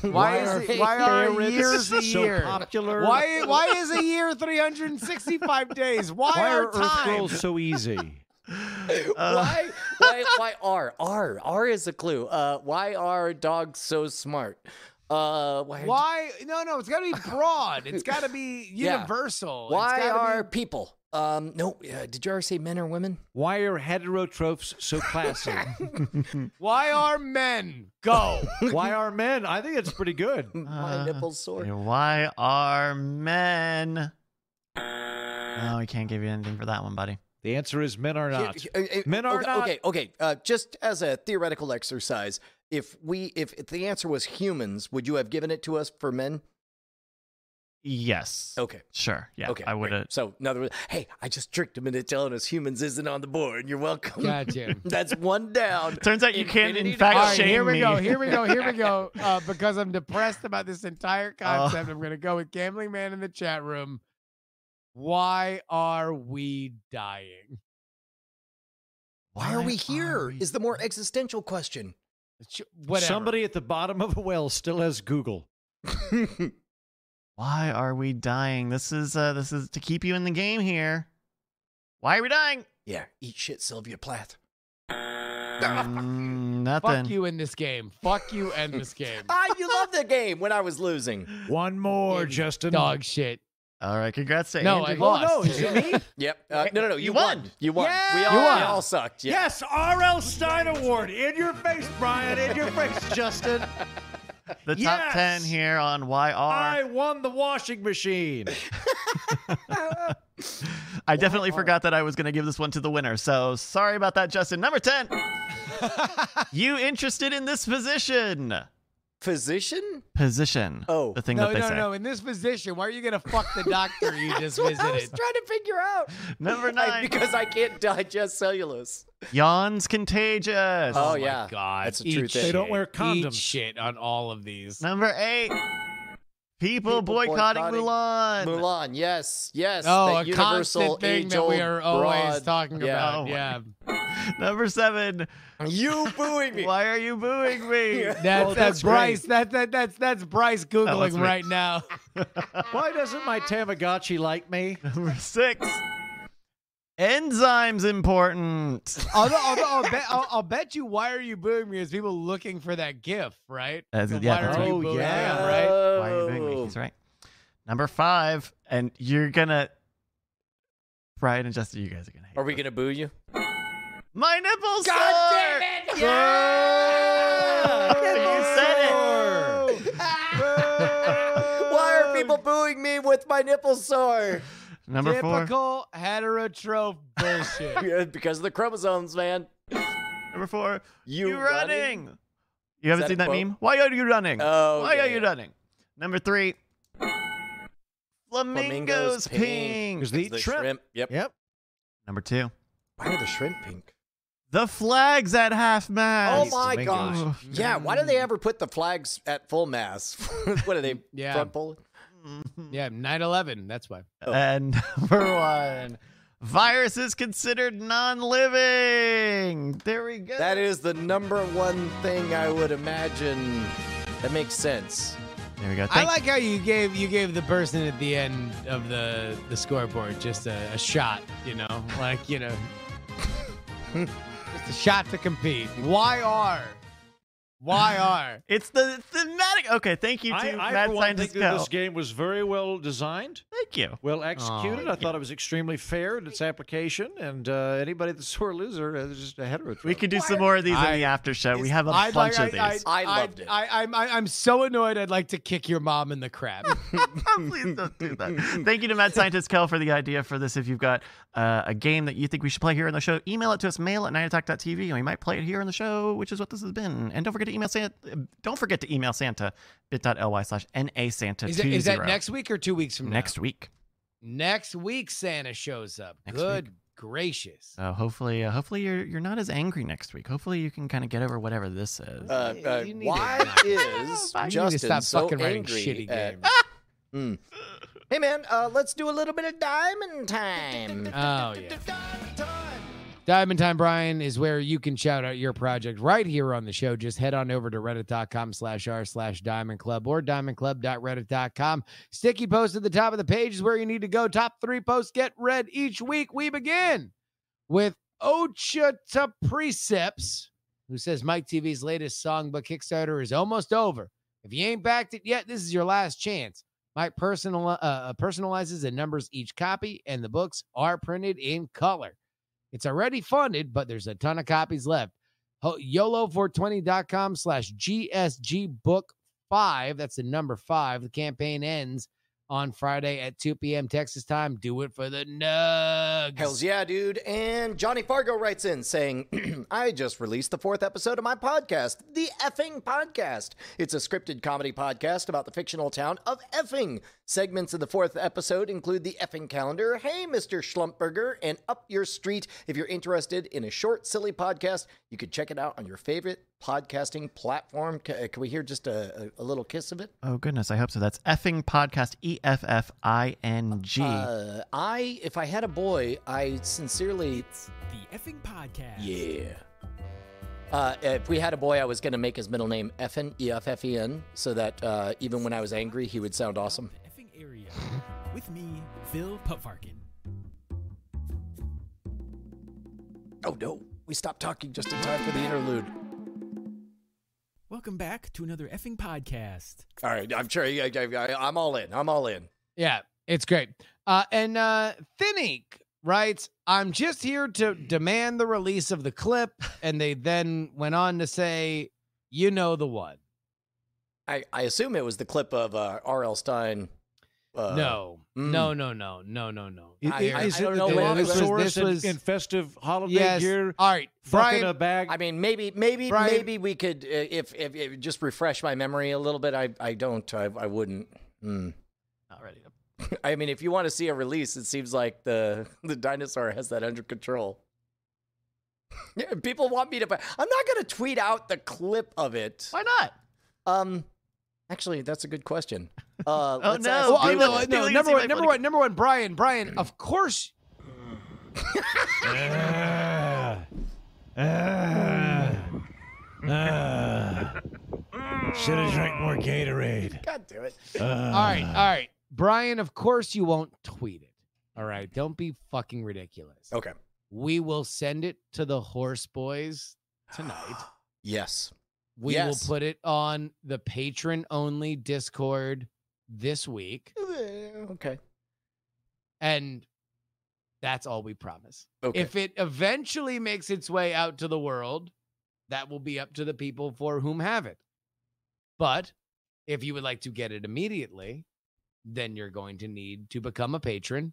[SPEAKER 4] why,
[SPEAKER 3] are
[SPEAKER 4] is it, why are
[SPEAKER 2] Carrots
[SPEAKER 4] years a
[SPEAKER 2] so
[SPEAKER 4] year?
[SPEAKER 2] popular?
[SPEAKER 4] Why why is a year 365 days? Why,
[SPEAKER 2] Why
[SPEAKER 4] are,
[SPEAKER 2] are Earth
[SPEAKER 4] time?
[SPEAKER 2] girls
[SPEAKER 4] (laughs)
[SPEAKER 2] so easy? Uh,
[SPEAKER 3] why why why are R R is a clue. Uh, why are dogs so smart? Uh, why are,
[SPEAKER 4] Why no no? It's got to be broad. It's got to be
[SPEAKER 3] Yeah.
[SPEAKER 4] universal. It's
[SPEAKER 3] why
[SPEAKER 4] gotta
[SPEAKER 3] are
[SPEAKER 4] be,
[SPEAKER 3] people? Um, no, uh, did you ever say men or women?
[SPEAKER 2] Why are heterotrophs so classy?
[SPEAKER 4] why are men go?
[SPEAKER 2] Why are men? I think that's pretty good.
[SPEAKER 3] My
[SPEAKER 1] Uh,
[SPEAKER 3] nipples sore.
[SPEAKER 1] Yeah, Why are men? No, we can't give you anything for that one, buddy.
[SPEAKER 2] The answer is men are not.
[SPEAKER 3] Here- here- uh, uh,
[SPEAKER 2] Men are
[SPEAKER 3] okay,
[SPEAKER 2] not.
[SPEAKER 3] Okay, okay. Uh, just as a theoretical exercise, if we if, if the answer was humans, would you have given it to us for men?
[SPEAKER 1] Yes.
[SPEAKER 3] Okay.
[SPEAKER 1] Sure. Yeah.
[SPEAKER 3] Oh. Okay.
[SPEAKER 1] I would
[SPEAKER 3] great.
[SPEAKER 1] have.
[SPEAKER 3] So, in other words, hey, I just tricked him into telling us humans isn't on the board. You're welcome.
[SPEAKER 4] Gotcha.
[SPEAKER 3] (laughs) That's one down.
[SPEAKER 1] Turns out you can,
[SPEAKER 3] Infinity
[SPEAKER 1] in
[SPEAKER 4] All
[SPEAKER 1] fact,
[SPEAKER 4] right,
[SPEAKER 1] shame
[SPEAKER 4] here we
[SPEAKER 1] me.
[SPEAKER 4] go. Here we go. Here we
[SPEAKER 1] (laughs)
[SPEAKER 4] go. Uh, because I'm depressed about this entire
[SPEAKER 1] Oh.
[SPEAKER 4] concept, I'm going to go with Gambling Man in the chat room. Why are we dying?
[SPEAKER 3] Why are we
[SPEAKER 1] are
[SPEAKER 3] here?
[SPEAKER 1] we-
[SPEAKER 3] Is the more existential question.
[SPEAKER 4] Sh- Whatever.
[SPEAKER 2] Somebody at the bottom of a well still has Google.
[SPEAKER 1] Why are we dying? This is uh, this is to keep you in the game here. Why are we dying?
[SPEAKER 3] (laughs) yeah, eat shit, Sylvia Plath.
[SPEAKER 1] Mm,
[SPEAKER 4] Fuck
[SPEAKER 1] nothing.
[SPEAKER 4] you in this game. Fuck you and
[SPEAKER 3] (laughs)
[SPEAKER 4] this game.
[SPEAKER 3] ah, you love the game when I was losing.
[SPEAKER 2] One more,
[SPEAKER 4] In
[SPEAKER 2] Justin.
[SPEAKER 3] (laughs)
[SPEAKER 4] Dog shit.
[SPEAKER 1] All right. Congrats to
[SPEAKER 4] No,
[SPEAKER 1] Andrew.
[SPEAKER 4] I lost. Oh,
[SPEAKER 2] no, is it me?
[SPEAKER 3] Yep. Uh, no, no, no. You,
[SPEAKER 1] You
[SPEAKER 3] won.
[SPEAKER 1] won.
[SPEAKER 3] You won. We,
[SPEAKER 2] Yeah.
[SPEAKER 3] all,
[SPEAKER 2] You
[SPEAKER 3] we
[SPEAKER 2] won.
[SPEAKER 3] all sucked. Yeah.
[SPEAKER 2] Yes, R.L. Stein Award. In your face, Brian. In your face, Justin.
[SPEAKER 1] the top
[SPEAKER 2] Yes!
[SPEAKER 1] ten here on YR.
[SPEAKER 2] I won the washing machine.
[SPEAKER 1] I definitely forgot that I was going to give this one to the winner. So sorry about that, Justin. Number 10. you interested in this position?
[SPEAKER 3] Physician?
[SPEAKER 1] Position.
[SPEAKER 3] Oh.
[SPEAKER 1] The thing
[SPEAKER 4] No,
[SPEAKER 1] that they
[SPEAKER 4] no,
[SPEAKER 1] say.
[SPEAKER 4] no. In this position, why are you going to
[SPEAKER 3] (laughs)
[SPEAKER 4] fuck the (laughs) doctor you
[SPEAKER 3] That's
[SPEAKER 4] just
[SPEAKER 3] what I was
[SPEAKER 4] visited?
[SPEAKER 3] trying to figure out.
[SPEAKER 4] (laughs)
[SPEAKER 1] Number
[SPEAKER 3] Like,
[SPEAKER 1] nine.
[SPEAKER 3] because I can't digest cellulose.
[SPEAKER 1] Yawn's contagious.
[SPEAKER 3] Oh,
[SPEAKER 4] my
[SPEAKER 3] yeah.
[SPEAKER 4] God.
[SPEAKER 3] That's a
[SPEAKER 4] Eat
[SPEAKER 3] true thing.
[SPEAKER 2] They don't
[SPEAKER 4] shit.
[SPEAKER 2] wear
[SPEAKER 4] Eat
[SPEAKER 2] condoms.
[SPEAKER 4] shit on all of these.
[SPEAKER 1] Number eight. People,
[SPEAKER 3] People
[SPEAKER 1] boycotting,
[SPEAKER 3] boycotting
[SPEAKER 1] Mulan.
[SPEAKER 3] Mulan, yes, yes.
[SPEAKER 4] Oh,
[SPEAKER 3] that
[SPEAKER 4] a
[SPEAKER 3] universal
[SPEAKER 4] constant thing that
[SPEAKER 3] age-old
[SPEAKER 4] we are always
[SPEAKER 3] broad-
[SPEAKER 4] talking
[SPEAKER 3] yeah.
[SPEAKER 1] Oh
[SPEAKER 4] about.
[SPEAKER 1] my
[SPEAKER 4] Yeah,
[SPEAKER 1] Number seven.
[SPEAKER 3] (laughs) You booing me.
[SPEAKER 1] Why are you booing
[SPEAKER 4] (laughs)
[SPEAKER 1] me?
[SPEAKER 4] that's,
[SPEAKER 2] Oh,
[SPEAKER 4] that's
[SPEAKER 2] that's
[SPEAKER 4] Bryce. That, that that's that's Bryce googling
[SPEAKER 1] me.
[SPEAKER 4] right now.
[SPEAKER 2] Why doesn't my Tamagotchi like me?
[SPEAKER 1] Number six. Enzymes important.
[SPEAKER 4] although, although I'll, bet, I'll, I'll bet you. Why are you booing me? Is people looking for that GIF, right?
[SPEAKER 1] That's-
[SPEAKER 4] So
[SPEAKER 1] yeah,
[SPEAKER 4] why
[SPEAKER 1] that's
[SPEAKER 4] are
[SPEAKER 1] right.
[SPEAKER 4] you Oh.
[SPEAKER 2] Oh,
[SPEAKER 4] booing
[SPEAKER 2] yeah.
[SPEAKER 4] me, right?
[SPEAKER 1] Why are you booing
[SPEAKER 3] Oh.
[SPEAKER 1] me? He's right. Number five. And you're going to. Brian and Justin, you guys are going to hate
[SPEAKER 3] Are we gonna boo you?
[SPEAKER 1] My nipples
[SPEAKER 3] God
[SPEAKER 1] sore!
[SPEAKER 3] damn it! Yeah!
[SPEAKER 1] You said
[SPEAKER 2] it.
[SPEAKER 3] Why are people booing me with my nipple sore? (laughs)
[SPEAKER 1] Number four.
[SPEAKER 4] Typical heterotroph bullshit.
[SPEAKER 3] Yeah, because of the chromosomes, man.
[SPEAKER 1] Number four.
[SPEAKER 3] You,
[SPEAKER 1] you running? You haven't
[SPEAKER 3] that
[SPEAKER 1] seen
[SPEAKER 3] a
[SPEAKER 1] that
[SPEAKER 3] quote?
[SPEAKER 1] meme? Why are you running?
[SPEAKER 3] Oh,
[SPEAKER 1] Why
[SPEAKER 3] yeah,
[SPEAKER 1] are you
[SPEAKER 3] yeah.
[SPEAKER 1] running? Number three. Flamingos,
[SPEAKER 3] Flamingos
[SPEAKER 1] pink.
[SPEAKER 2] Because they eat
[SPEAKER 3] The
[SPEAKER 2] shrimp.
[SPEAKER 3] shrimp. Yep.
[SPEAKER 2] Yep.
[SPEAKER 1] Number two.
[SPEAKER 3] Why are the shrimp pink?
[SPEAKER 1] The flags at half
[SPEAKER 3] Oh
[SPEAKER 1] mast.
[SPEAKER 3] my
[SPEAKER 2] flamingos.
[SPEAKER 3] gosh. Yeah, why do they ever put the flags at full mass? (laughs) what are they?
[SPEAKER 4] Yeah.
[SPEAKER 3] Front pole?
[SPEAKER 4] yeah, 9-11, That's why.
[SPEAKER 3] Oh.
[SPEAKER 1] And (laughs) number one. Virus is considered non-living. There we go.
[SPEAKER 3] That is the number one thing I would imagine. That makes sense.
[SPEAKER 1] There we go.
[SPEAKER 4] I
[SPEAKER 1] Thank-
[SPEAKER 4] like how you gave you gave the person at the end of the the scoreboard just a, a shot, you know, like you know, just a shot to compete. Why are? Why are?
[SPEAKER 1] it's the thematic. Okay, thank you to
[SPEAKER 2] (laughs) I, I
[SPEAKER 1] Mad
[SPEAKER 2] for one think
[SPEAKER 1] Scientist
[SPEAKER 2] that
[SPEAKER 1] Go.
[SPEAKER 2] this game was very well designed,
[SPEAKER 1] Thank you.
[SPEAKER 2] well executed.
[SPEAKER 4] Oh,
[SPEAKER 2] I thought it was extremely fair in its application, and uh, anybody that's a sore loser uh, is just a hetero.
[SPEAKER 1] We could do some more of these
[SPEAKER 4] I-
[SPEAKER 1] in the after show. We
[SPEAKER 4] It's-
[SPEAKER 1] have a
[SPEAKER 4] I'd
[SPEAKER 1] bunch
[SPEAKER 4] like-
[SPEAKER 1] of these.
[SPEAKER 3] I loved it.
[SPEAKER 4] I, I'm I, I'm so annoyed. I'd like to kick your mom in
[SPEAKER 1] (laughs)
[SPEAKER 4] the crap.
[SPEAKER 1] Please don't do that. Thank you to Mad Scientist Kel for the idea for this. If you've got uh, a game that you think we should play here on the show, email it to us, mail at nightattack.tv, and we might play it here on the show, which is what this has been. And don't forget to email Santa. Don't forget to email Santa, bit.ly slash nasanta.
[SPEAKER 4] Is that, is that next week or two weeks from now?
[SPEAKER 1] Next week.
[SPEAKER 4] Next week, Santa shows up.
[SPEAKER 1] Next
[SPEAKER 4] Good
[SPEAKER 1] (laughs)
[SPEAKER 4] gracious.
[SPEAKER 1] So hopefully, uh, hopefully you're you're not as angry next week. Hopefully you can kind of get over whatever this is.
[SPEAKER 3] Uh, uh,
[SPEAKER 4] (laughs) You need to
[SPEAKER 3] why
[SPEAKER 4] knock it
[SPEAKER 3] is
[SPEAKER 4] You need to
[SPEAKER 3] Justin
[SPEAKER 4] stop
[SPEAKER 3] so
[SPEAKER 4] fucking writing
[SPEAKER 3] angry?
[SPEAKER 4] shitty
[SPEAKER 3] at-
[SPEAKER 4] games.
[SPEAKER 3] Mm. Hey man, uh, let's do a little bit of diamond time.
[SPEAKER 4] Oh, yeah. Diamond Time Brian is where you can shout out your project right here on the show. Just head on over to reddit.com slash r slash diamond club or diamondclub.reddit.com. Sticky post at the top of the page is where you need to go. Top three posts get read each week. We begin with Ocha to Precepts, who says Mike TV's latest song, but Kickstarter is almost over. If you ain't backed it yet, this is your last chance. Mike personal, uh, personalizes and numbers each copy, and the books are printed in color. It's already funded, but there's a ton of copies left. Ho- YOLO420.com slash GSG book five. That's the number five. The campaign ends on Friday at 2 p.m. Texas time. Do it for the Nugs.
[SPEAKER 3] Hells yeah, dude. And Johnny Fargo writes in saying, (clears throat) I just released the fourth episode of my podcast, The Effing Podcast. It's a scripted comedy podcast about the fictional town of Effing. Segments of the fourth episode include The Effing Calendar, Hey, Mr. Schlumpberger, and Up Your Street. If you're interested in a short, silly podcast, you could check it out on your favorite podcasting platform. C- uh, Can we hear just a, a a little kiss of it?
[SPEAKER 1] Oh goodness, I hope so. That's effing podcast E F F I N G.
[SPEAKER 3] Uh, I, if I had a boy, I sincerely
[SPEAKER 7] The effing podcast.
[SPEAKER 3] Yeah. Uh, if we had a boy, I was going to make his middle name Effin, E F F E N, so that uh, even when I was angry, he would sound awesome.
[SPEAKER 7] The effing area. With me, Phil Pupfarkin.
[SPEAKER 3] Oh no, we stopped talking just in time for the interlude.
[SPEAKER 7] Welcome back to another effing podcast.
[SPEAKER 3] All right, I'm sure I, I, I'm all in. I'm all in.
[SPEAKER 4] Yeah, it's great. Uh, and uh, Thinnick writes, I'm just here to demand the release of the clip. And they then went on to say, you know the one.
[SPEAKER 3] I, I assume it was the clip of uh, R.L. Stein. Uh,
[SPEAKER 4] no,
[SPEAKER 3] mm.
[SPEAKER 4] no, no, no, no, no, no.
[SPEAKER 3] I- I- I don't
[SPEAKER 2] the
[SPEAKER 3] know whether this was-
[SPEAKER 2] Dilophosaurus
[SPEAKER 4] this
[SPEAKER 2] in-
[SPEAKER 4] was-
[SPEAKER 2] in festive holiday
[SPEAKER 4] Yes.
[SPEAKER 2] gear?
[SPEAKER 4] All right,
[SPEAKER 2] Brian,
[SPEAKER 4] Brian.
[SPEAKER 2] a bag.
[SPEAKER 3] I mean, maybe, maybe,
[SPEAKER 4] Brian-
[SPEAKER 3] maybe we could, uh, if, if, if just refresh my memory a little bit. I, I don't, I, I wouldn't. Mm.
[SPEAKER 1] Not ready to-
[SPEAKER 3] (laughs) I mean, if you want to see a release, it seems like the (laughs) the dinosaur has that under control. (laughs) Yeah, People want me to. fi- I'm not going to tweet out the clip of it.
[SPEAKER 1] Why not?
[SPEAKER 3] Um, actually, that's a
[SPEAKER 1] (laughs)
[SPEAKER 3] good question. Uh,
[SPEAKER 1] Oh,
[SPEAKER 3] let's
[SPEAKER 1] no.
[SPEAKER 3] ask
[SPEAKER 4] Well, I-
[SPEAKER 1] Stealing-
[SPEAKER 4] no,
[SPEAKER 1] stealing
[SPEAKER 4] no,
[SPEAKER 1] is
[SPEAKER 4] number
[SPEAKER 1] my
[SPEAKER 4] one, number
[SPEAKER 1] political-
[SPEAKER 4] one, number one, Brian, Brian.
[SPEAKER 3] Mm.
[SPEAKER 4] Of course,
[SPEAKER 2] Should have drank more Gatorade.
[SPEAKER 3] God damn it!
[SPEAKER 4] all right, all right, Brian. Of course, you won't tweet it. All right, don't be fucking ridiculous.
[SPEAKER 3] Okay.
[SPEAKER 4] We will send it to the horse boys tonight.
[SPEAKER 3] (sighs) Yes.
[SPEAKER 4] We
[SPEAKER 3] Yes.
[SPEAKER 4] will put it on the patron only Discord this week,
[SPEAKER 3] Okay.
[SPEAKER 4] and that's all we promise.
[SPEAKER 3] Okay.
[SPEAKER 4] If it eventually makes its way out to the world, that will be up to the people for whom have it. But if you would like to get it immediately, then you're going to need to become a patron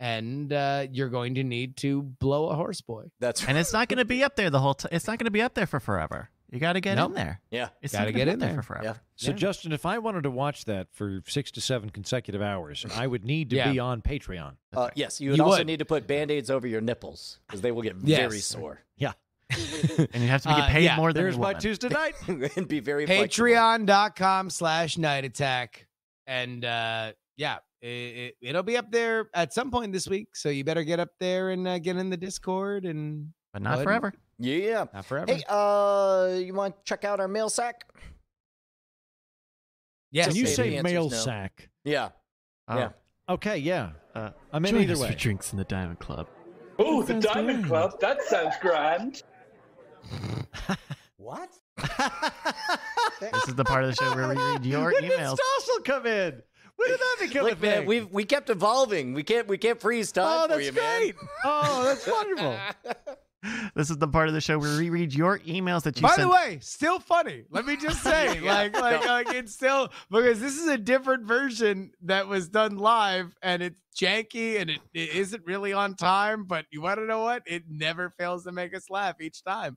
[SPEAKER 4] and uh, you're going to need to blow a horse boy.
[SPEAKER 3] that's
[SPEAKER 1] And it's not going to be up there the whole time. It's not going to be up there for forever. You got to get
[SPEAKER 4] Nope.
[SPEAKER 1] in there.
[SPEAKER 3] yeah.
[SPEAKER 1] It's not
[SPEAKER 4] Gotta
[SPEAKER 1] gonna
[SPEAKER 4] get
[SPEAKER 1] be
[SPEAKER 4] in
[SPEAKER 1] up
[SPEAKER 4] there.
[SPEAKER 1] for forever.
[SPEAKER 3] Yeah.
[SPEAKER 2] So,
[SPEAKER 4] Yeah.
[SPEAKER 2] Justin, if I wanted to watch that for six to seven consecutive hours, I would
[SPEAKER 3] (laughs)
[SPEAKER 2] need to
[SPEAKER 4] Yeah.
[SPEAKER 2] be on Patreon.
[SPEAKER 3] Uh, yes, you would
[SPEAKER 4] You
[SPEAKER 3] also
[SPEAKER 4] would.
[SPEAKER 3] need to put band aids over your nipples because they will get very
[SPEAKER 4] Yes.
[SPEAKER 3] sore (laughs)
[SPEAKER 1] And you have to be
[SPEAKER 4] Uh,
[SPEAKER 1] paid
[SPEAKER 4] yeah.
[SPEAKER 1] more than
[SPEAKER 2] There's
[SPEAKER 1] a
[SPEAKER 2] my
[SPEAKER 1] woman. (laughs)
[SPEAKER 2] Tuesday night.
[SPEAKER 3] and be very flexible.
[SPEAKER 4] patreon.com slash night attack and uh yeah it, it, will be up there at some point this week so you better get up there and uh, get in the discord and
[SPEAKER 1] but not
[SPEAKER 4] Bud.
[SPEAKER 1] forever.
[SPEAKER 3] Yeah.
[SPEAKER 4] not forever
[SPEAKER 3] Hey, uh, you want to check out our mail sack?
[SPEAKER 4] yes
[SPEAKER 2] Can you
[SPEAKER 3] Baby
[SPEAKER 2] say
[SPEAKER 3] answers
[SPEAKER 2] mail
[SPEAKER 3] no.
[SPEAKER 2] sack?
[SPEAKER 3] Yeah.
[SPEAKER 1] Oh,
[SPEAKER 3] Yeah.
[SPEAKER 2] Okay, yeah.
[SPEAKER 1] Uh,
[SPEAKER 2] I'm in
[SPEAKER 1] join
[SPEAKER 2] either
[SPEAKER 1] us
[SPEAKER 2] way.
[SPEAKER 1] for drinks in the Diamond Club.
[SPEAKER 11] Ooh, the
[SPEAKER 1] That sounds
[SPEAKER 11] Diamond
[SPEAKER 1] grand.
[SPEAKER 11] Club. That sounds grand.
[SPEAKER 3] What?
[SPEAKER 1] This is the part of the show where we read
[SPEAKER 4] (laughs)
[SPEAKER 1] your
[SPEAKER 2] when did
[SPEAKER 1] emails.
[SPEAKER 2] Stossel come in? When did that become a
[SPEAKER 3] Look, man,
[SPEAKER 2] thing?
[SPEAKER 3] we we kept evolving. We can't we can't freeze
[SPEAKER 2] oh,
[SPEAKER 3] time for
[SPEAKER 2] that's
[SPEAKER 3] you,
[SPEAKER 2] great. Oh,
[SPEAKER 3] (laughs)
[SPEAKER 2] that's wonderful.
[SPEAKER 1] This is the part of the show where we read your emails that you
[SPEAKER 4] by
[SPEAKER 1] sent
[SPEAKER 4] the way still funny let
[SPEAKER 3] (laughs)
[SPEAKER 4] me just say
[SPEAKER 3] Yeah.
[SPEAKER 4] like like like it's still because this is a different version that was done live and it's janky and it, it isn't really on time but you want to know what it never fails to make us laugh each time
[SPEAKER 3] man.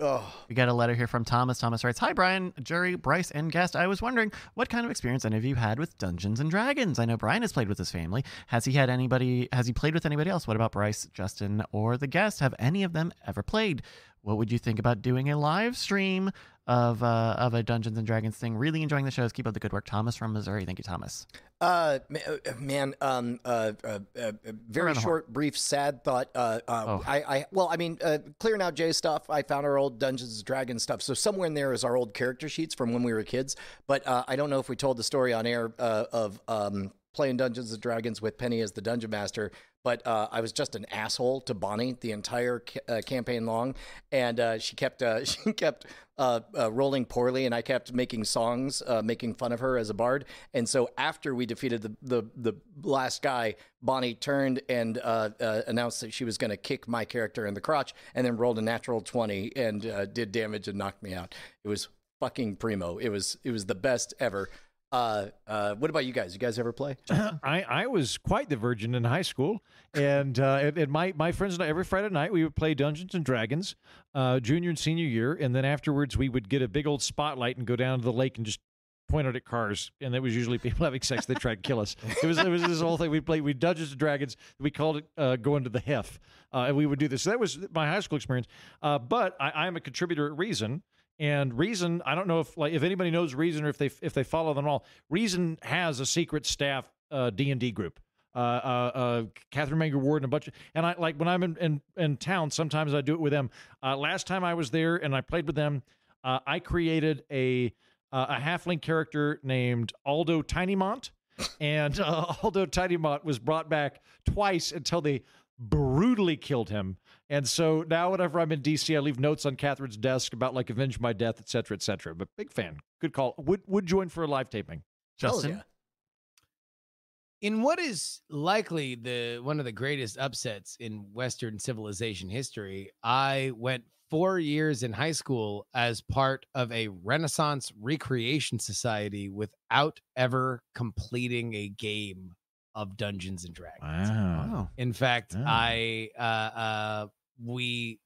[SPEAKER 3] Oh,
[SPEAKER 1] We got a letter here from Thomas. Thomas writes, "Hi Brian, Jerry, Bryce, and guest. I was wondering what kind of experience any of you had with Dungeons and Dragons. I know Brian has played with his family. Has he had anybody? Has he played with anybody else? What about Bryce, Justin, or the guest? Have any of them ever played? What would you think about doing a live stream of uh, of a Dungeons and Dragons thing? Really enjoying the shows. Keep up the good work, Thomas from Missouri. Thank you, Thomas.
[SPEAKER 3] uh, ma- uh, man, um, uh, uh, uh, very
[SPEAKER 1] Around the horn.
[SPEAKER 3] short, brief, sad thought. Uh, uh,
[SPEAKER 1] Oh.
[SPEAKER 3] I, I, well, I mean, uh, clearing out Jay stuff. I found our old Dungeons and Dragons stuff. So somewhere in there is our old character sheets from when we were kids. But uh, I don't know if we told the story on air uh, of um, playing Dungeons and Dragons with Penny as the dungeon master. But uh, I was just an asshole to Bonnie the entire ca- uh, campaign long, and uh, she kept uh, (laughs) she kept uh, uh, rolling poorly, and I kept making songs, uh, making fun of her as a bard. And so after we defeated the the, the last guy, Bonnie turned and uh, uh, announced that she was going to kick my character in the crotch, and then rolled a natural twenty and uh, did damage and knocked me out. It was fucking primo. It was it was the best ever. Uh, uh, what about you guys? You guys ever play?
[SPEAKER 2] (laughs) I, I was quite the virgin in high school, and uh, and- and my my friends and I every Friday night we would play Dungeons and Dragons, uh, junior and senior year, and then afterwards we would get a big old spotlight and go down to the lake and just point out at cars, and that was usually people having sex. They tried to kill us. It was it was this whole thing we played. We Dungeons and Dragons. We called it uh, going to the hef, uh, and we would do this. So that was my high school experience. Uh, but I, I am a contributor at Reason. And Reason, I don't know if like if anybody knows Reason or if they if they follow them all. Reason has a secret staff D and D group. Uh, uh, uh, Catherine Manger Ward and a bunch of, and I like when I'm in, in, in town, sometimes I do it with them. Uh, last time I was there and I played with them, uh, I created a, uh, a halfling character named Aldo Tinymont and uh, (laughs) Aldo Tinymont was brought back twice until they brutally killed him. And so now, whenever I'm in DC, I leave notes on Catherine's desk about like avenge my death, et cetera, et cetera. But big fan, good call. Would would join for a live taping.
[SPEAKER 1] Justin,
[SPEAKER 3] yeah.
[SPEAKER 4] in what is likely the one of the greatest upsets in western civilization history i went four years in high school as part of a renaissance recreation society without ever completing a game of dungeons and dragons
[SPEAKER 1] wow.
[SPEAKER 4] in fact,
[SPEAKER 2] Oh.
[SPEAKER 4] I uh, uh, we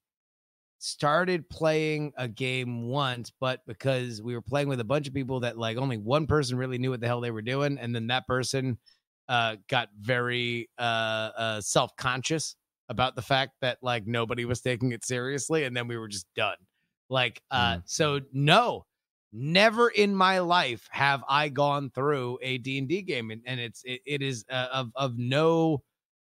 [SPEAKER 4] started playing a game once, but because we were playing with a bunch of people that like only one person really knew what the hell they were doing, and then that person uh, got very uh, uh, self conscious about the fact that like nobody was taking it seriously, and then we were just done. Like, uh, so no. Never in my life have I gone through a D&D game and, and it's it, it is uh, of of no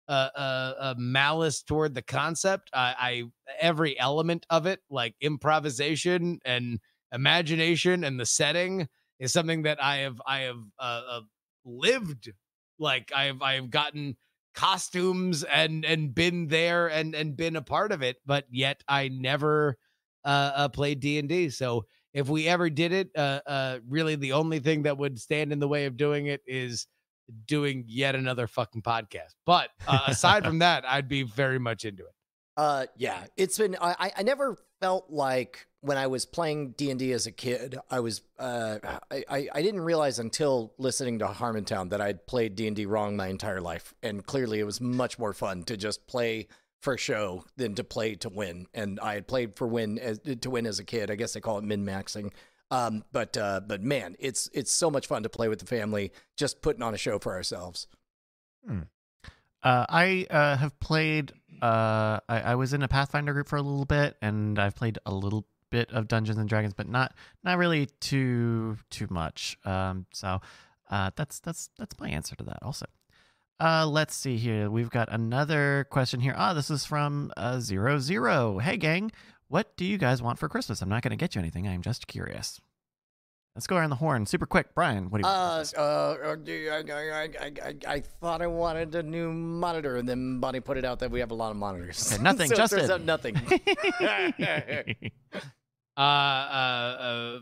[SPEAKER 4] uh, uh, uh, malice toward the concept. I, I every element of it, like improvisation and imagination and the setting, is something that I have I have uh, uh, lived. Like I have I have gotten costumes and and been there and and been a part of it, but yet I never uh, uh played D and D. So if we ever did it, uh, uh, really the only thing that would stand in the way of doing it is doing yet another fucking podcast. But uh, aside from that, I'd be very much into it.
[SPEAKER 3] Uh, yeah, it's been. I I- I never felt like when I was playing D and D as a kid, I was. Uh, I I- I didn't realize until listening to Harmontown that I'd played D and D wrong my entire life, and clearly it was much more fun to just play for show than to play to win. And I had played for win as, to win as a kid. I guess they call it min maxing. Um, but uh, but man, it's it's so much fun to play with the family, just putting on a show for ourselves.
[SPEAKER 1] Uh, I uh, have played. Uh, I, I was in a Pathfinder group for a little bit, and I've played a little bit of Dungeons and Dragons, but not not really too too much. Um, so uh, that's that's that's my answer to that. Also, uh, let's see here. We've got another question here. Ah, this is from uh, zero zero. Hey gang, what do you guys want for Christmas? I'm not going to get you anything. I'm just curious. Let's go around the horn super quick. Brian, what do you? want for
[SPEAKER 3] Uh,
[SPEAKER 1] Christmas?
[SPEAKER 3] uh, uh, do- I, I, I, I, I thought I wanted a new monitor, and then Bonnie put it out that we have a lot of monitors.
[SPEAKER 1] Okay, nothing,
[SPEAKER 3] (laughs) so it turns
[SPEAKER 1] Justin.
[SPEAKER 3] out nothing.
[SPEAKER 2] (laughs)
[SPEAKER 4] Uh, uh, uh,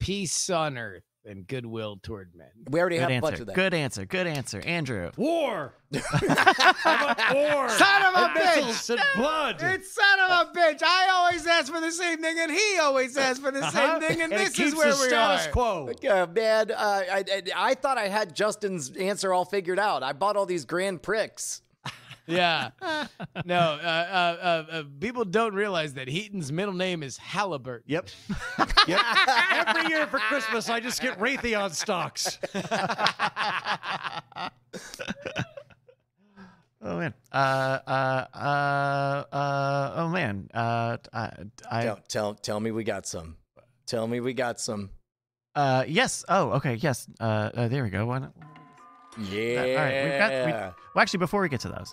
[SPEAKER 4] peace on earth and goodwill toward men.
[SPEAKER 3] We
[SPEAKER 1] (laughs)
[SPEAKER 3] already
[SPEAKER 1] Good
[SPEAKER 3] have a
[SPEAKER 1] answer.
[SPEAKER 3] bunch of that.
[SPEAKER 1] Good answer. Good answer. Andrew.
[SPEAKER 4] (laughs)
[SPEAKER 2] War, war,
[SPEAKER 4] Son of a
[SPEAKER 2] and
[SPEAKER 4] bitch!
[SPEAKER 2] missiles and blood.
[SPEAKER 4] It's son of a bitch. I always ask for the same thing, and he always asks for the same
[SPEAKER 2] Uh-huh.
[SPEAKER 4] thing,
[SPEAKER 2] (laughs)
[SPEAKER 4] and,
[SPEAKER 2] it
[SPEAKER 4] this
[SPEAKER 2] keeps
[SPEAKER 4] is where
[SPEAKER 2] the
[SPEAKER 4] we
[SPEAKER 2] status
[SPEAKER 4] are. (laughs)
[SPEAKER 2] quo.
[SPEAKER 3] Uh, man, uh, I, I, I thought I had Justin's answer all figured out. I bought all these grand pricks.
[SPEAKER 2] (laughs)
[SPEAKER 4] Yeah. No, uh, uh, uh, uh, people don't realize that Heaton's middle name is Halliburton.
[SPEAKER 2] Yep. yep. Every year for Christmas, I just get Raytheon stocks.
[SPEAKER 1] Oh man. Uh uh uh uh oh man. Uh I, I
[SPEAKER 3] Tell, tell, tell me we got some. Tell me we got some.
[SPEAKER 1] uh yes. Oh, okay. Yes. Uh, uh there we go. Why not?
[SPEAKER 3] Yeah.
[SPEAKER 1] All right, we've got. We, well, actually, before we get to those,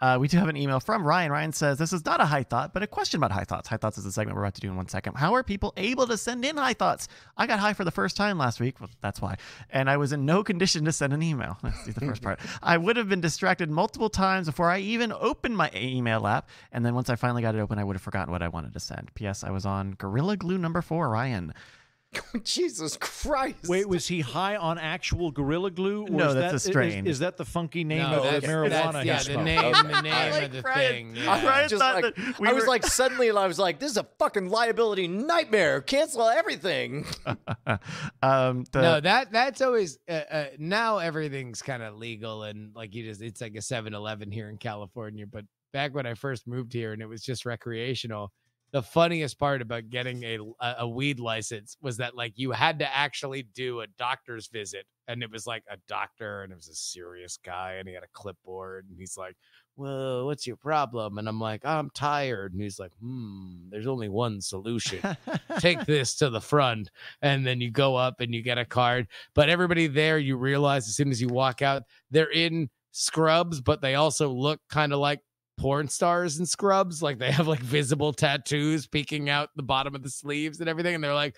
[SPEAKER 1] uh, we do have an email from Ryan. Ryan says, "This is not a high thought, but a question about high thoughts. High thoughts is a segment we're about to do in one second. How are people able to send in high thoughts? I got high for the first time last week. Well, that's why, and I was in no condition to send an email. (laughs) Let's do the first part. I would have been distracted multiple times before I even opened my e-, email app, and then once I finally got it open, I would have forgotten what I wanted to send. P.S. I was on Gorilla Glue number four, Ryan."
[SPEAKER 3] (laughs) Jesus Christ.
[SPEAKER 2] (laughs) Wait, was he high on actual gorilla glue? Or
[SPEAKER 1] No,
[SPEAKER 2] is
[SPEAKER 1] that's
[SPEAKER 2] that,
[SPEAKER 1] a
[SPEAKER 2] is-
[SPEAKER 1] strain.
[SPEAKER 2] Is, that the funky name
[SPEAKER 4] No,
[SPEAKER 2] of
[SPEAKER 4] that's-
[SPEAKER 2] the marijuana?
[SPEAKER 4] that's-
[SPEAKER 2] he
[SPEAKER 4] yeah, the
[SPEAKER 2] smoked?
[SPEAKER 4] name-
[SPEAKER 2] (laughs) Okay.
[SPEAKER 4] the name of the thing, yeah.
[SPEAKER 1] I
[SPEAKER 3] I,
[SPEAKER 1] Brian
[SPEAKER 3] just
[SPEAKER 1] thought
[SPEAKER 3] like,
[SPEAKER 1] that we
[SPEAKER 3] I was
[SPEAKER 1] were-
[SPEAKER 3] like, suddenly, I was like, this is a fucking liability nightmare.
[SPEAKER 1] (laughs)
[SPEAKER 3] Cancel everything.
[SPEAKER 1] (laughs) um, the, (laughs)
[SPEAKER 4] no, that that's always uh, uh, now everything's kind of legal and like you just it's like a 7-Eleven here in California. But back when I first moved here and it was just recreational, the funniest part about getting a a- a weed license was that like you had to actually do a doctor's visit, and it was like a doctor and it was a serious guy and he had a clipboard and he's like. Well, what's your problem? And I'm like, I'm tired. And he's like, hmm, there's only one solution take this to the front and then you go up and you get a card but everybody there you realize as soon as you walk out they're in scrubs but they also look kind of like porn stars in scrubs like they have like visible tattoos peeking out the bottom of the sleeves and everything and they're like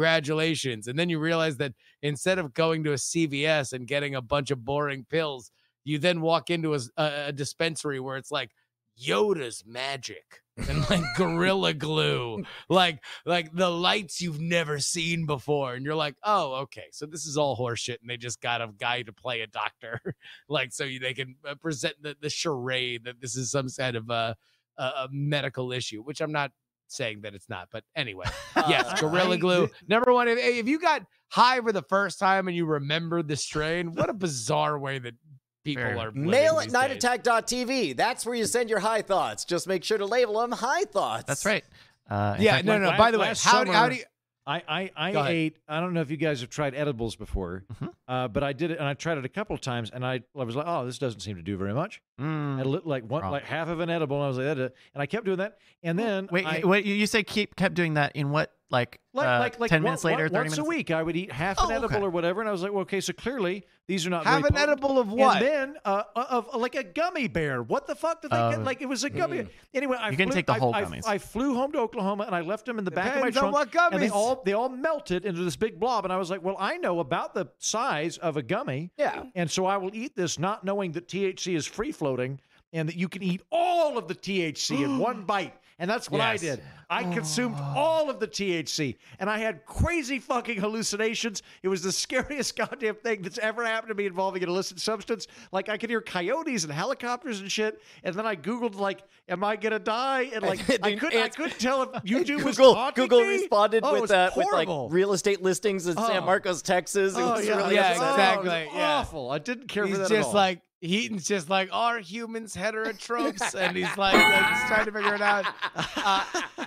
[SPEAKER 4] congratulations and then you realize that instead of going to a cvs and getting a bunch of boring pills you then walk into a, s- a- a dispensary where it's like yoda's magic and like gorilla glue like like the lights you've never seen before and you're like oh okay so this is all horseshit and they just got a guy to play a doctor (laughs) like so they can uh, present the, the charade that this is some sort of uh, a, a medical issue which i'm not saying that it's not but anyway
[SPEAKER 3] Uh,
[SPEAKER 4] yes gorilla
[SPEAKER 2] I-
[SPEAKER 4] glue
[SPEAKER 2] th-
[SPEAKER 4] number one if, if you got high for the first time and you remember the strain what a bizarre way that people
[SPEAKER 1] Fair.
[SPEAKER 4] are living
[SPEAKER 3] Mail at
[SPEAKER 4] these days.
[SPEAKER 3] nightattack.tv. That's where you send your high thoughts. Just make sure to label them high thoughts.
[SPEAKER 1] that's right. Uh, in
[SPEAKER 4] yeah
[SPEAKER 2] fact,
[SPEAKER 4] no
[SPEAKER 2] like
[SPEAKER 4] no
[SPEAKER 2] la-
[SPEAKER 4] by the way
[SPEAKER 2] last
[SPEAKER 4] how, do- how
[SPEAKER 2] summer-
[SPEAKER 4] do you
[SPEAKER 2] I I,
[SPEAKER 4] Go
[SPEAKER 2] I
[SPEAKER 4] ahead.
[SPEAKER 2] ate. I don't know if you guys have tried edibles before,
[SPEAKER 1] Mhm.
[SPEAKER 2] uh, but I did it and I tried it a couple of times, and I, I was like, oh, this doesn't seem to do very much.
[SPEAKER 1] Mm.
[SPEAKER 2] I lit like one
[SPEAKER 1] Wrong.
[SPEAKER 2] like half of an edible, and I was like, that, that- and I kept doing that, and then
[SPEAKER 1] Wait,
[SPEAKER 2] I,
[SPEAKER 1] wait, you you say keep kept doing that in what like
[SPEAKER 2] like,
[SPEAKER 1] uh,
[SPEAKER 2] like, like
[SPEAKER 1] ten
[SPEAKER 2] one-
[SPEAKER 1] minutes later,
[SPEAKER 2] one-
[SPEAKER 1] thirty
[SPEAKER 2] once
[SPEAKER 1] minutes
[SPEAKER 2] a week, I would eat half an
[SPEAKER 1] Oh,
[SPEAKER 2] edible
[SPEAKER 1] okay.
[SPEAKER 2] or whatever, and I was like, well, okay, so clearly these are not
[SPEAKER 4] have
[SPEAKER 2] very
[SPEAKER 4] an
[SPEAKER 2] potent.
[SPEAKER 4] edible of what
[SPEAKER 2] And then uh, uh, of uh, like a gummy bear. What the fuck did they
[SPEAKER 1] Oh.
[SPEAKER 2] get? Like it was a gummy. Anyway, I
[SPEAKER 1] You
[SPEAKER 2] flew,
[SPEAKER 1] can take the
[SPEAKER 2] I-
[SPEAKER 1] whole
[SPEAKER 2] I,
[SPEAKER 1] gummies.
[SPEAKER 2] I, flew home to Oklahoma and I left them in the back of my
[SPEAKER 4] Depends on
[SPEAKER 2] trunk.
[SPEAKER 4] what
[SPEAKER 2] And they
[SPEAKER 4] gummies.
[SPEAKER 2] all they all melted into this big blob. And I was like, well, I know about the size of a gummy,
[SPEAKER 3] Yeah.
[SPEAKER 2] and so I will eat this, not knowing that THC is free floating and that you can eat all of the THC in one bite. And that's what
[SPEAKER 4] Yes.
[SPEAKER 2] I did. I consumed all of the THC and I had crazy fucking hallucinations. It was the (laughs) scariest goddamn thing that's ever happened to me involving an illicit substance. Like I could hear coyotes and helicopters and shit. And then I Googled like, am I gonna die? And like
[SPEAKER 3] And
[SPEAKER 2] I
[SPEAKER 3] then
[SPEAKER 2] couldn't I
[SPEAKER 3] it's-
[SPEAKER 2] couldn't tell if YouTube was
[SPEAKER 3] Google,
[SPEAKER 2] taunting
[SPEAKER 3] Google
[SPEAKER 2] me.
[SPEAKER 3] responded
[SPEAKER 2] oh, it
[SPEAKER 3] with
[SPEAKER 2] was
[SPEAKER 3] uh, with like
[SPEAKER 2] horrible.
[SPEAKER 3] real estate listings in San
[SPEAKER 2] Oh.
[SPEAKER 3] Marcos, Texas. It
[SPEAKER 2] Oh,
[SPEAKER 3] was
[SPEAKER 2] yeah,
[SPEAKER 3] really
[SPEAKER 4] Yeah,
[SPEAKER 3] upsetting.
[SPEAKER 2] upsetting.
[SPEAKER 4] exactly,
[SPEAKER 2] It was
[SPEAKER 4] yeah.
[SPEAKER 2] Awful. I didn't care
[SPEAKER 4] he's
[SPEAKER 2] for that at
[SPEAKER 4] just
[SPEAKER 2] all.
[SPEAKER 4] like Heaton's just like are humans heterotropes, and he's like, like, he's trying to figure it out. Uh,
[SPEAKER 2] (laughs)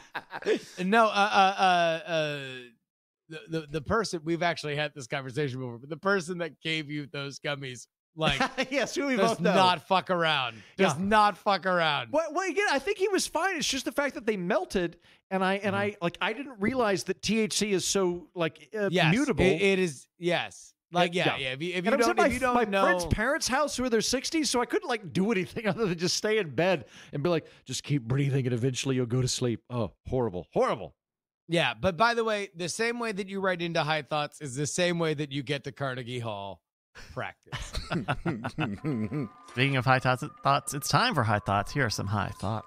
[SPEAKER 4] no, uh, uh, uh, uh, the, the the person we've actually had this conversation before, but the person that gave you those gummies like
[SPEAKER 2] yes, who (laughs) we
[SPEAKER 4] does
[SPEAKER 2] both know.
[SPEAKER 4] not fuck around, does
[SPEAKER 2] Yeah.
[SPEAKER 4] not fuck around.
[SPEAKER 2] Well, well, again, I think he was fine. It's just the fact that they melted, and I
[SPEAKER 4] Mm-hmm.
[SPEAKER 2] and I like I didn't realize that THC is so like uh,
[SPEAKER 4] Yes,
[SPEAKER 2] mutable.
[SPEAKER 4] it- it is. Yes, like yeah,
[SPEAKER 2] yeah.
[SPEAKER 4] yeah. If you if
[SPEAKER 2] and
[SPEAKER 4] you
[SPEAKER 2] I was at
[SPEAKER 4] don't
[SPEAKER 2] my,
[SPEAKER 4] if you don't
[SPEAKER 2] my
[SPEAKER 4] know,
[SPEAKER 2] friend's parents' house who were in their 60s, so I couldn't like do anything (laughs) other than just stay in bed and be like, just keep breathing, and eventually you'll go to sleep. Oh, horrible, horrible.
[SPEAKER 4] Yeah, but by the way, the same way that you write into high thoughts is the same way that you get to Carnegie Hall practice.
[SPEAKER 1] a week. Speaking of high thoughts, thoughts, it's time for high thoughts. Here are some high thoughts.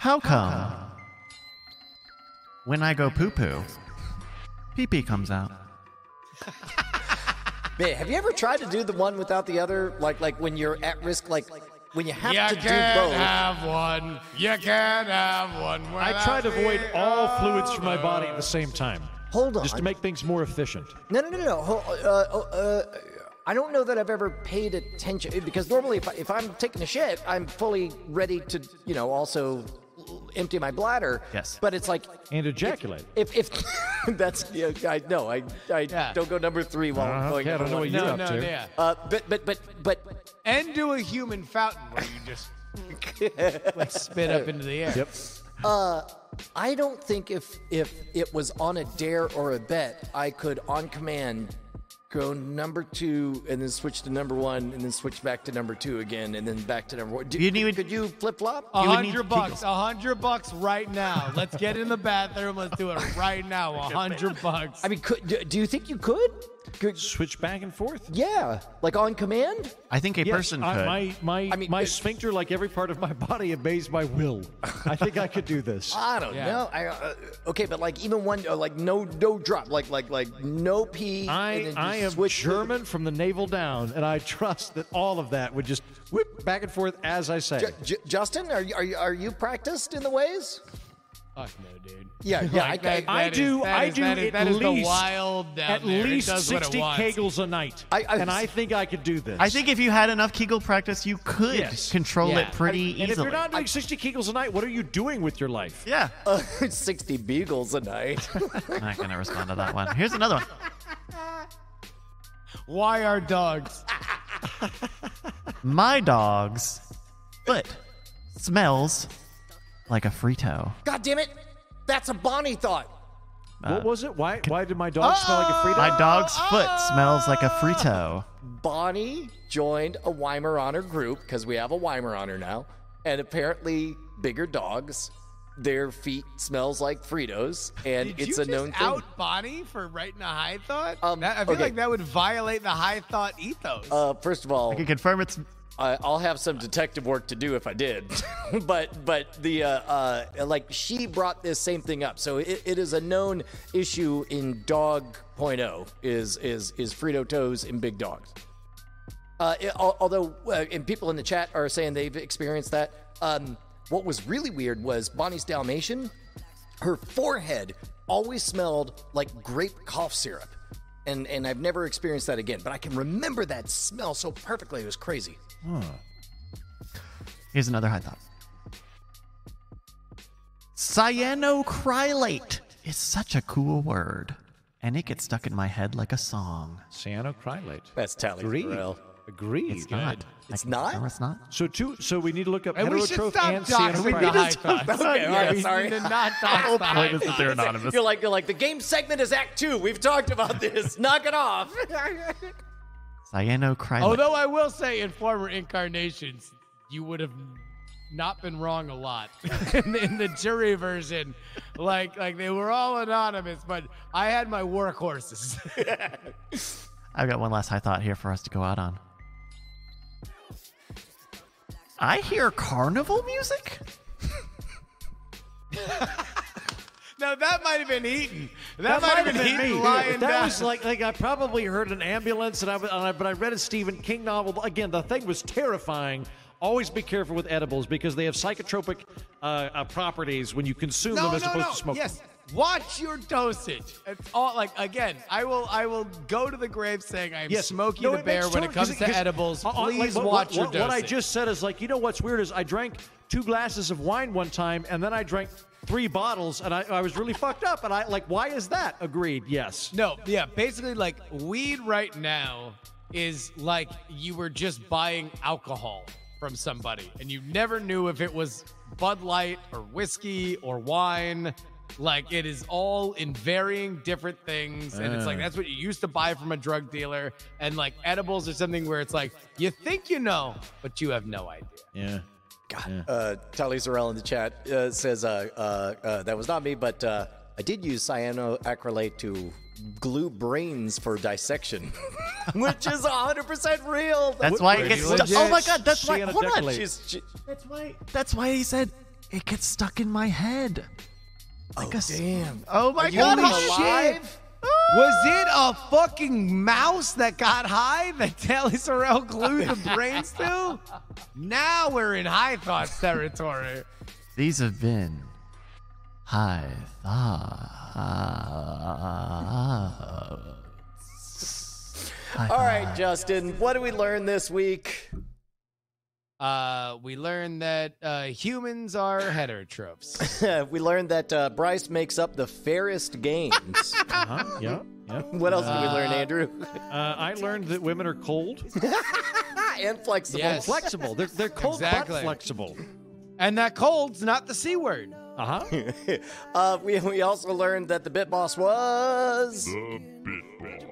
[SPEAKER 1] How come when I go poo poo, pee pee comes out?
[SPEAKER 3] Man, have you ever tried to do the one without the other? Like like when you're at risk, like when you have
[SPEAKER 4] you
[SPEAKER 3] to do
[SPEAKER 4] can't
[SPEAKER 3] both.
[SPEAKER 4] have one. You can't have one.
[SPEAKER 2] I try to avoid all
[SPEAKER 4] Oh,
[SPEAKER 2] fluids from my body at the same time,
[SPEAKER 3] Hold on.
[SPEAKER 2] just to make things more efficient.
[SPEAKER 3] No, no, no, no. Ho- Uh, uh, I don't know that I've ever paid attention because normally, if, I, if I'm taking a shit, I'm fully ready to, you know, also empty my bladder.
[SPEAKER 1] Yes.
[SPEAKER 3] But it's like
[SPEAKER 2] And ejaculate.
[SPEAKER 3] if if (laughs) that's yeah, I know I I
[SPEAKER 4] Yeah.
[SPEAKER 3] don't go number three while I'm going.
[SPEAKER 2] okay, Uh-huh. I
[SPEAKER 3] number
[SPEAKER 2] don't know
[SPEAKER 3] one.
[SPEAKER 2] what you're
[SPEAKER 4] No,
[SPEAKER 2] up
[SPEAKER 4] no,
[SPEAKER 2] to.
[SPEAKER 4] yeah.
[SPEAKER 3] Uh, but but but but
[SPEAKER 4] And do a human fountain where you
[SPEAKER 3] (laughs)
[SPEAKER 4] just like spit up into the air.
[SPEAKER 2] Yep.
[SPEAKER 3] I don't think if if it was on a dare or a bet, I could on command go number two and then switch to number one and then switch back to number two again and then back to number one. Do,
[SPEAKER 1] You didn't even-
[SPEAKER 3] could you flip flop?
[SPEAKER 4] A
[SPEAKER 1] You would need
[SPEAKER 4] hundred
[SPEAKER 1] to keep-
[SPEAKER 4] bucks. A hundred bucks right now. Let's get in the bathroom. Let's do it right now. A hundred bucks.
[SPEAKER 3] I mean, could, do, do you think you could? Could-
[SPEAKER 2] switch back and forth.
[SPEAKER 3] yeah, like on command.
[SPEAKER 1] I think a
[SPEAKER 2] Yes,
[SPEAKER 1] person
[SPEAKER 2] I-
[SPEAKER 1] could.
[SPEAKER 2] my my
[SPEAKER 3] I mean,
[SPEAKER 2] my
[SPEAKER 3] it-
[SPEAKER 2] sphincter, like every part of my body, obeys my will. I think I could do this.
[SPEAKER 3] (laughs) I don't know. I, uh, okay, but like even one, uh, like no, no drop, like like like no pee. and
[SPEAKER 2] I
[SPEAKER 3] then
[SPEAKER 2] I
[SPEAKER 3] just
[SPEAKER 2] am
[SPEAKER 3] switch
[SPEAKER 2] German from the navel down, and I trust that all of that would just whip back and forth as I say.
[SPEAKER 3] Ju- Ju- Justin, are you, are you are you practiced in the ways?
[SPEAKER 4] Fuck no, dude. (laughs)
[SPEAKER 3] Yeah, yeah. I, I,
[SPEAKER 2] I
[SPEAKER 4] That is-
[SPEAKER 2] do.
[SPEAKER 4] that
[SPEAKER 2] I
[SPEAKER 4] is-
[SPEAKER 2] do
[SPEAKER 4] that is-
[SPEAKER 2] at
[SPEAKER 4] that is the
[SPEAKER 2] least
[SPEAKER 4] wild down
[SPEAKER 2] at
[SPEAKER 4] there. It
[SPEAKER 2] least
[SPEAKER 4] does what it
[SPEAKER 2] sixty
[SPEAKER 4] wants.
[SPEAKER 2] kegels a night,
[SPEAKER 3] I- I-
[SPEAKER 2] and I think I could do this.
[SPEAKER 1] I think if you had enough Kegel practice, you could
[SPEAKER 2] Yes.
[SPEAKER 1] control
[SPEAKER 4] Yeah.
[SPEAKER 1] it pretty
[SPEAKER 2] And if
[SPEAKER 1] easily.
[SPEAKER 2] you're not doing sixty kegels a night, what are you doing with your life?
[SPEAKER 1] yeah.
[SPEAKER 3] (laughs) sixty beagles a
[SPEAKER 4] (laughs)
[SPEAKER 3] night.
[SPEAKER 1] I'm not going to respond to that one. Here's another one.
[SPEAKER 4] Why are dogs?
[SPEAKER 1] My dog's foot smells like a Frito.
[SPEAKER 3] God damn it! That's a Bonnie thought.
[SPEAKER 2] what was it? Why? Why did my dog smell like a Frito?
[SPEAKER 1] My dog's foot smells like a Frito.
[SPEAKER 3] Bonnie joined a Weimaraner group because we have a Weimaraner now, and apparently bigger dogs, their feet smells like Fritos, and
[SPEAKER 4] Did
[SPEAKER 3] it's
[SPEAKER 4] you
[SPEAKER 3] a known
[SPEAKER 4] just
[SPEAKER 3] thing.
[SPEAKER 4] out Bonnie for writing a high thought?
[SPEAKER 3] Um,
[SPEAKER 4] That- I feel
[SPEAKER 3] okay.
[SPEAKER 4] like that would violate the high thought ethos.
[SPEAKER 3] Uh, first of all,
[SPEAKER 1] I can confirm it's
[SPEAKER 3] I, I'll have some detective work to do if I did, (laughs) but but the uh, uh, like she brought this same thing up, so it, it is a known issue in Dog Point oh is is is Frito toes in big dogs. Uh, it, al- although, uh, and people in the chat are saying they've experienced that. Um, what was really weird was Bonnie's Dalmatian. Her forehead always smelled like grape cough syrup, and and I've never experienced that again. But I can remember that smell so perfectly; it was crazy.
[SPEAKER 1] Here's another high thought. Cyanocrylate is such a cool word, and it gets stuck in my head like a song.
[SPEAKER 2] Cyanocrylate.
[SPEAKER 3] That's Tally
[SPEAKER 2] Agreed.
[SPEAKER 3] Burrell.
[SPEAKER 2] Agreed.
[SPEAKER 1] It's not.
[SPEAKER 3] It's
[SPEAKER 1] I-
[SPEAKER 3] not?
[SPEAKER 1] No, it's not.
[SPEAKER 2] So two. So we need to look up
[SPEAKER 4] and we should
[SPEAKER 2] heterotroph
[SPEAKER 4] stop
[SPEAKER 2] and
[SPEAKER 4] doxing the
[SPEAKER 2] cyanocrylate.
[SPEAKER 4] high thoughts.
[SPEAKER 3] (laughs) Okay, all right,
[SPEAKER 4] We
[SPEAKER 3] sorry.
[SPEAKER 4] need to not dox the high
[SPEAKER 1] is that
[SPEAKER 4] thoughts.
[SPEAKER 1] they're anonymous.
[SPEAKER 3] You're like you're like the game segment is Act Two. We've talked about this. (laughs) Knock it off. Oh,
[SPEAKER 1] Cyanocrylate.
[SPEAKER 4] Although I will say, in former incarnations, you would have not been wrong a lot (laughs) in, in the jury version. Like, like they were all anonymous, but I had my work horses.
[SPEAKER 1] I've got one last high thought here for us to go out on. I hear carnival music.
[SPEAKER 4] (laughs) now that might have been Eaton. That, might have been, Eaton lying
[SPEAKER 2] That
[SPEAKER 4] down.
[SPEAKER 2] was like, like I probably heard an ambulance, and I, was- and I but I read a Stephen King novel. Again, the thing was terrifying. Always be careful with edibles because they have psychotropic uh, uh, properties when you consume them
[SPEAKER 4] no,
[SPEAKER 2] as
[SPEAKER 4] no,
[SPEAKER 2] opposed
[SPEAKER 4] no.
[SPEAKER 2] to smoking.
[SPEAKER 4] Yes. Watch your dosage. It's all like again. I will. I will go to the grave saying I'm
[SPEAKER 2] Yes.
[SPEAKER 4] Smokey
[SPEAKER 2] No,
[SPEAKER 4] the
[SPEAKER 2] it
[SPEAKER 4] Bear
[SPEAKER 2] makes
[SPEAKER 4] when it
[SPEAKER 2] total- 'cause
[SPEAKER 4] comes to
[SPEAKER 2] 'cause-
[SPEAKER 4] edibles.
[SPEAKER 2] uh, uh, like,
[SPEAKER 4] Please
[SPEAKER 2] what-
[SPEAKER 4] watch
[SPEAKER 2] what,
[SPEAKER 4] your
[SPEAKER 2] what,
[SPEAKER 4] dosage.
[SPEAKER 2] What I just said is like, you know what's weird is I drank two glasses of wine one time, and then I drank three bottles, and I, I was really fucked up. And I like, why is that? Agreed. Yes.
[SPEAKER 4] No, yeah, basically like weed right now is like you were just buying alcohol from somebody and you never knew if it was Bud Light or whiskey or wine. Like it is all in varying different things and it's like that's what you used to buy from a drug dealer and like edibles or something where it's like you think you know but you have no idea.
[SPEAKER 2] Yeah.
[SPEAKER 3] Uh, Tally Sorrell in the chat uh, says uh, uh, uh, that was not me, but uh, I did use cyanoacrylate to glue brains for dissection, (laughs) which is 100 percent real.
[SPEAKER 1] That's why it gets stuck.
[SPEAKER 2] legit
[SPEAKER 1] Oh my god, that's why. Hold on.
[SPEAKER 2] cyanodecrylate.
[SPEAKER 3] She's, she,
[SPEAKER 1] That's why. That's why he said it gets stuck in my head. Like oh, a, damn. Oh my
[SPEAKER 3] you
[SPEAKER 1] god.
[SPEAKER 3] even
[SPEAKER 1] holy
[SPEAKER 3] alive?
[SPEAKER 1] shit.
[SPEAKER 4] Was it a fucking mouse that got high that Tally Sorrell glued the brains to? Now we're in high thoughts territory.
[SPEAKER 1] These have been high thoughts. High
[SPEAKER 3] all right, Justin, what did we learn this week? (laughs)
[SPEAKER 4] Uh, we learned that uh, humans are heterotrophs.
[SPEAKER 3] we learned that uh, Bryce makes up the fairest games.
[SPEAKER 2] Uh-huh. Yeah.
[SPEAKER 3] (laughs)
[SPEAKER 2] Yeah.
[SPEAKER 3] what else did we learn, Andrew?
[SPEAKER 2] Uh, I learned that women are cold.
[SPEAKER 3] and flexible.
[SPEAKER 4] Yes.
[SPEAKER 2] Oh, flexible. They're, they're cold
[SPEAKER 4] Exactly.
[SPEAKER 2] but flexible.
[SPEAKER 4] and that cold's not the C word.
[SPEAKER 2] Uh huh.
[SPEAKER 3] Uh, we, we also learned that the Bit Boss was.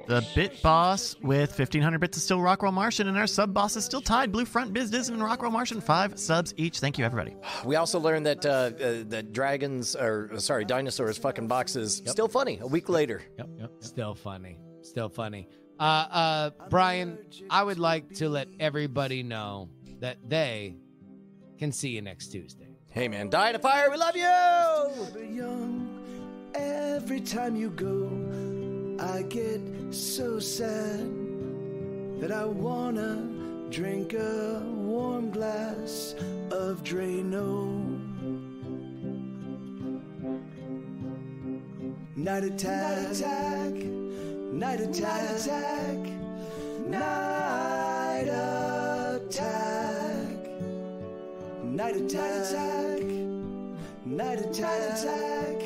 [SPEAKER 1] The Bit Boss with 1,500 bits is still Rockwell Martian, and our sub boss is still tied. Blue Front, Biz Dism, and Rockwell Martian, five subs each. Thank you, everybody.
[SPEAKER 3] We also learned that uh, uh, that dragons, or sorry, dinosaurs fucking boxes, still funny a week later.
[SPEAKER 2] Yep, yep.
[SPEAKER 4] Still funny. Still funny. Uh, uh, Brian, I would like to let everybody know that they can see you next Tuesday.
[SPEAKER 3] Hey, man, die in a fire. We love you.
[SPEAKER 11] Every time you go, I get so sad that I wanna drink a warm glass of Drano. Night attack, night attack, night attack, night attack, night attack, night attack.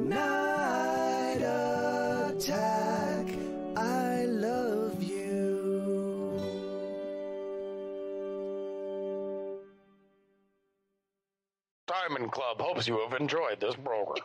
[SPEAKER 11] Night attack, I love you.
[SPEAKER 12] Diamond Club hopes you have enjoyed this program.